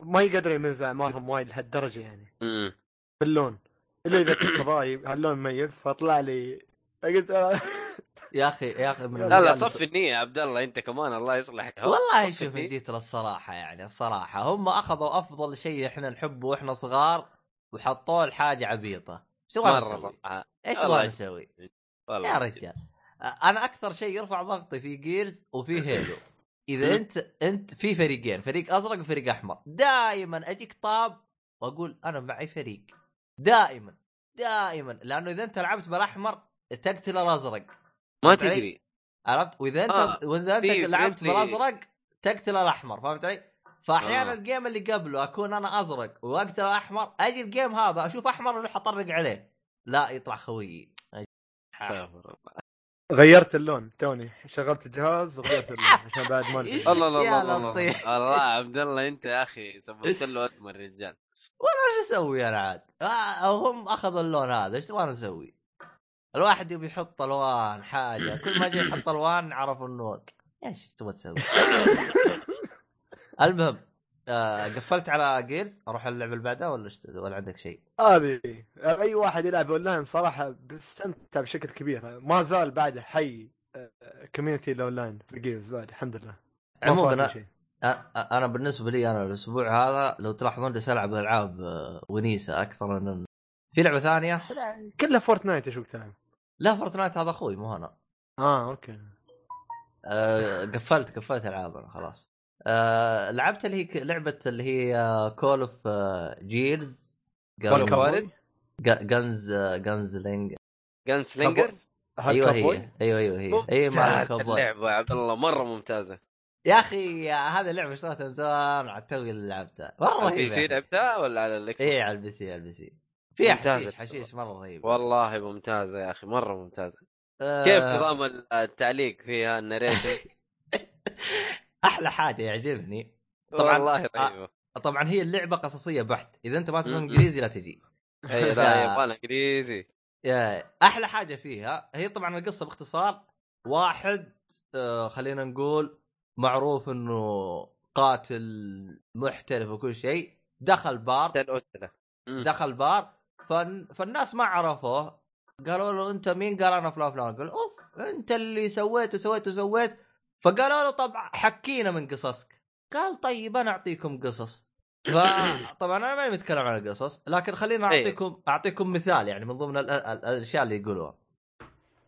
S1: ما يقدر يميز اعمارهم وايد لهالدرجه يعني
S2: أمم.
S1: باللون الا اذا كنت فضائي هاللون مميز فطلع لي قلت آه،
S3: يا اخي يا اخي من
S2: لا لا
S3: الأشياء
S2: طفي
S3: اللي-
S2: النية يا عبد الله انت كمان الله يصلحك
S3: والله
S2: طفي
S3: شوف إن
S2: النية.
S3: جيت للصراحه يعني الصراحه هم اخذوا افضل شيء احنا نحبه واحنا صغار وحطوه لحاجه عبيطه شو تبغى
S2: مره
S3: نسوي؟
S2: آه،
S3: ايش
S2: والله
S3: تبغى
S2: يس-
S3: نسوي؟
S2: والله
S3: يا
S2: من جد.
S3: رجال انا اكثر شيء يرفع ضغطي في جيرز وفي هيلو اذا انت انت في فريقين فريق ازرق وفريق احمر دائما اجيك طاب واقول انا معي فريق دائما دائما لانه اذا انت لعبت بالاحمر تقتل الازرق
S2: ما
S3: فهمت علي؟
S2: تدري
S3: عرفت واذا انت
S2: آه،
S3: واذا انت
S2: في-
S3: لعبت
S2: في-
S3: بالازرق تقتل الاحمر فهمت علي؟ فاحيانا
S2: آه.
S3: آه. الجيم اللي قبله اكون انا ازرق واقتل احمر اجي الجيم هذا اشوف احمر اروح اطرق عليه لا يطلع خويي آه.
S2: استغفر الله.
S1: غيرت اللون توني شغلت الجهاز وغيرت اللون عشان بعد ما ندري.
S2: الله الله
S3: يا
S2: الله الله
S3: لطيف.
S2: الله الله عبد الله انت يا اخي سببت له اكمل رجال
S3: ايش اسوي انا عاد؟ آه، هم اخذوا اللون هذا ايش تبغى نسوي؟ الواحد يبي يحط الوان حاجه كل ما جاي يحط الوان عرفوا انه ايش تبغى تسوي؟ المهم آه قفلت على جيرز اروح اللعبه اللي بعدها ولا إيش- ولا عندك شيء؟
S1: هذه اي واحد يلعب اونلاين صراحه بيستمتع بشكل كبير ما زال بعد حي آه، كوميونتي الاونلاين في جيمز بعد الحمد لله ما فاتني
S3: عموما
S1: شيء.
S3: أ- انا بالنسبه لي انا الاسبوع هذا لو تلاحظون جالس العب العاب آه، ونيسه اكثر من في لعبه ثانيه
S1: كلها فورتنايت ايش وقت تلعب
S3: لا فورتنايت هذا اخوي مو انا
S1: اه اوكي
S3: آه، قفلت قفلت العاب انا خلاص آه، لعبت اللي هي ك- لعبه اللي هي آه، كول اوف جيرز
S2: كوارث؟
S3: جنز جنز لينج
S2: جان سلينجر
S3: ايوه
S1: هالكابوي؟
S3: هي ايوه ايوه هي اي مع
S2: ممتازة
S3: الكوبوي
S2: اللعبه يا عبد الله مره ممتازه
S3: يا اخي هذه اللعبه اشتريتها من زمان على التو اللي لعبتها مره
S2: انت شي
S3: رهيبه
S2: لعبتها ولا على الاكس
S3: اي على البي سي على البي سي فيها
S2: ممتازة.
S3: حشيش حشيش مره رهيب
S2: والله ممتازه يا اخي مره ممتازه
S3: آه،
S2: كيف نظام التعليق فيها النريشن
S3: احلى حاجه يعجبني طبعاً. آه.
S2: والله رهيبه
S3: طبعا هي اللعبه قصصيه بحت اذا انت ما تفهم
S2: م-م.
S3: انجليزي لا تجي
S5: إيه،
S2: اي لا
S3: لا.
S2: يبغى لها انجليزي
S3: يا احلى حاجه فيها هي طبعا القصه باختصار واحد آه، خلينا نقول معروف انه قاتل محترف وكل شيء دخل بار
S2: الأسرة مم.
S3: دخل بار فن فالناس ما عرفوه قالوا له انت مين؟ قال انا فلان فلان قال اوف انت اللي سويت وسويت وسويت فقالوا له طبعا حكينا من قصصك قال طيب انا اعطيكم قصص فطبعا انا ماني متكلم عن القصص لكن خلينا
S2: أي.
S3: اعطيكم اعطيكم مثال يعني من ضمن ال- ال- الاشياء اللي يقولوها.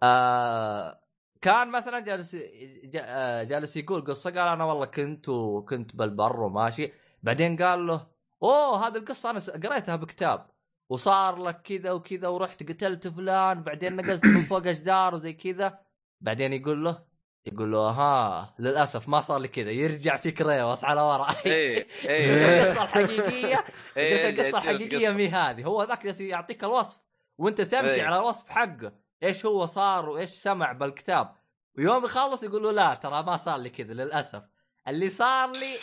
S3: آه كان مثلا جالس ج- آه، جالس يقول قصه قال انا والله كنت وكنت بالبر وماشي بعدين قال له اوه هذه القصه انا س- قريتها بكتاب وصار لك كذا وكذا ورحت قتلت فلان بعدين نقزت من فوق جدار وزي كذا بعدين يقول له يقول له ها للاسف ما صار لي كذا يرجع فيك ريوس على ورا
S2: اي
S5: إيه،
S3: إيه.
S2: اي
S3: القصه الحقيقيه يقول
S2: إيه،
S3: لك القصه الحقيقيه مي هذه هو ذاك جالس يعطيك الوصف وانت تمشي
S2: إيه.
S3: على الوصف حقه ايش هو صار وايش سمع بالكتاب ويوم يخلص يقول له لا ترى ما صار لي كذا للاسف اللي صار لي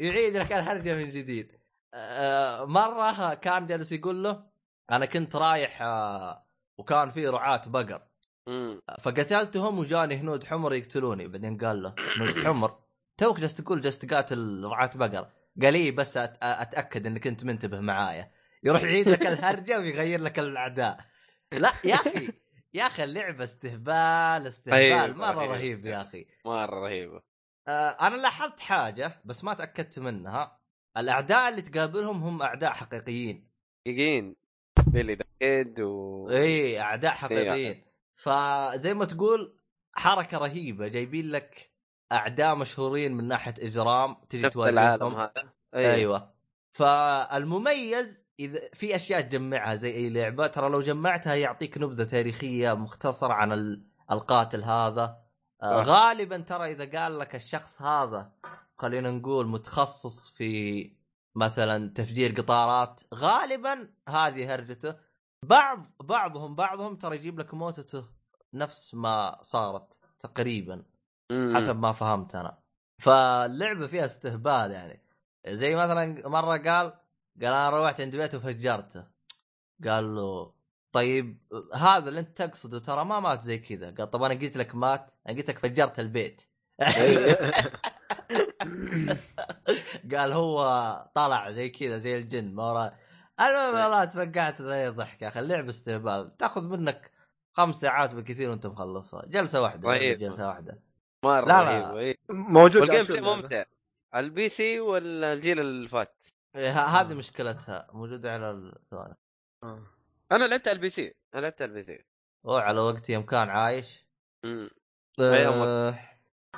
S3: يعيد لك الهرجه من جديد آه، مره كان جالس يقول له انا كنت رايح آه، وكان في رعاة بقر فقتلتهم وجاني هنود حمر يقتلوني بعدين قال له هنود حمر توك جالس تقول جالس تقاتل رعاة بقر قال لي بس أت- اتاكد انك انت منتبه معايا يروح يعيد لك الهرجه ويغير لك الاعداء لا يا اخي يا اخي اللعبه استهبال
S2: أيوة،
S3: استهبال مره
S2: أيوة.
S3: رهيب يا اخي
S2: مره رهيبه
S3: آه، انا لاحظت حاجه بس ما تاكدت منها الاعداء اللي تقابلهم هم اعداء حقيقيين
S2: حقيقيين بيلي ذا كيد و
S3: اي اعداء
S2: إيه.
S3: حقيقيين فزي ما تقول حركه رهيبه جايبين لك اعداء مشهورين من ناحيه اجرام تجي
S2: نفس العالم
S3: تواجههم
S2: هذا
S5: إيه.
S3: ايوه فالمميز اذا في اشياء تجمعها زي اي لعبه ترى لو جمعتها يعطيك نبذه تاريخيه مختصره عن ال- القاتل هذا آه،
S2: صح.
S3: غالبا ترى اذا قال لك الشخص هذا خلينا نقول متخصص في مثلا تفجير قطارات غالبا هذه هرجته بعض بعضهم بعضهم ترى يجيب لك موتته نفس ما صارت تقريبا
S2: مم.
S3: حسب ما فهمت انا فاللعبه فيها استهبال يعني زي مثلا مره قال قال انا روحت عند بيته وفجرته قال له طيب هذا اللي انت تقصده ترى ما مات زي كذا قال طب انا قلت لك مات انا قلت لك فجرت البيت
S2: إيه.
S5: إيه،
S3: قال هو طلع زي كذا زي الجن ما وراه المهم
S2: إيه.
S3: والله تفقعت ذي الضحك يا اخي اللعبه استهبال تاخذ منك خمس ساعات بالكثير وانت مخلصها جلسه واحده
S2: طيب.
S3: جلسه واحده
S2: مره
S3: لا، لا.
S2: رهيبه إيه.
S1: موجود
S2: والجيم
S1: على شو
S2: بلاي
S1: اللعبة؟
S2: ممتع على البي سي والجيل اللي فات
S3: إيه، ه- هذه مشكلتها موجوده على السوالف
S1: آه.
S5: انا لعبت على البي سي انا لعبت على البي سي
S3: اوه على وقت يوم كان عايش
S5: أمم. ما يوم
S3: آه،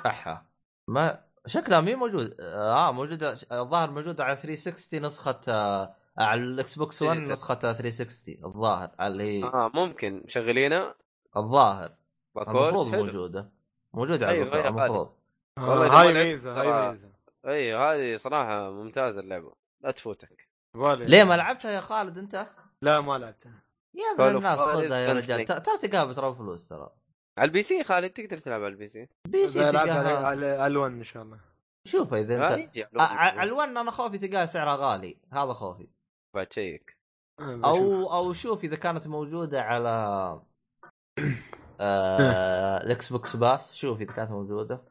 S3: احا ما شكلها مي موجود اه موجوده الظاهر موجوده على 360 نسخه آه على الاكس بوكس 1
S5: إيه.
S3: نسخه 360 الظاهر اللي هي
S5: اه ممكن مشغلينها
S3: الظاهر
S5: باكورد
S3: المفروض
S5: حلو.
S3: موجوده موجوده على
S5: أيوة،
S3: البقاء،
S5: هي غالية.
S3: المفروض
S5: والله
S1: آه،
S5: إذا
S1: هاي
S5: ما لعبت
S1: ميزه
S5: ترى-
S1: هاي ميزه
S5: ايوه هذه صراحه ممتازه اللعبه لا تفوتك
S1: بالي.
S3: ليه ما لعبتها يا خالد انت؟
S1: لا ما لعبتها
S3: يا
S5: Call
S3: ابن
S5: of
S3: الناس
S5: Duty
S3: خذها يا رجال
S5: Conflict.
S3: ت- ترى تلقاها بترى فلوس ترى
S5: على البي سي خالد تقدر تلعب على البي سي
S3: بي سي
S1: إذا آه. لعبت على-
S3: تلقاها
S1: على الوان ان شاء الله
S3: شوفها اذا
S5: آه،
S3: انت
S5: يجي على
S3: ع- ع- على
S5: الوقت.
S3: الون انا خوفي تلقاها سعرها غالي هذا خوفي
S5: بعد تشيك
S1: أنا بشوف.
S3: او او شوف اذا كانت موجوده على
S1: إيه.
S3: آه، الاكس بوكس باس شوف اذا كانت موجوده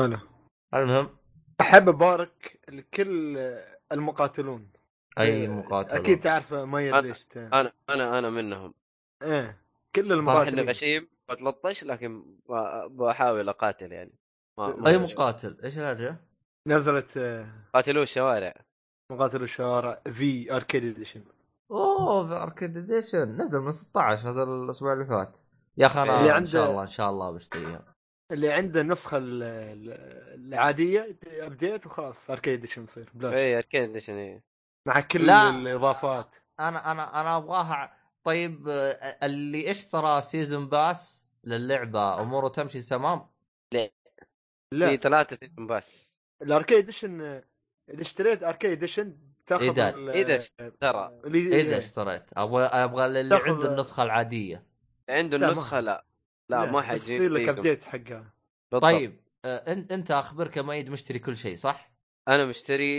S1: حلو.
S3: المهم
S1: احب ابارك لكل المقاتلون
S3: اي
S1: آه،
S3: مقاتل
S1: اكيد تعرف ما
S5: أنا-
S1: يدري إيش-
S5: انا انا انا منهم
S1: ايه كل
S5: صح اني
S1: المقاتلين
S5: غشيم بتلطش لكن ب- بحاول اقاتل يعني ما
S1: إيه،
S5: ما
S3: اي
S5: بشوف.
S3: مقاتل ايش الهرجه؟
S1: نزلت آه،
S5: قاتلوه الشوارع
S1: مقاتل الشوارع في اركيد اديشن
S3: اوه في اركيد اديشن نزل من 16 نزل الاسبوع اللي فات يا اخي
S5: اللي
S3: انا ان
S1: عنده-
S3: شاء الله ان شاء الله بشتريها
S1: اللي عنده النسخه ال- ال- العاديه ابديت وخلاص اركيد اديشن يصير بلاش
S5: اي اركين اديشن إي.
S1: مع كل
S3: لا.
S1: الاضافات
S3: انا انا انا ابغاها طيب آه، اللي اشترى سيزون باس للعبه اموره تمشي تمام
S5: في
S3: إيه،
S1: لا
S5: ثلاثة سيزون بس
S1: الاركيد اديشن آه، اذا اشتريت اركيد اديشن تاخذ
S3: إيدان.
S1: ال-
S5: إيدان.
S1: آه،
S5: ترى
S1: اللي-
S3: اذا إيه، اشتريت ابغى ابغى اللي
S1: إيه. تاخذ-
S3: عنده النسخه العاديه
S5: عنده
S1: لا، ما-
S5: النسخة لا لا ما
S1: بس
S5: حيجيب
S1: يصير لك
S5: سيزون.
S1: ابديت حقها
S5: بالضبط.
S3: طيب آه، انت انت اخبرك يا مؤيد مشتري كل شيء صح؟
S5: انا مشتري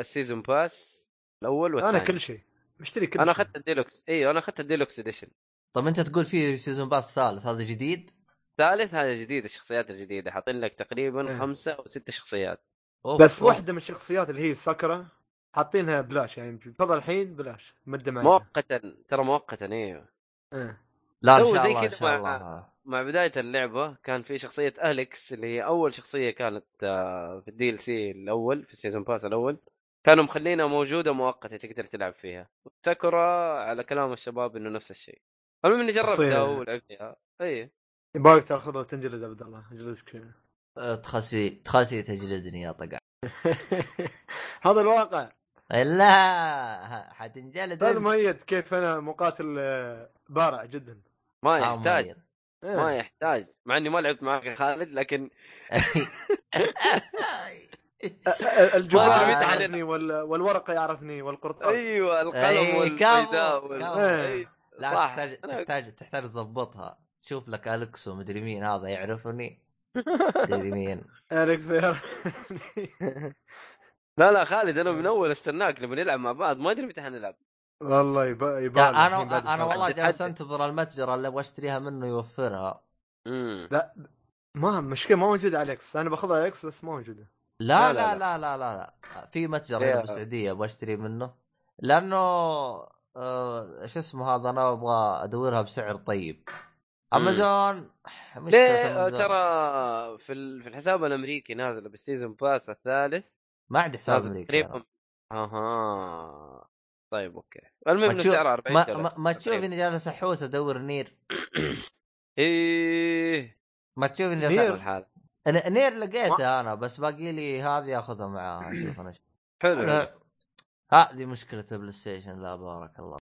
S5: السيزون باس الاول والثاني
S1: انا كل شيء مشتري كل
S5: انا
S1: شيء
S5: اخذت الديلوكس ايوه انا اخذت الديلوكس اديشن
S3: طب انت تقول في سيزون باس ثالث هذا جديد؟
S5: ثالث هذا جديد الشخصيات الجديدة حاطين لك تقريبا
S1: إيه.
S5: خمسة او ست شخصيات
S3: أوف،
S1: بس
S3: أوف.
S1: واحده من الشخصيات اللي هي ساكرا حاطينها بلاش يعني تفضل الحين بلاش مده معي آه.
S5: مؤقتا ترى مؤقتا ايوه
S3: لا ان
S5: سوي
S3: شاء
S5: زي
S3: الله ان
S5: كذا
S3: شاء
S5: مع-
S3: الله
S5: مع بداية اللعبة كان في شخصية أليكس اللي هي أول شخصية كانت آه، في الدي ال سي الأول في السيزون باس الأول كانوا مخلينها موجودة مؤقتة تقدر تلعب فيها ساكورا على كلام الشباب إنه نفس الشيء المهم إني جربتها
S1: شخصية.
S5: ولعبتها أي
S1: يبغاك تاخذها وتنجلد عبد الله اجلدك
S3: آه، تخسي تخسي تجلدني يا طقع
S1: هذا الواقع
S3: لا حتنجلد
S1: هذا
S3: أنت.
S1: مؤيد كيف انا مقاتل آه، بارع جدا
S5: ما
S3: آه،
S5: يحتاج
S3: مؤيد.
S1: إيه.
S5: ما يحتاج مع إني ما لعبت معك يا خالد لكن
S1: أ- أ- الجبال
S3: ما-
S1: آه، يعرفني وال- والورقه يعرفني والقرطاس آه.
S5: أيوه القلم
S3: إيه،
S5: والبيداء
S3: كفو،
S5: وال-
S3: كفو.
S5: إيه.
S3: لا
S5: صح.
S3: تحتاج
S5: أنا-
S3: تحتاج تحتاج تظبطها شوف لك الكسو مدري مين هذا يعرفني مدري مين
S1: أليكس يعرف-
S5: لا لا خالد أنا من أول استناك نبي نلعب مع بعض ما أدري متى حنلعب
S1: والله يبا يبا
S3: يا
S1: له.
S3: انا
S1: الحين بعد
S3: انا
S1: الفرق.
S3: والله
S5: حدد-
S3: جالس
S5: حدد.
S3: انتظر المتجر اللي ابغى اشتريها منه يوفرها
S5: أمم.
S1: ما مشكله ما موجوده اليكس انا باخذها اليكس بس ما موجوده
S5: لا،
S3: لا لا
S5: لا،
S3: لا لا لا, لا. في متجر
S5: يا-
S3: هنا بالسعوديه ابغى اشتري منه لانه آه، شو اسمه هذا انا ابغى ادورها بسعر طيب امازون مشكله
S5: ليه آه،
S3: امازون
S5: ترى في ال- في الحساب الامريكي نازله بالسيزون باس الثالث
S3: ما عندي حساب
S5: نازل
S3: امريكي أنا.
S5: تقريبا اها طيب اوكي المهم
S3: ما
S5: انه
S3: تشوف-
S5: سعره 40
S3: ما,
S5: دولار
S3: ما, ما تشوف
S5: تقريباً.
S3: اني جالس احوس ادور نير
S5: ايه
S3: ما تشوف اني
S1: نير؟
S3: جالس أحوس.
S5: الحال
S3: أنا- نير لقيتها انا بس باقي لي هذه اخذها معاها شوف انا
S5: حلو حلو.
S3: هذه مشكله البلاي ستيشن لا بارك الله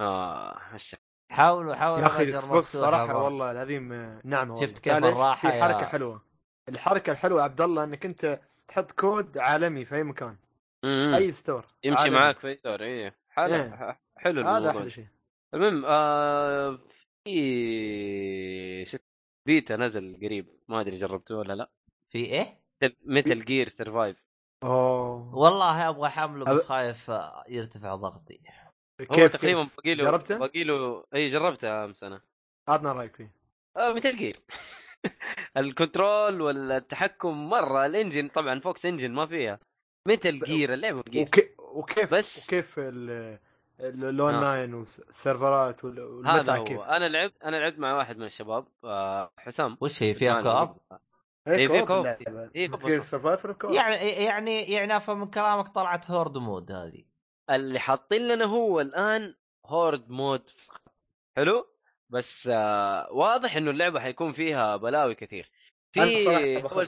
S5: اه هش-
S3: حاولوا حاولوا
S1: يا اخي
S3: متجر
S1: الاكس بوكس
S3: مفتوح يا
S1: صراحه
S3: بارك.
S1: والله العظيم آه، نعمه والله.
S3: شفت كيف
S1: معليش،
S3: الراحة
S1: في
S3: يا-
S1: حركه حلوه الحركه الحلوه يا عبد الله انك انت تحط كود عالمي في اي مكان
S5: أمم.
S1: اي ستور
S5: يمشي
S1: عالمي.
S5: معاك في دور ايه حلو
S1: إيه.
S5: ح- حلو
S1: هذا احلى
S5: الموضوع
S1: شيء
S5: المهم آه في شت- بيتا نزل قريب ما ادري جربتوه ولا لا
S3: في ايه؟
S5: متل جير سرفايف
S1: اوه
S3: والله ابغى حمله بس
S1: أب-
S3: خايف آه، يرتفع ضغطي
S5: هو تقريبا باقي له
S1: جربته؟
S5: باقي له اي جربته امس انا
S1: عطنا رايك فيه
S5: آه مثل جير الكنترول والتحكم مره الانجن طبعا فوكس انجن ما فيها مثل جير اللعبه جير
S1: وكي... وكيف
S5: بس- آه.
S1: وكيف ال- ال- الاونلاين والسيرفرات وال-
S5: هذا
S1: والمتعه كيف
S5: هو انا لعبت انا لعبت مع واحد من الشباب آه حسام
S3: وش هي فيها
S5: عثمان.
S3: كوب؟
S5: إيه، في
S1: كوب
S5: كوب.
S1: اللعبة.
S5: إيه، كوب
S1: في
S5: بس.
S1: survivor كوب.
S3: يعني يعني يعني افهم من كلامك طلعت هورد مود هذه
S5: اللي حاطين لنا هو الان هورد مود حلو بس آه واضح انه اللعبه حيكون فيها بلاوي كثير في
S1: انا صراحه
S5: اول
S1: بخبر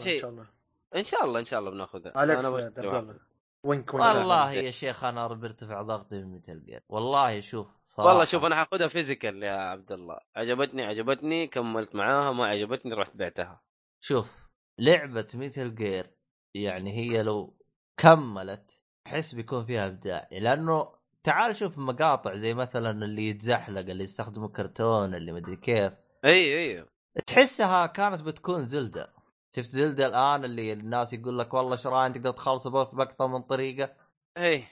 S1: ان شاء
S5: شيء
S1: الله
S5: ان شاء الله ان شاء الله بناخذها
S1: اليكس
S5: أنا
S1: عبد الله وينك وينك
S3: والله
S5: أنا-
S3: يا شيخ انا بيرتفع ضغطي من متل جير والله شوف صراحه
S5: والله شوف انا حاخذها فيزيكال يا عبد الله عجبتني عجبتني كملت معاها ما عجبتني رحت بعتها
S3: شوف لعبه ميتل جير يعني هي لو كملت احس بيكون فيها ابداع لانه تعال شوف مقاطع زي مثلا اللي يتزحلق اللي يستخدموا كرتون اللي مدري كيف
S5: اي اي
S3: تحسها كانت بتكون زلدة شفت زلدة الان اللي الناس يقول لك والله شراين تقدر تخلصه بأك- باكثر من طريقه
S5: اي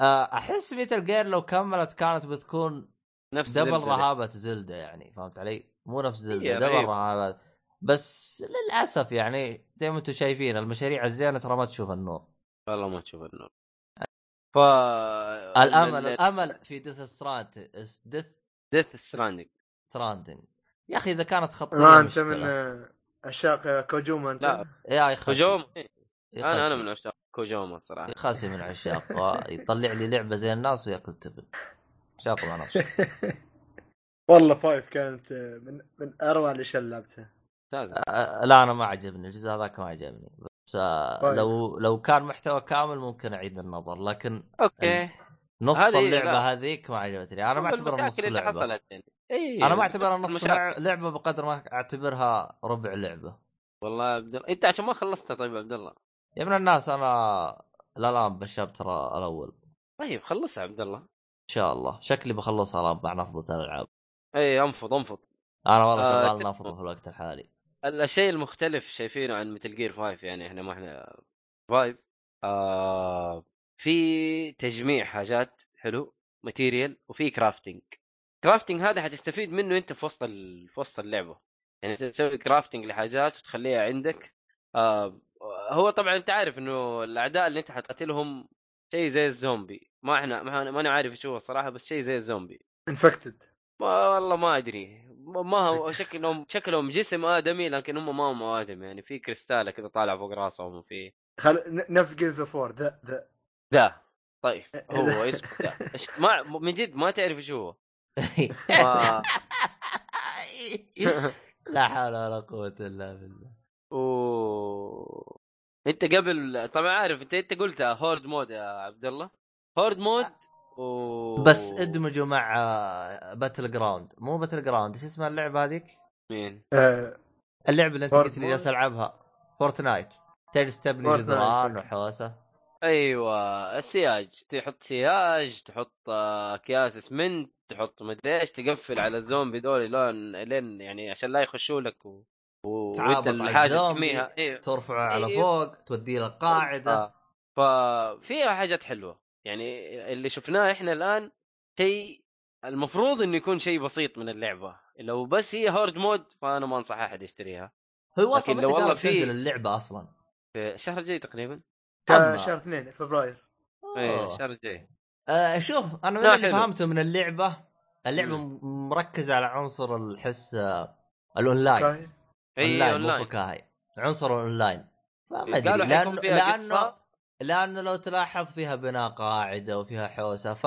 S3: آه، احس ميتل جير لو كملت كانت بتكون
S5: نفس
S3: دبل
S5: زلدة.
S3: رهابه زلدة يعني فهمت علي؟ مو نفس زلدة
S5: هي
S3: دبل
S5: رهيب.
S3: رهابه بس للاسف يعني زي ما انتم شايفين المشاريع الزينه ترى ما تشوف النور
S5: والله ما تشوف النور ف
S3: الامل الامل في ديث ستراند ديث
S5: ديث ستراندنج
S3: ستراندنج يا اخي اذا كانت خطيه
S1: ما انت
S3: إيه، مشكلة.
S1: من آه، عشاق كوجوما انت
S5: لا.
S3: يا خسي
S5: كوجوما
S3: يا
S5: انا انا
S3: خسي.
S5: من عشاق كوجوما الصراحه
S3: يعني خاسي من عشاقها يطلع لي لعبه زي الناس وياكل تبن شاطر مع نفسه
S1: والله فايف كانت آه، من من اروع الاشياء اللي لعبتها
S5: ممتاز
S3: أ- لا انا ما عجبني الجزء هذاك ما عجبني بس آه،
S1: طيب.
S3: لو لو كان محتوى كامل ممكن اعيد النظر لكن
S5: اوكي
S3: نص
S5: هذه-
S3: اللعبه
S5: لا.
S3: هذيك ما عجبتني انا يعني ما
S5: هم
S3: اعتبرها نص
S5: المشاكل اللي
S3: لعبه
S5: حصلت يعني اي
S3: انا ما اعتبرها نص
S5: المشاكل
S3: لع- لعبه بقدر ما اعتبرها ربع لعبه
S5: والله يا عبد الله انت عشان ما خلصتها طيب يا عبد الله
S3: يا ابن الناس انا لا لا بشاب ترى الاول ان
S5: طيب خلصها يا عبد الله
S3: شاء الله شكلي بخلصها الان مع نفضه الالعاب
S5: اي انفض انفض
S3: انا والله
S5: آه،
S3: شغال
S5: شو اسمه؟
S3: نفضه في الوقت الحالي
S5: الشيء المختلف شايفينه عن متل جير 5 يعني احنا ما احنا فايف آه في تجميع حاجات حلو ماتيريال وفي كرافتنج كرافتنج هذا حتستفيد منه انت في وسط ال... في وسط اللعبه يعني تسوي كرافتنج لحاجات وتخليها عندك آه هو طبعا انت عارف انه الاعداء اللي انت حتقتلهم شيء زي الزومبي ما احنا ما انا ما أنا عارف شو هو الصراحه بس شيء زي الزومبي
S1: انفكتد
S5: ما والله ما ادري ما ما هو شكلهم شكلهم جسم ادمي لكن هم ما هم ادمي يعني في كريستاله كذا طالع فوق راسهم وفي
S1: خل... ن- نفس جيمز اوف وور ذا ذا
S5: ذا طيب هو اسمه ذا إيش- ما من جد ما تعرف شو هو ما-
S3: لا حول ولا قوة الا بالله
S5: و... انت قبل طبعا عارف انت انت قلت هورد مود يا عبد الله هورد مود و...
S3: بس ادمجوا مع آه، باتل جراوند مو باتل جراوند ايش اسمها اللعبة هذيك؟
S5: مين
S1: آه،
S3: اللعبة اللي انت
S1: فورت
S3: قلت لي
S1: نايت.
S3: جالس العبها فورتنايت تجلس تبني
S1: فورت نايت.
S3: جدران وحوسه
S5: ايوه السياج تحط سياج تحط آه، اكياس اسمنت تحط مدري ايش تقفل على الزومبي دول لون لين يعني عشان لا يخشوا لك و... و...
S3: تعابط
S5: وانت
S3: على
S5: الحاجه
S3: الزومبي.
S5: تحميها ايوه
S3: ترفعه على
S5: أيوه.
S3: فوق توديه للقاعدة
S5: آه. ففيها حاجات حلوه يعني اللي شفناه احنا الان شيء المفروض انه يكون شيء بسيط من اللعبه لو بس هي هورد مود فانا ما انصح احد يشتريها
S3: هو اصلا
S5: لكن
S3: متى
S5: لو والله
S3: قالوا
S5: في-
S3: تنزل اللعبة اصلا؟
S5: في الشهر الجاي تقريبا
S1: كان
S3: أما-
S1: شهر اثنين فبراير
S5: ايه
S3: أوه.
S5: الشهر الجاي
S3: آه شوف انا من
S5: لا،
S3: اللي
S5: حلو.
S3: فهمته من اللعبة اللعبة م- مركزة على عنصر الحس آه، الاونلاين
S1: كاهي.
S5: اي
S3: اونلاين مو
S5: اونلاين
S3: فكاهي عنصر اونلاين فما ادري
S5: قالوا
S3: لانه
S5: حيكون فيها
S3: لانه
S5: قصة.
S3: لانه لو تلاحظ فيها بناء قاعده وفيها حوسه ف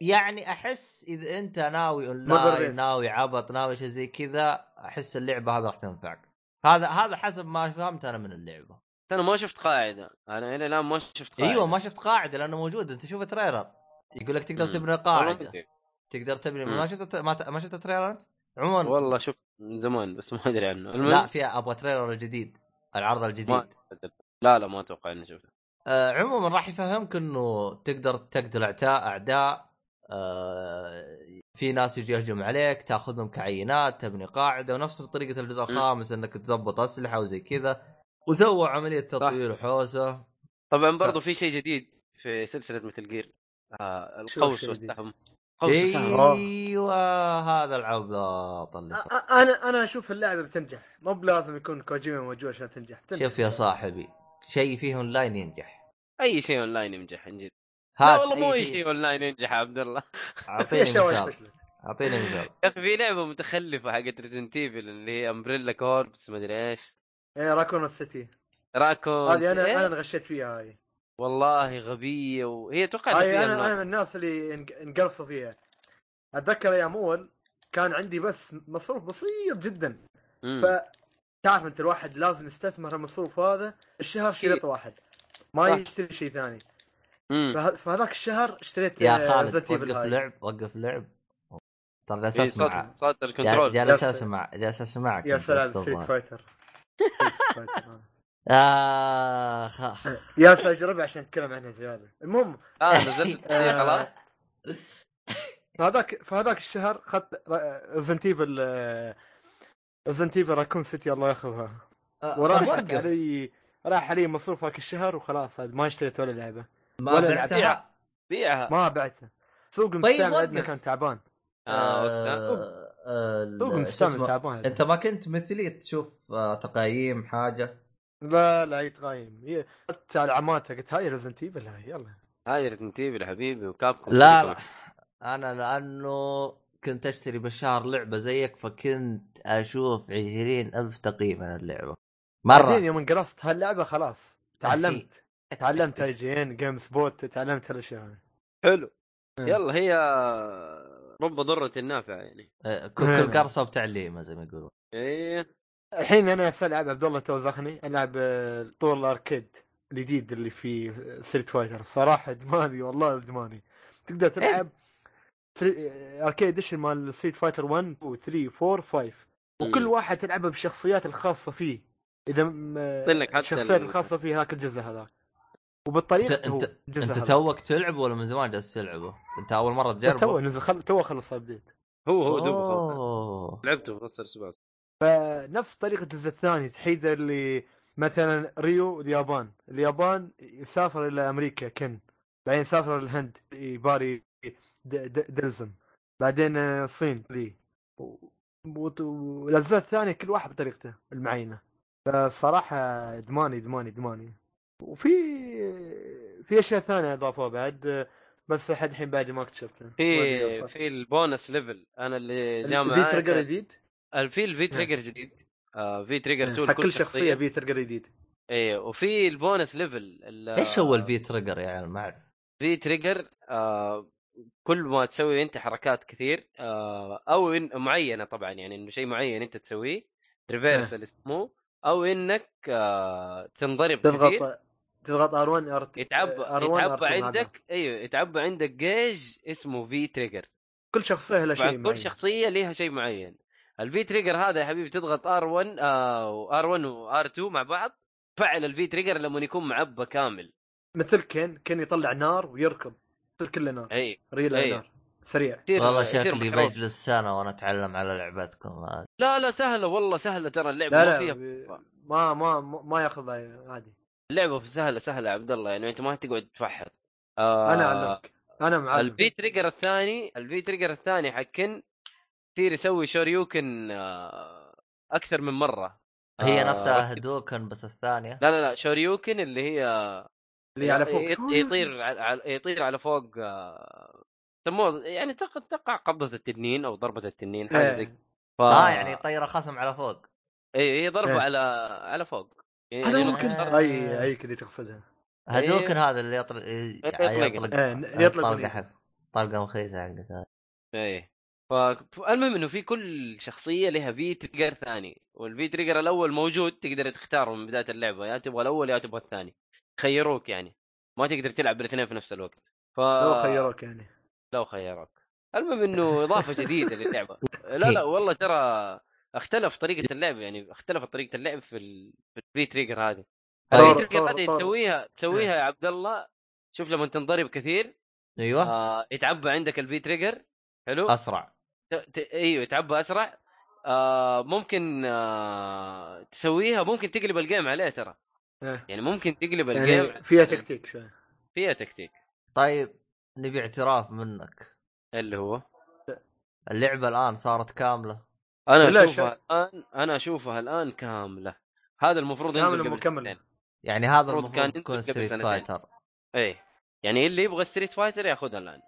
S3: يعني احس اذا انت ناوي
S1: Mother
S3: اونلاين
S1: race.
S3: ناوي عبط ناوي شيء زي كذا احس اللعبه هذا راح تنفعك هذا هذا حسب ما فهمت انا من اللعبه
S5: انا ما شفت قاعده انا الى الان ما شفت قاعده
S3: ايوه ما شفت قاعده لانه موجود انت شوف تريلر يقول لك تقدر
S5: مم.
S3: تبني
S5: والله ما
S3: قاعده
S5: أدري.
S3: تقدر تبني
S5: مم.
S3: ما شفت ما ما شفت تريلر انت عموما
S5: والله شفت من زمان بس ما ادري عنه المهم
S3: لا فيها ابغى تريلر الجديد العرض الجديد
S5: ما لا لا ما اتوقع اني شفته
S3: آه، عموما راح يفهمك انه تقدر تقتل اعداء اعداء آه، في ناس يجي يهجم عليك تاخذهم كعينات تبني قاعده ونفس طريقه الجزء الخامس انك تزبط اسلحه وزي كذا وسووا عمليه تطوير وحوسه
S5: طبعا برضو في شيء جديد في سلسله مثل جير آه
S1: شو
S5: القوس
S1: الشيء الجديد؟
S5: والسهم قوس وسهم
S1: إيه.
S3: ايوه هذا العباط اللي صار
S1: أ- أ- انا انا اشوف اللعبه بتنجح مو بلازم يكون كوجيما موجود عشان تنجح بتنجح.
S3: شوف يا صاحبي شيء فيه اونلاين ينجح
S5: اي شيء اونلاين ينجح عن جد لا
S3: هات
S5: والله مو اي
S3: اي
S5: شيء
S3: شيء
S5: اونلاين ينجح يا عبد الله
S1: في
S3: اعطيني
S1: اشياء وايد
S3: مثال
S1: فشلت
S3: اعطيني مثال
S5: يا اخي في لعبه متخلفه حقت ريزنت ايفل اللي هي امبريلا كوربس ما ادري ايش
S1: ايه راكون السيتي
S5: راكون
S1: هذه انا انا انغشيت فيها هاي
S5: والله غبية وهي توقع إنها
S1: هاي
S5: فيها
S1: انا انا
S5: أونلاين.
S1: من الناس اللي انق- انقرصوا فيها اتذكر ايام اول كان عندي بس مصروف بسيط جدا
S5: مم.
S1: تعرف انت الواحد لازم يستثمر المصروف هذا الشهر شريط واحد ما
S5: إيه. صح.
S1: يشتري شيء ثاني
S5: مم.
S1: فه- فهذاك الشهر اشتريت
S3: يا
S1: آه،
S3: خالد
S1: Resident Evil
S3: وقف
S1: هاي.
S3: لعب وقف لعب ترى جالس
S5: إيه،
S3: اسمع
S5: صوت صوت
S3: جا-
S5: الكنترول
S3: جالس اسمع جالس اسمعك
S1: يا
S3: أنت
S1: سلام
S3: أستاذ
S1: ستريت
S3: ضايع.
S1: فايتر
S3: اخ اخ
S1: آه. يا سلام جربها عشان نتكلم عنها زياده المهم
S5: اه نزلت
S1: آه،
S5: خلاص
S1: فهذاك فهذاك الشهر آه، اخذت ريزنت ايفل ريزنت ايفل راكون سيتي الله ياخذها
S3: آه،
S1: وراحت
S3: وقف.
S1: علي راح علي مصروف هاك الشهر وخلاص عاد ما اشتريت ولا لعبه
S3: ما
S1: ولا
S3: بعتها
S5: بيعها
S1: ما بعتها سوق المستعمل
S3: وقف.
S1: عندنا كان تعبان
S5: اه وقتها.
S3: آه، آه، ال-
S1: سوق
S3: شو
S1: المستعمل
S3: اسمه؟
S1: تعبان
S3: انت ما كنت مثلي تشوف آه، تقييم حاجه
S1: لا لا يتغايم هي- حتى على عماتها قلت هاي ريزنت ايفل هاي يلا
S5: هاي ريزنت ايفل حبيبي وكابكم
S3: لا
S5: كلكم.
S3: لا انا لانه كنت اشتري بالشهر لعبه زيك فكنت اشوف عشرين الف تقييم على اللعبه
S1: بعدين
S3: مره
S1: يوم انقرصت هاللعبه خلاص تعلمت تعلمت اي جي ان جيم سبوت تعلمت هالاشياء هاي.
S5: حلو
S1: آه.
S5: يلا هي رب ضرة نافعة يعني
S3: آه، كل كل قرصه بتعليمه زي ما يقولون
S5: ايه
S1: الحين انا هسه العب عبد الله توزخني العب آه، طور الاركيد الجديد اللي في آه، ستريت فايتر الصراحه ادماني والله ادماني تقدر تلعب سري- آه، اركيد اديشن مال ستريت فايتر 1 2 3 4 5 وكل
S5: مم.
S1: واحد تلعبه بالشخصيات الخاصه فيه اذا م- آه،
S5: يحط لك حتى
S1: الشخصيات
S5: ال-
S1: الخاصه فيه هذاك الجزء هذاك
S3: انت
S1: وبالطريقه هو
S3: انت
S1: الجزء
S3: انت
S1: هذاك.
S3: توك تلعب ولا من زمان جالس تلعبه؟ انت اول مره
S1: لا، تو
S3: تجربه؟
S1: نزل خل... تو خلص الابديت
S5: هو هو دوب خلص.
S3: أوه.
S5: لعبته في نص سباس
S1: نفس طريقه الجزء الثاني تحيد اللي مثلا ريو اليابان اليابان يسافر الى امريكا كن بعدين يسافر الهند يباري د- د- دلزم بعدين آه، الصين لي و- وت- والاجزاء الثانيه كل واحد بطريقته المعينه فصراحه ادماني ادماني ادماني وفي في اشياء ثانيه اضافوها بعد آه، بس لحد الحين بعد ما اكتشفتها ما أدري
S5: في
S1: صح.
S5: في البونس ليفل انا اللي جاء
S1: في
S5: معاي
S1: تريجر جديد؟
S5: ال- في الفي
S1: نعم.
S5: تريجر جديد آه في تريجر 2
S1: إيه، حق
S5: لكل
S1: كل شخصيه في تريجر جديد
S5: ايه وفي البونس ليفل ال-
S3: ايش هو الفي تريجر يا عيال ما اعرف
S5: في تريجر آه كل ما تسوي انت حركات كثير آه او إن معينه طبعا يعني انه شيء معين انت تسويه
S1: إيه.
S5: ريفيرس اللي اسمه او انك آه تنضرب كثير
S1: تضغط آه، تضغط ار1 ار
S5: يتعبى يتعبى عندك ايوه يتعبى عندك جيج اسمه في تريجر
S1: كل شخصيه لها شيء
S5: طبعا كل
S1: معين
S5: شخصيه لها شيء معين الفي تريجر هذا يا حبيبي تضغط آه، ار1 ار1 وار2 مع بعض فعل الفي تريجر لما يكون معبى كامل
S1: مثل كين كين يطلع نار ويركض يصير كله نار
S5: اي
S1: ريل
S5: أي.
S1: نار سريع
S5: إيه، يصير
S3: والله
S5: يصير
S3: شكلي
S5: محروق.
S3: بجلس سنه وانا اتعلم على لعبتكم هذه
S5: لا لا سهله والله سهله ترى اللعبه
S1: لا
S5: ما
S1: لا
S5: فيها
S1: ما ما ما- ما ياخذ عادي
S5: اللعبه سهله سهله يا عبد الله يعني انت ما تقعد تفحط آه
S1: انا اعلمك انا معلم
S5: الفي تريجر الثاني الفي تريجر الثاني حقن يصير يسوي شوريوكن آه اكثر من مره
S3: هي
S5: آه،
S3: نفسها
S5: ركز-
S3: هدوكن بس الثانية
S5: لا لا لا شوريوكن اللي هي
S1: اللي على فوق
S5: يط- يطير على- على يطير على فوق آه، يسموه يعني تق- تقع قبضه التنين او ضربه التنين حاجه زي
S1: إيه.
S5: ف...
S3: اه يعني طيرة خصم على فوق
S5: اي هي ضربه
S1: إيه.
S5: على على فوق يعني
S1: هذا
S5: لما
S1: ممكن
S5: تضرب-
S1: اي اي كذي تقصدها
S3: هدوكن
S5: إيه.
S3: هذا اللي يطلق
S5: يطلق.
S3: يطلق
S1: إيه، يطلق
S3: طلقة
S1: من-
S3: حف- طلقة مخيسة حقت هذا
S5: ايه ف- فالمهم انه في كل شخصيه لها في تريجر ثاني والفي تريجر الاول موجود تقدر تختاره من بدايه اللعبه يا تبغى الاول يا تبغى الثاني خيروك يعني ما تقدر تلعب بالاثنين في نفس الوقت ف
S1: لو خيروك يعني
S5: لو خيروك المهم انه اضافه جديده للعبه لا لا والله ترى اختلف طريقه اللعب يعني اختلفت طريقه اللعب في ال- في الفي تريجر هذه
S3: طور-
S5: الفي تريجر
S1: طور-
S5: هذه
S1: طور.
S5: تسويها تسويها يا عبد الله شوف لما تنضرب كثير
S3: ايوه
S5: آه يتعبى عندك الفي تريجر حلو
S3: اسرع
S5: ت... ت... ايوه يتعبى اسرع آه ممكن آه تسويها ممكن تقلب الجيم عليه ترى
S1: إيه.
S5: يعني ممكن تقلب الجيم
S1: يعني فيها تكتيك شوي
S5: فيها تكتيك
S3: طيب نبي اعتراف منك
S5: اللي هو
S3: اللعبة الان صارت كاملة
S5: انا
S1: لا
S5: اشوفها الان انا اشوفها الان كامله هذا المفروض ينزل
S1: كامل
S5: قبل
S1: مكمل
S5: سنتين.
S3: يعني هذا
S5: المفروض
S3: المفروض
S5: كان
S3: تكون
S5: ينزل قبل
S3: ستريت
S5: سنتين.
S3: فايتر
S5: ايه يعني اللي يبغى ستريت فايتر ياخذها الان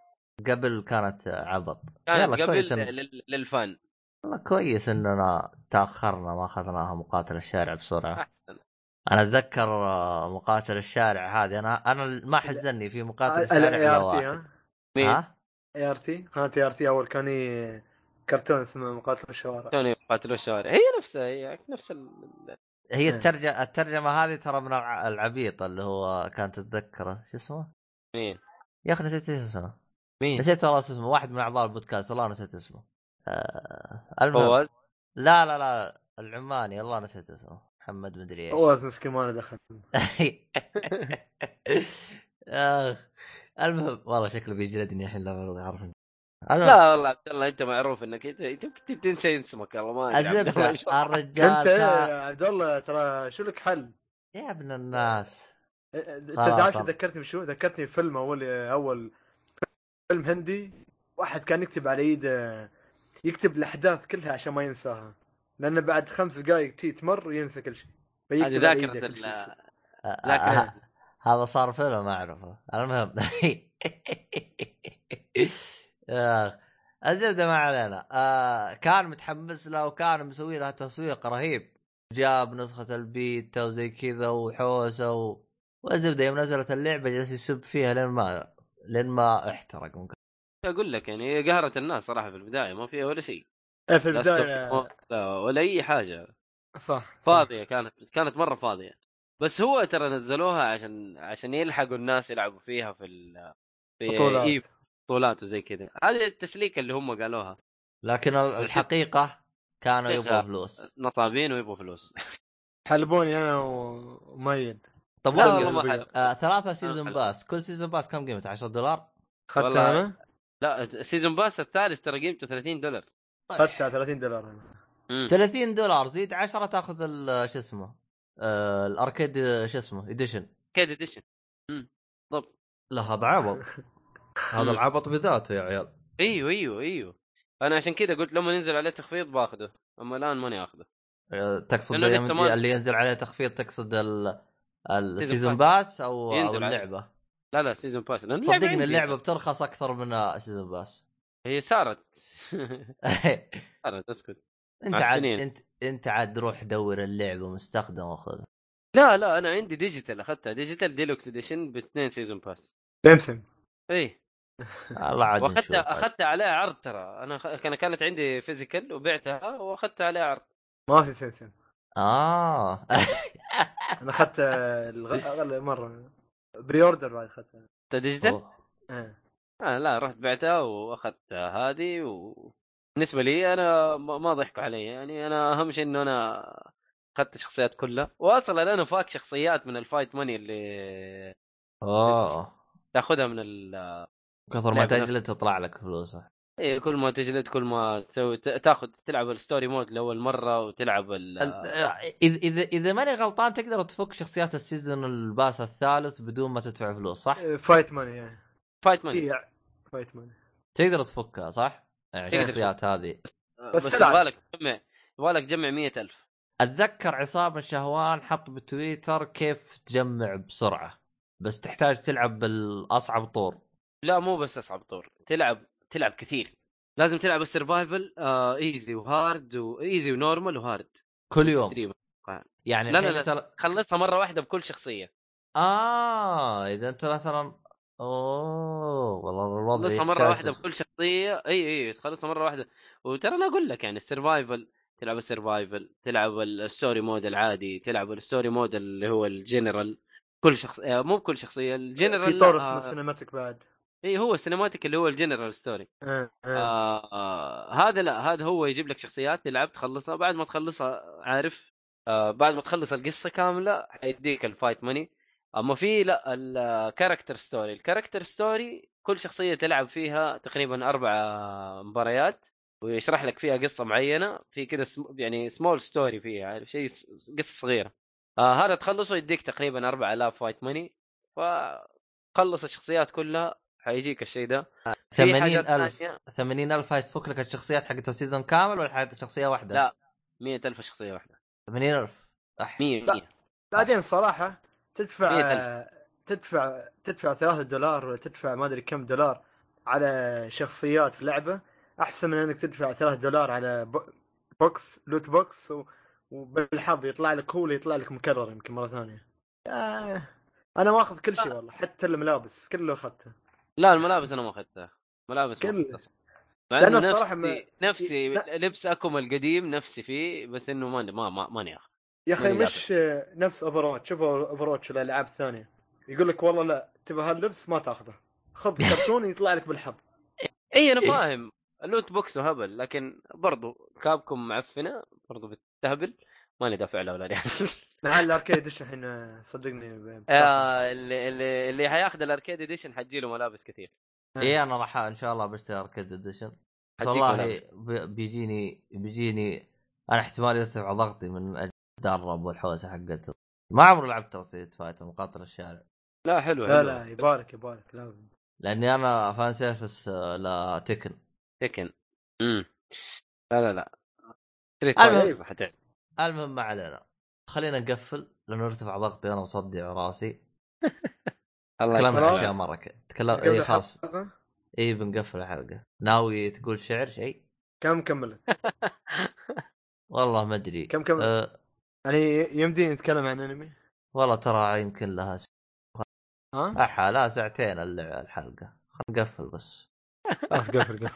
S3: قبل كانت عبط
S5: كانت
S3: يلا
S5: قبل
S3: كويس إن...
S5: لل... للفان
S3: والله كويس اننا تاخرنا ما اخذناها مقاتل الشارع بسرعه
S5: احسن
S3: انا اتذكر آه، مقاتل الشارع هذه انا انا ما حزني في
S1: آه،
S3: مقاتل الشارع
S1: الاي
S3: الا
S1: ار تي
S3: واحد
S1: ها
S5: مين؟
S3: ها
S1: اي ار تي قناه اي ار تي اول كان ي- كرتون اسمه مقاتل الشوارع
S5: توني قاتلوا الشوارع هي نفسها هي نفس ال...
S3: هي
S1: إيه.
S3: الترجمه الترجمه هذه ترى من الع- العبيط اللي هو كانت اتذكره شو اسمه؟
S5: مين
S3: يا اخي نسيت ايش اسمه
S5: مين
S3: نسيت والله شو اسمه واحد من اعضاء البودكاست والله نسيت اسمه آه المهم
S5: فواز
S3: لا لا لا العماني والله نسيت اسمه محمد مدري ايش
S1: فواز مسكين ما له دخل
S3: آخ. المهم والله شكله بيجلدني الحين لما اعرف المهم،
S5: لا والله عبد الله انت معروف انك انت انت يمكن تنسى اسمك والله ما أدري. عبد الله إيش
S3: الزبده
S5: وضعك؟
S1: انت
S3: الرجال كان-
S1: يا عبد الله ترى شو لك حل؟
S3: يا ابن الناس
S1: انت
S3: خلاص
S1: تعرف شو
S3: والله.
S1: ذكرتني بشو؟ ذكرتني بفيلم اول اول فيلم هندي واحد كان يكتب على ايده يكتب الاحداث كلها عشان ما ينساها لانه بعد خمس دقائق تي تمر ينسى كل شيء فيكتب
S5: هذه
S1: على
S5: ذاكرة
S1: إيده كل شيء.
S5: ال-
S3: آه،
S5: لكن-
S3: آه، هذا صار فيلم اعرفه المهم آه، الزبده ما علينا آه، كان متحمس له وكان مسوي لها تسويق رهيب جاب نسخة البيتا وزي كذا وحوسه و... والزبده يوم نزلت اللعبة جالس يسب فيها لين ما لين ما احترق ممكن
S5: اقول لك يعني هي قهرت الناس صراحه في البدايه ما فيها ولا شيء
S1: إيه، في
S5: لا
S1: البدايه
S5: استوديو، لا ولا اي حاجه
S1: صح صح.
S5: فاضيه كانت كانت مره فاضيه بس هو ترى نزلوها عشان عشان يلحقوا الناس يلعبوا فيها في ال في
S1: بطولات.
S5: إيه، بطولات وزي كذا هذه التسليكه اللي هم قالوها
S3: لكن ال- الحقيقة كانوا
S5: الحقيقة-
S3: يبغوا فلوس
S5: نصابين ويبغوا فلوس
S1: حلبوني انا و- وميد
S3: طب
S5: لا
S1: والله
S5: والله ما
S1: البقية.
S5: حلو.
S3: آه ثلاثة سيزون
S5: حلو.
S3: باس كل سيزون باس كم قيمته 10 دولار؟
S1: اخذت
S5: والله.
S1: انا
S5: لا سيزون باس الثالث ترى قيمته 30 دولار
S1: اخذت على 30 دولار انا
S5: مم.
S3: 30 دولار زيد 10 تاخذ ال- شو اسمه آه، الاركيد آه، شو اسمه اديشن
S5: كيد اديشن بالضبط
S3: لا هذا عبط
S5: مم.
S3: هذا العبط بذاته يا عيال
S5: ايوه ايوه ايوه انا عشان كذا قلت لما ينزل عليه تخفيض باخذه اما الان ماني اخذه
S3: آه، تقصد
S5: لأنه
S3: يوم
S5: لسه ما-
S3: اللي ينزل عليه تخفيض تقصد ال السيزون
S5: سيزون
S3: باس او او
S5: ينزل عليه.
S3: اللعبه
S5: لا لا سيزون باس لأن اللعبة
S3: صدقني
S5: عندي.
S3: اللعبه بترخص اكثر من سيزون باس
S5: هي صارت صارت اسكت
S3: انت
S5: مع
S3: عاد
S5: السنين.
S3: انت انت عاد روح دور اللعبه مستخدمه وخذها
S5: لا لا انا عندي ديجيتال اخذتها ديجيتال ديلوكس اديشن باثنين إيه، سيزون باس
S1: سمسم
S5: اي
S3: الله عاد نشوف
S5: واخذتها اخذتها عليها عرض ترى انا أخ- كان كانت عندي فيزيكال وبعتها واخذتها عليها عرض
S1: ما في سمسم
S3: اه
S1: انا اخذت آه، الغ- اغلى مره بري اوردر بعد اخذتها
S5: أنت ديجيتال
S1: إيه.
S5: آه لا رحت بعتها واخذت هذه و... بالنسبه لي انا ما ما ضحكوا علي يعني انا اهم شيء انه انا اخذت الشخصيات كلها واصلا انا فاك شخصيات من الفايت ماني اللي
S3: اه
S5: تاخذها من ال
S3: كثر ما
S5: لعبة
S3: تجلد تطلع لك فلوسه
S5: إيه، كل ما تجلد كل ما تسوي ت- تاخذ تلعب الستوري مود لاول مره وتلعب ال...
S3: ال- اذا اذا اذا ماني غلطان تقدر تفك شخصيات السيزون الباس الثالث بدون ما تدفع فلوس صح؟
S1: آه، فايت ماني يعني.
S5: فايت ماني
S1: إيه، فايت ماني
S3: تقدر تفكها صح؟ يعني
S5: تقدر.
S3: الشخصيات هذه
S1: بس
S5: بس
S1: تلعب.
S5: يبغالك تجمع يبغالك تجمع مئة ألف
S3: اتذكر عصام الشهوان حط بتويتر كيف تجمع بسرعه بس تحتاج تلعب بالاصعب طور
S5: لا مو بس اصعب طور تلعب تلعب كثير لازم تلعب السرفايفل آه ايزي وهارد وايزي ونورمال وهارد
S3: كل يوم
S5: اكستريم
S3: يعني
S5: لا،
S3: الحين
S5: لا،
S3: انت ل-
S5: خلصها مره واحده بكل شخصيه
S3: اه اذا انت مثلا اوه والله الوضع
S5: خلصها
S3: يحتاج-
S5: مره واحده بكل شخصيه اي اي تخلصها مره واحده وترى انا اقول لك يعني السرفايفل تلعب السرفايفل تلعب الستوري مود العادي تلعب الستوري مود اللي هو الجنرال كل شخص آه، مو بكل شخصيه الجنرال
S1: في طور
S5: لا،
S1: اسمه
S5: آه،
S1: السينماتيك بعد
S5: اي هو السينماتيك اللي هو الجنرال ستوري
S1: آه، آه.
S5: آه آه هذا لا هذا هو يجيب لك شخصيات تلعب تخلصها بعد ما تخلصها عارف آه بعد ما تخلص القصه كامله حيديك الفايت ماني اما في لا الكاركتر ستوري الكاركتر ستوري كل شخصيه تلعب فيها تقريبا اربع مباريات ويشرح لك فيها قصه معينه في كذا سم... يعني سمول ستوري فيها عارف شيء س- قصه صغيره آه هذا تخلصه يديك تقريبا 4000 فايت ماني فخلص الشخصيات كلها حيجيك الشيء ده في حاجات
S3: 80000
S5: ثانية.
S3: 80000 هتفك لك الشخصيات حقت السيزون كامل ولا حقت شخصيه واحده؟
S5: لا. 100000 شخصيه واحده
S3: 80000 أح.
S5: 100
S1: لا.
S5: 100
S1: بعدين صراحه تدفع
S5: مية
S1: آه، تدفع تدفع ثلاثة دولار ولا تدفع ما ادري كم دولار على شخصيات في لعبه احسن من انك تدفع ثلاثة دولار على بو- بوكس لوت بوكس و... وبالحظ يطلع لك هو اللي يطلع لك مكرر يمكن مره ثانيه آه. انا واخذ كل
S5: آه.
S1: شيء والله حتى الملابس كله اخذته
S5: لا الملابس انا ما اخذتها ملابس ما
S1: كل-
S5: أخذتها. مع
S1: لأن
S5: إنه
S1: الصراحة
S5: نفسي, نفسي لبس اكوما القديم نفسي فيه بس انه ماني ما ما ماني اخذ
S1: يا اخي
S5: ماني
S1: مش نفس اوفرواتش شوف اوفرواتش الالعاب الثانيه يقول لك والله لا تبغى هاللبس ما تاخذه خذ كرتون يطلع لك بالحظ
S5: اي
S1: إيه.
S5: انا فاهم اللوت بوكس وهبل لكن برضو كابكم معفنه برضو بتهبل ماني دافع لها ولا آه، ريال
S1: مع الاركيد ايش الحين آه، صدقني ب- ب-
S5: آه، اللي اللي اللي حياخذ الاركيد اديشن حتجي له ملابس كثير
S3: اي
S1: إيه.
S3: انا إيه، راح ان شاء الله بشتري اركيد اديشن بس
S5: حتجيك
S3: والله
S5: ملابس.
S3: بي- بيجيني بيجيني انا احتمال يرتفع ضغطي من أجل الدرب والحوسه حقته ما عمري لعبت ستريت فايتر مقاطر الشارع
S5: لا حلو
S1: لا
S5: حلو.
S1: لا يبارك يبارك لازم
S3: لاني انا فان سيرفس آه، لتكن
S5: تكن امم لا لا أيوة، لا ستريت
S3: المهم.
S5: فايتر حتعب
S3: المهم ما علينا خلينا نقفل لانه ارتفع ضغطي انا مصدع راسي
S5: الله
S3: تكلمنا عن
S1: خلاص.
S5: يكرمك
S3: اشياء مره كده تكلم اي إيه، خلاص
S1: الحلقة؟
S3: اي بنقفل الحلقه ناوي تقول شعر شيء
S1: كم كملت
S3: والله ما ادري
S1: كم كملت
S3: أه
S1: يعني يمديني نتكلم عن انمي
S3: والله ترى يمكن لها س...
S1: ها؟
S3: أحا لا ساعتين اللع- الحلقه خلينا نقفل بس
S1: خلاص قفل قفل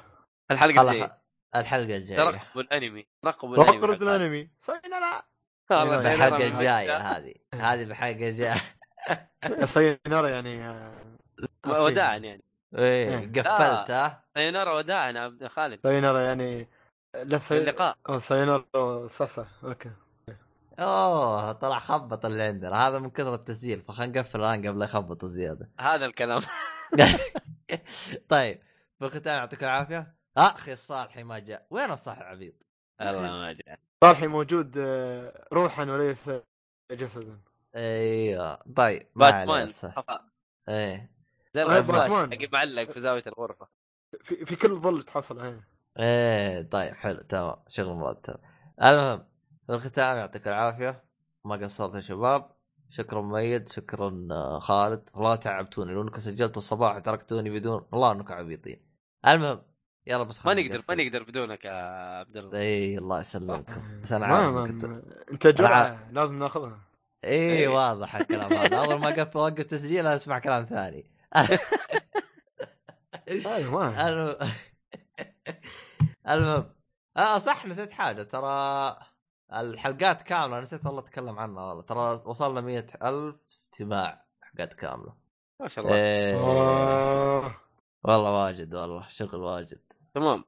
S5: الحلقه الجايه
S3: خلاص الحلقه الجايه
S5: ترقبوا الانمي ترقبوا الانمي
S1: وقرة الانمي صينا لا
S5: والله
S1: الأنمي.
S5: سينارا
S3: الحلقه
S5: من
S3: الجايه
S5: وجهة.
S3: هذه هذه الحلقه الجايه
S1: سينارا يعني آه، أصيل.
S5: وداعا يعني
S3: ايه قفلت ها
S5: سينارا وداعا يا عبد خالد
S1: سينارا يعني لا سي...
S5: اللقاء
S1: آه، سينارا صح اوكي
S3: اوه طلع خبط اللي عندنا هذا من كثر التسجيل فخلينا نقفل الان قبل لا يخبط زياده
S5: هذا الكلام
S3: طيب في الختام يعطيك العافيه اخي الصالحي ما جاء وين الصالح العبيط
S5: الله ما ادري
S1: صالحي موجود آه، روحا وليس جسدا
S3: ايوه طيب ما عليه
S5: باتمان
S3: الصح
S5: خفا.
S3: ايه
S5: زي
S1: أنا
S5: الخفاش
S1: باتمان.
S5: حق معلق في زاويه الغرفه
S1: في, في كل ظل تحصل إيه. هي.
S3: ايه طيب حلو تمام شغل مرتب المهم في الختام يعطيك العافيه ما قصرت يا شباب شكرا مؤيد شكرا آه، خالد والله تعبتوني لو انكم سجلتوا الصباح تركتوني بدون والله انكم عبيطين المهم يلا بس
S5: ما
S3: خلينا
S5: نقدر ما نقدر بدونك يا عبد الله
S3: اي الله يسلمكم بس أنا
S1: ما-
S3: عارف
S1: ما-
S3: إنك
S1: ما- انت جرعه لازم ناخذها
S3: اي
S5: إيه.
S3: واضح الكلام هذا اول ما قف وقف تسجيل أنا اسمع كلام ثاني
S1: ايوه ما
S3: الم- المهم اه صح نسيت حاجه ترى الحلقات كامله نسيت والله اتكلم عنها والله ترى وصلنا مئة ألف استماع حلقات كامله
S5: ما شاء الله
S3: إيه.
S1: آه.
S3: والله واجد والله شغل واجد
S5: تمام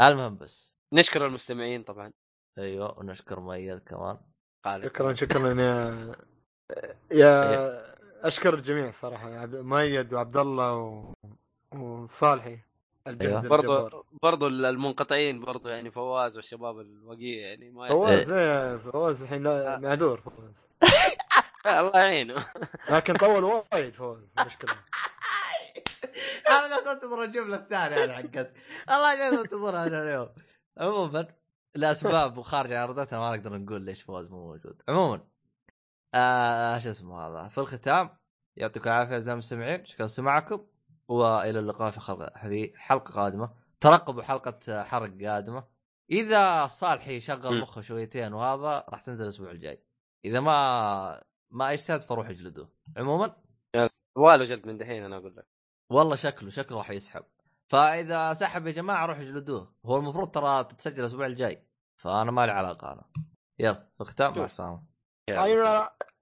S3: المهم بس
S5: نشكر المستمعين طبعا
S3: ايوه ونشكر مؤيد كمان
S5: خالد
S1: شكرا شكرا يا
S3: إيه.
S1: يا اشكر الجميع صراحه عبد- مؤيد وعبد الله و... وصالحي
S3: أيوة.
S1: الجهد الجبار
S5: برضو برضو المنقطعين برضو يعني فواز والشباب الوقيع يعني ما
S1: فواز إيه، فواز الحين لا- معذور فواز
S5: آه، الله يعينه
S1: لكن طول وايد فوز مشكله
S3: انا جالس انتظر الجمله الثانيه انا حقت الله جالس انتظرها انا اليوم عموما لاسباب وخارج عن ارادتنا ما نقدر نقول ليش فوز مو موجود عموما آه شو اسمه هذا في الختام يعطيكم العافيه اعزائي المستمعين شكرا لسماعكم والى اللقاء في خلق في حلقه قادمه ترقبوا حلقه حرق قادمه اذا صالحي شغل
S5: م.
S3: مخه شويتين وهذا راح تنزل الاسبوع الجاي اذا ما ما اجتهد فروح اجلدوه عموما
S5: والو جلد من دحين انا اقول لك
S3: والله شكله شكله راح يسحب فاذا سحب يا جماعه روحوا جلدوه هو المفروض ترى تتسجل الاسبوع الجاي فانا ما لي علاقه انا يلا في الختام مع
S5: شوف.
S3: السلامه
S5: يا
S1: أيوة.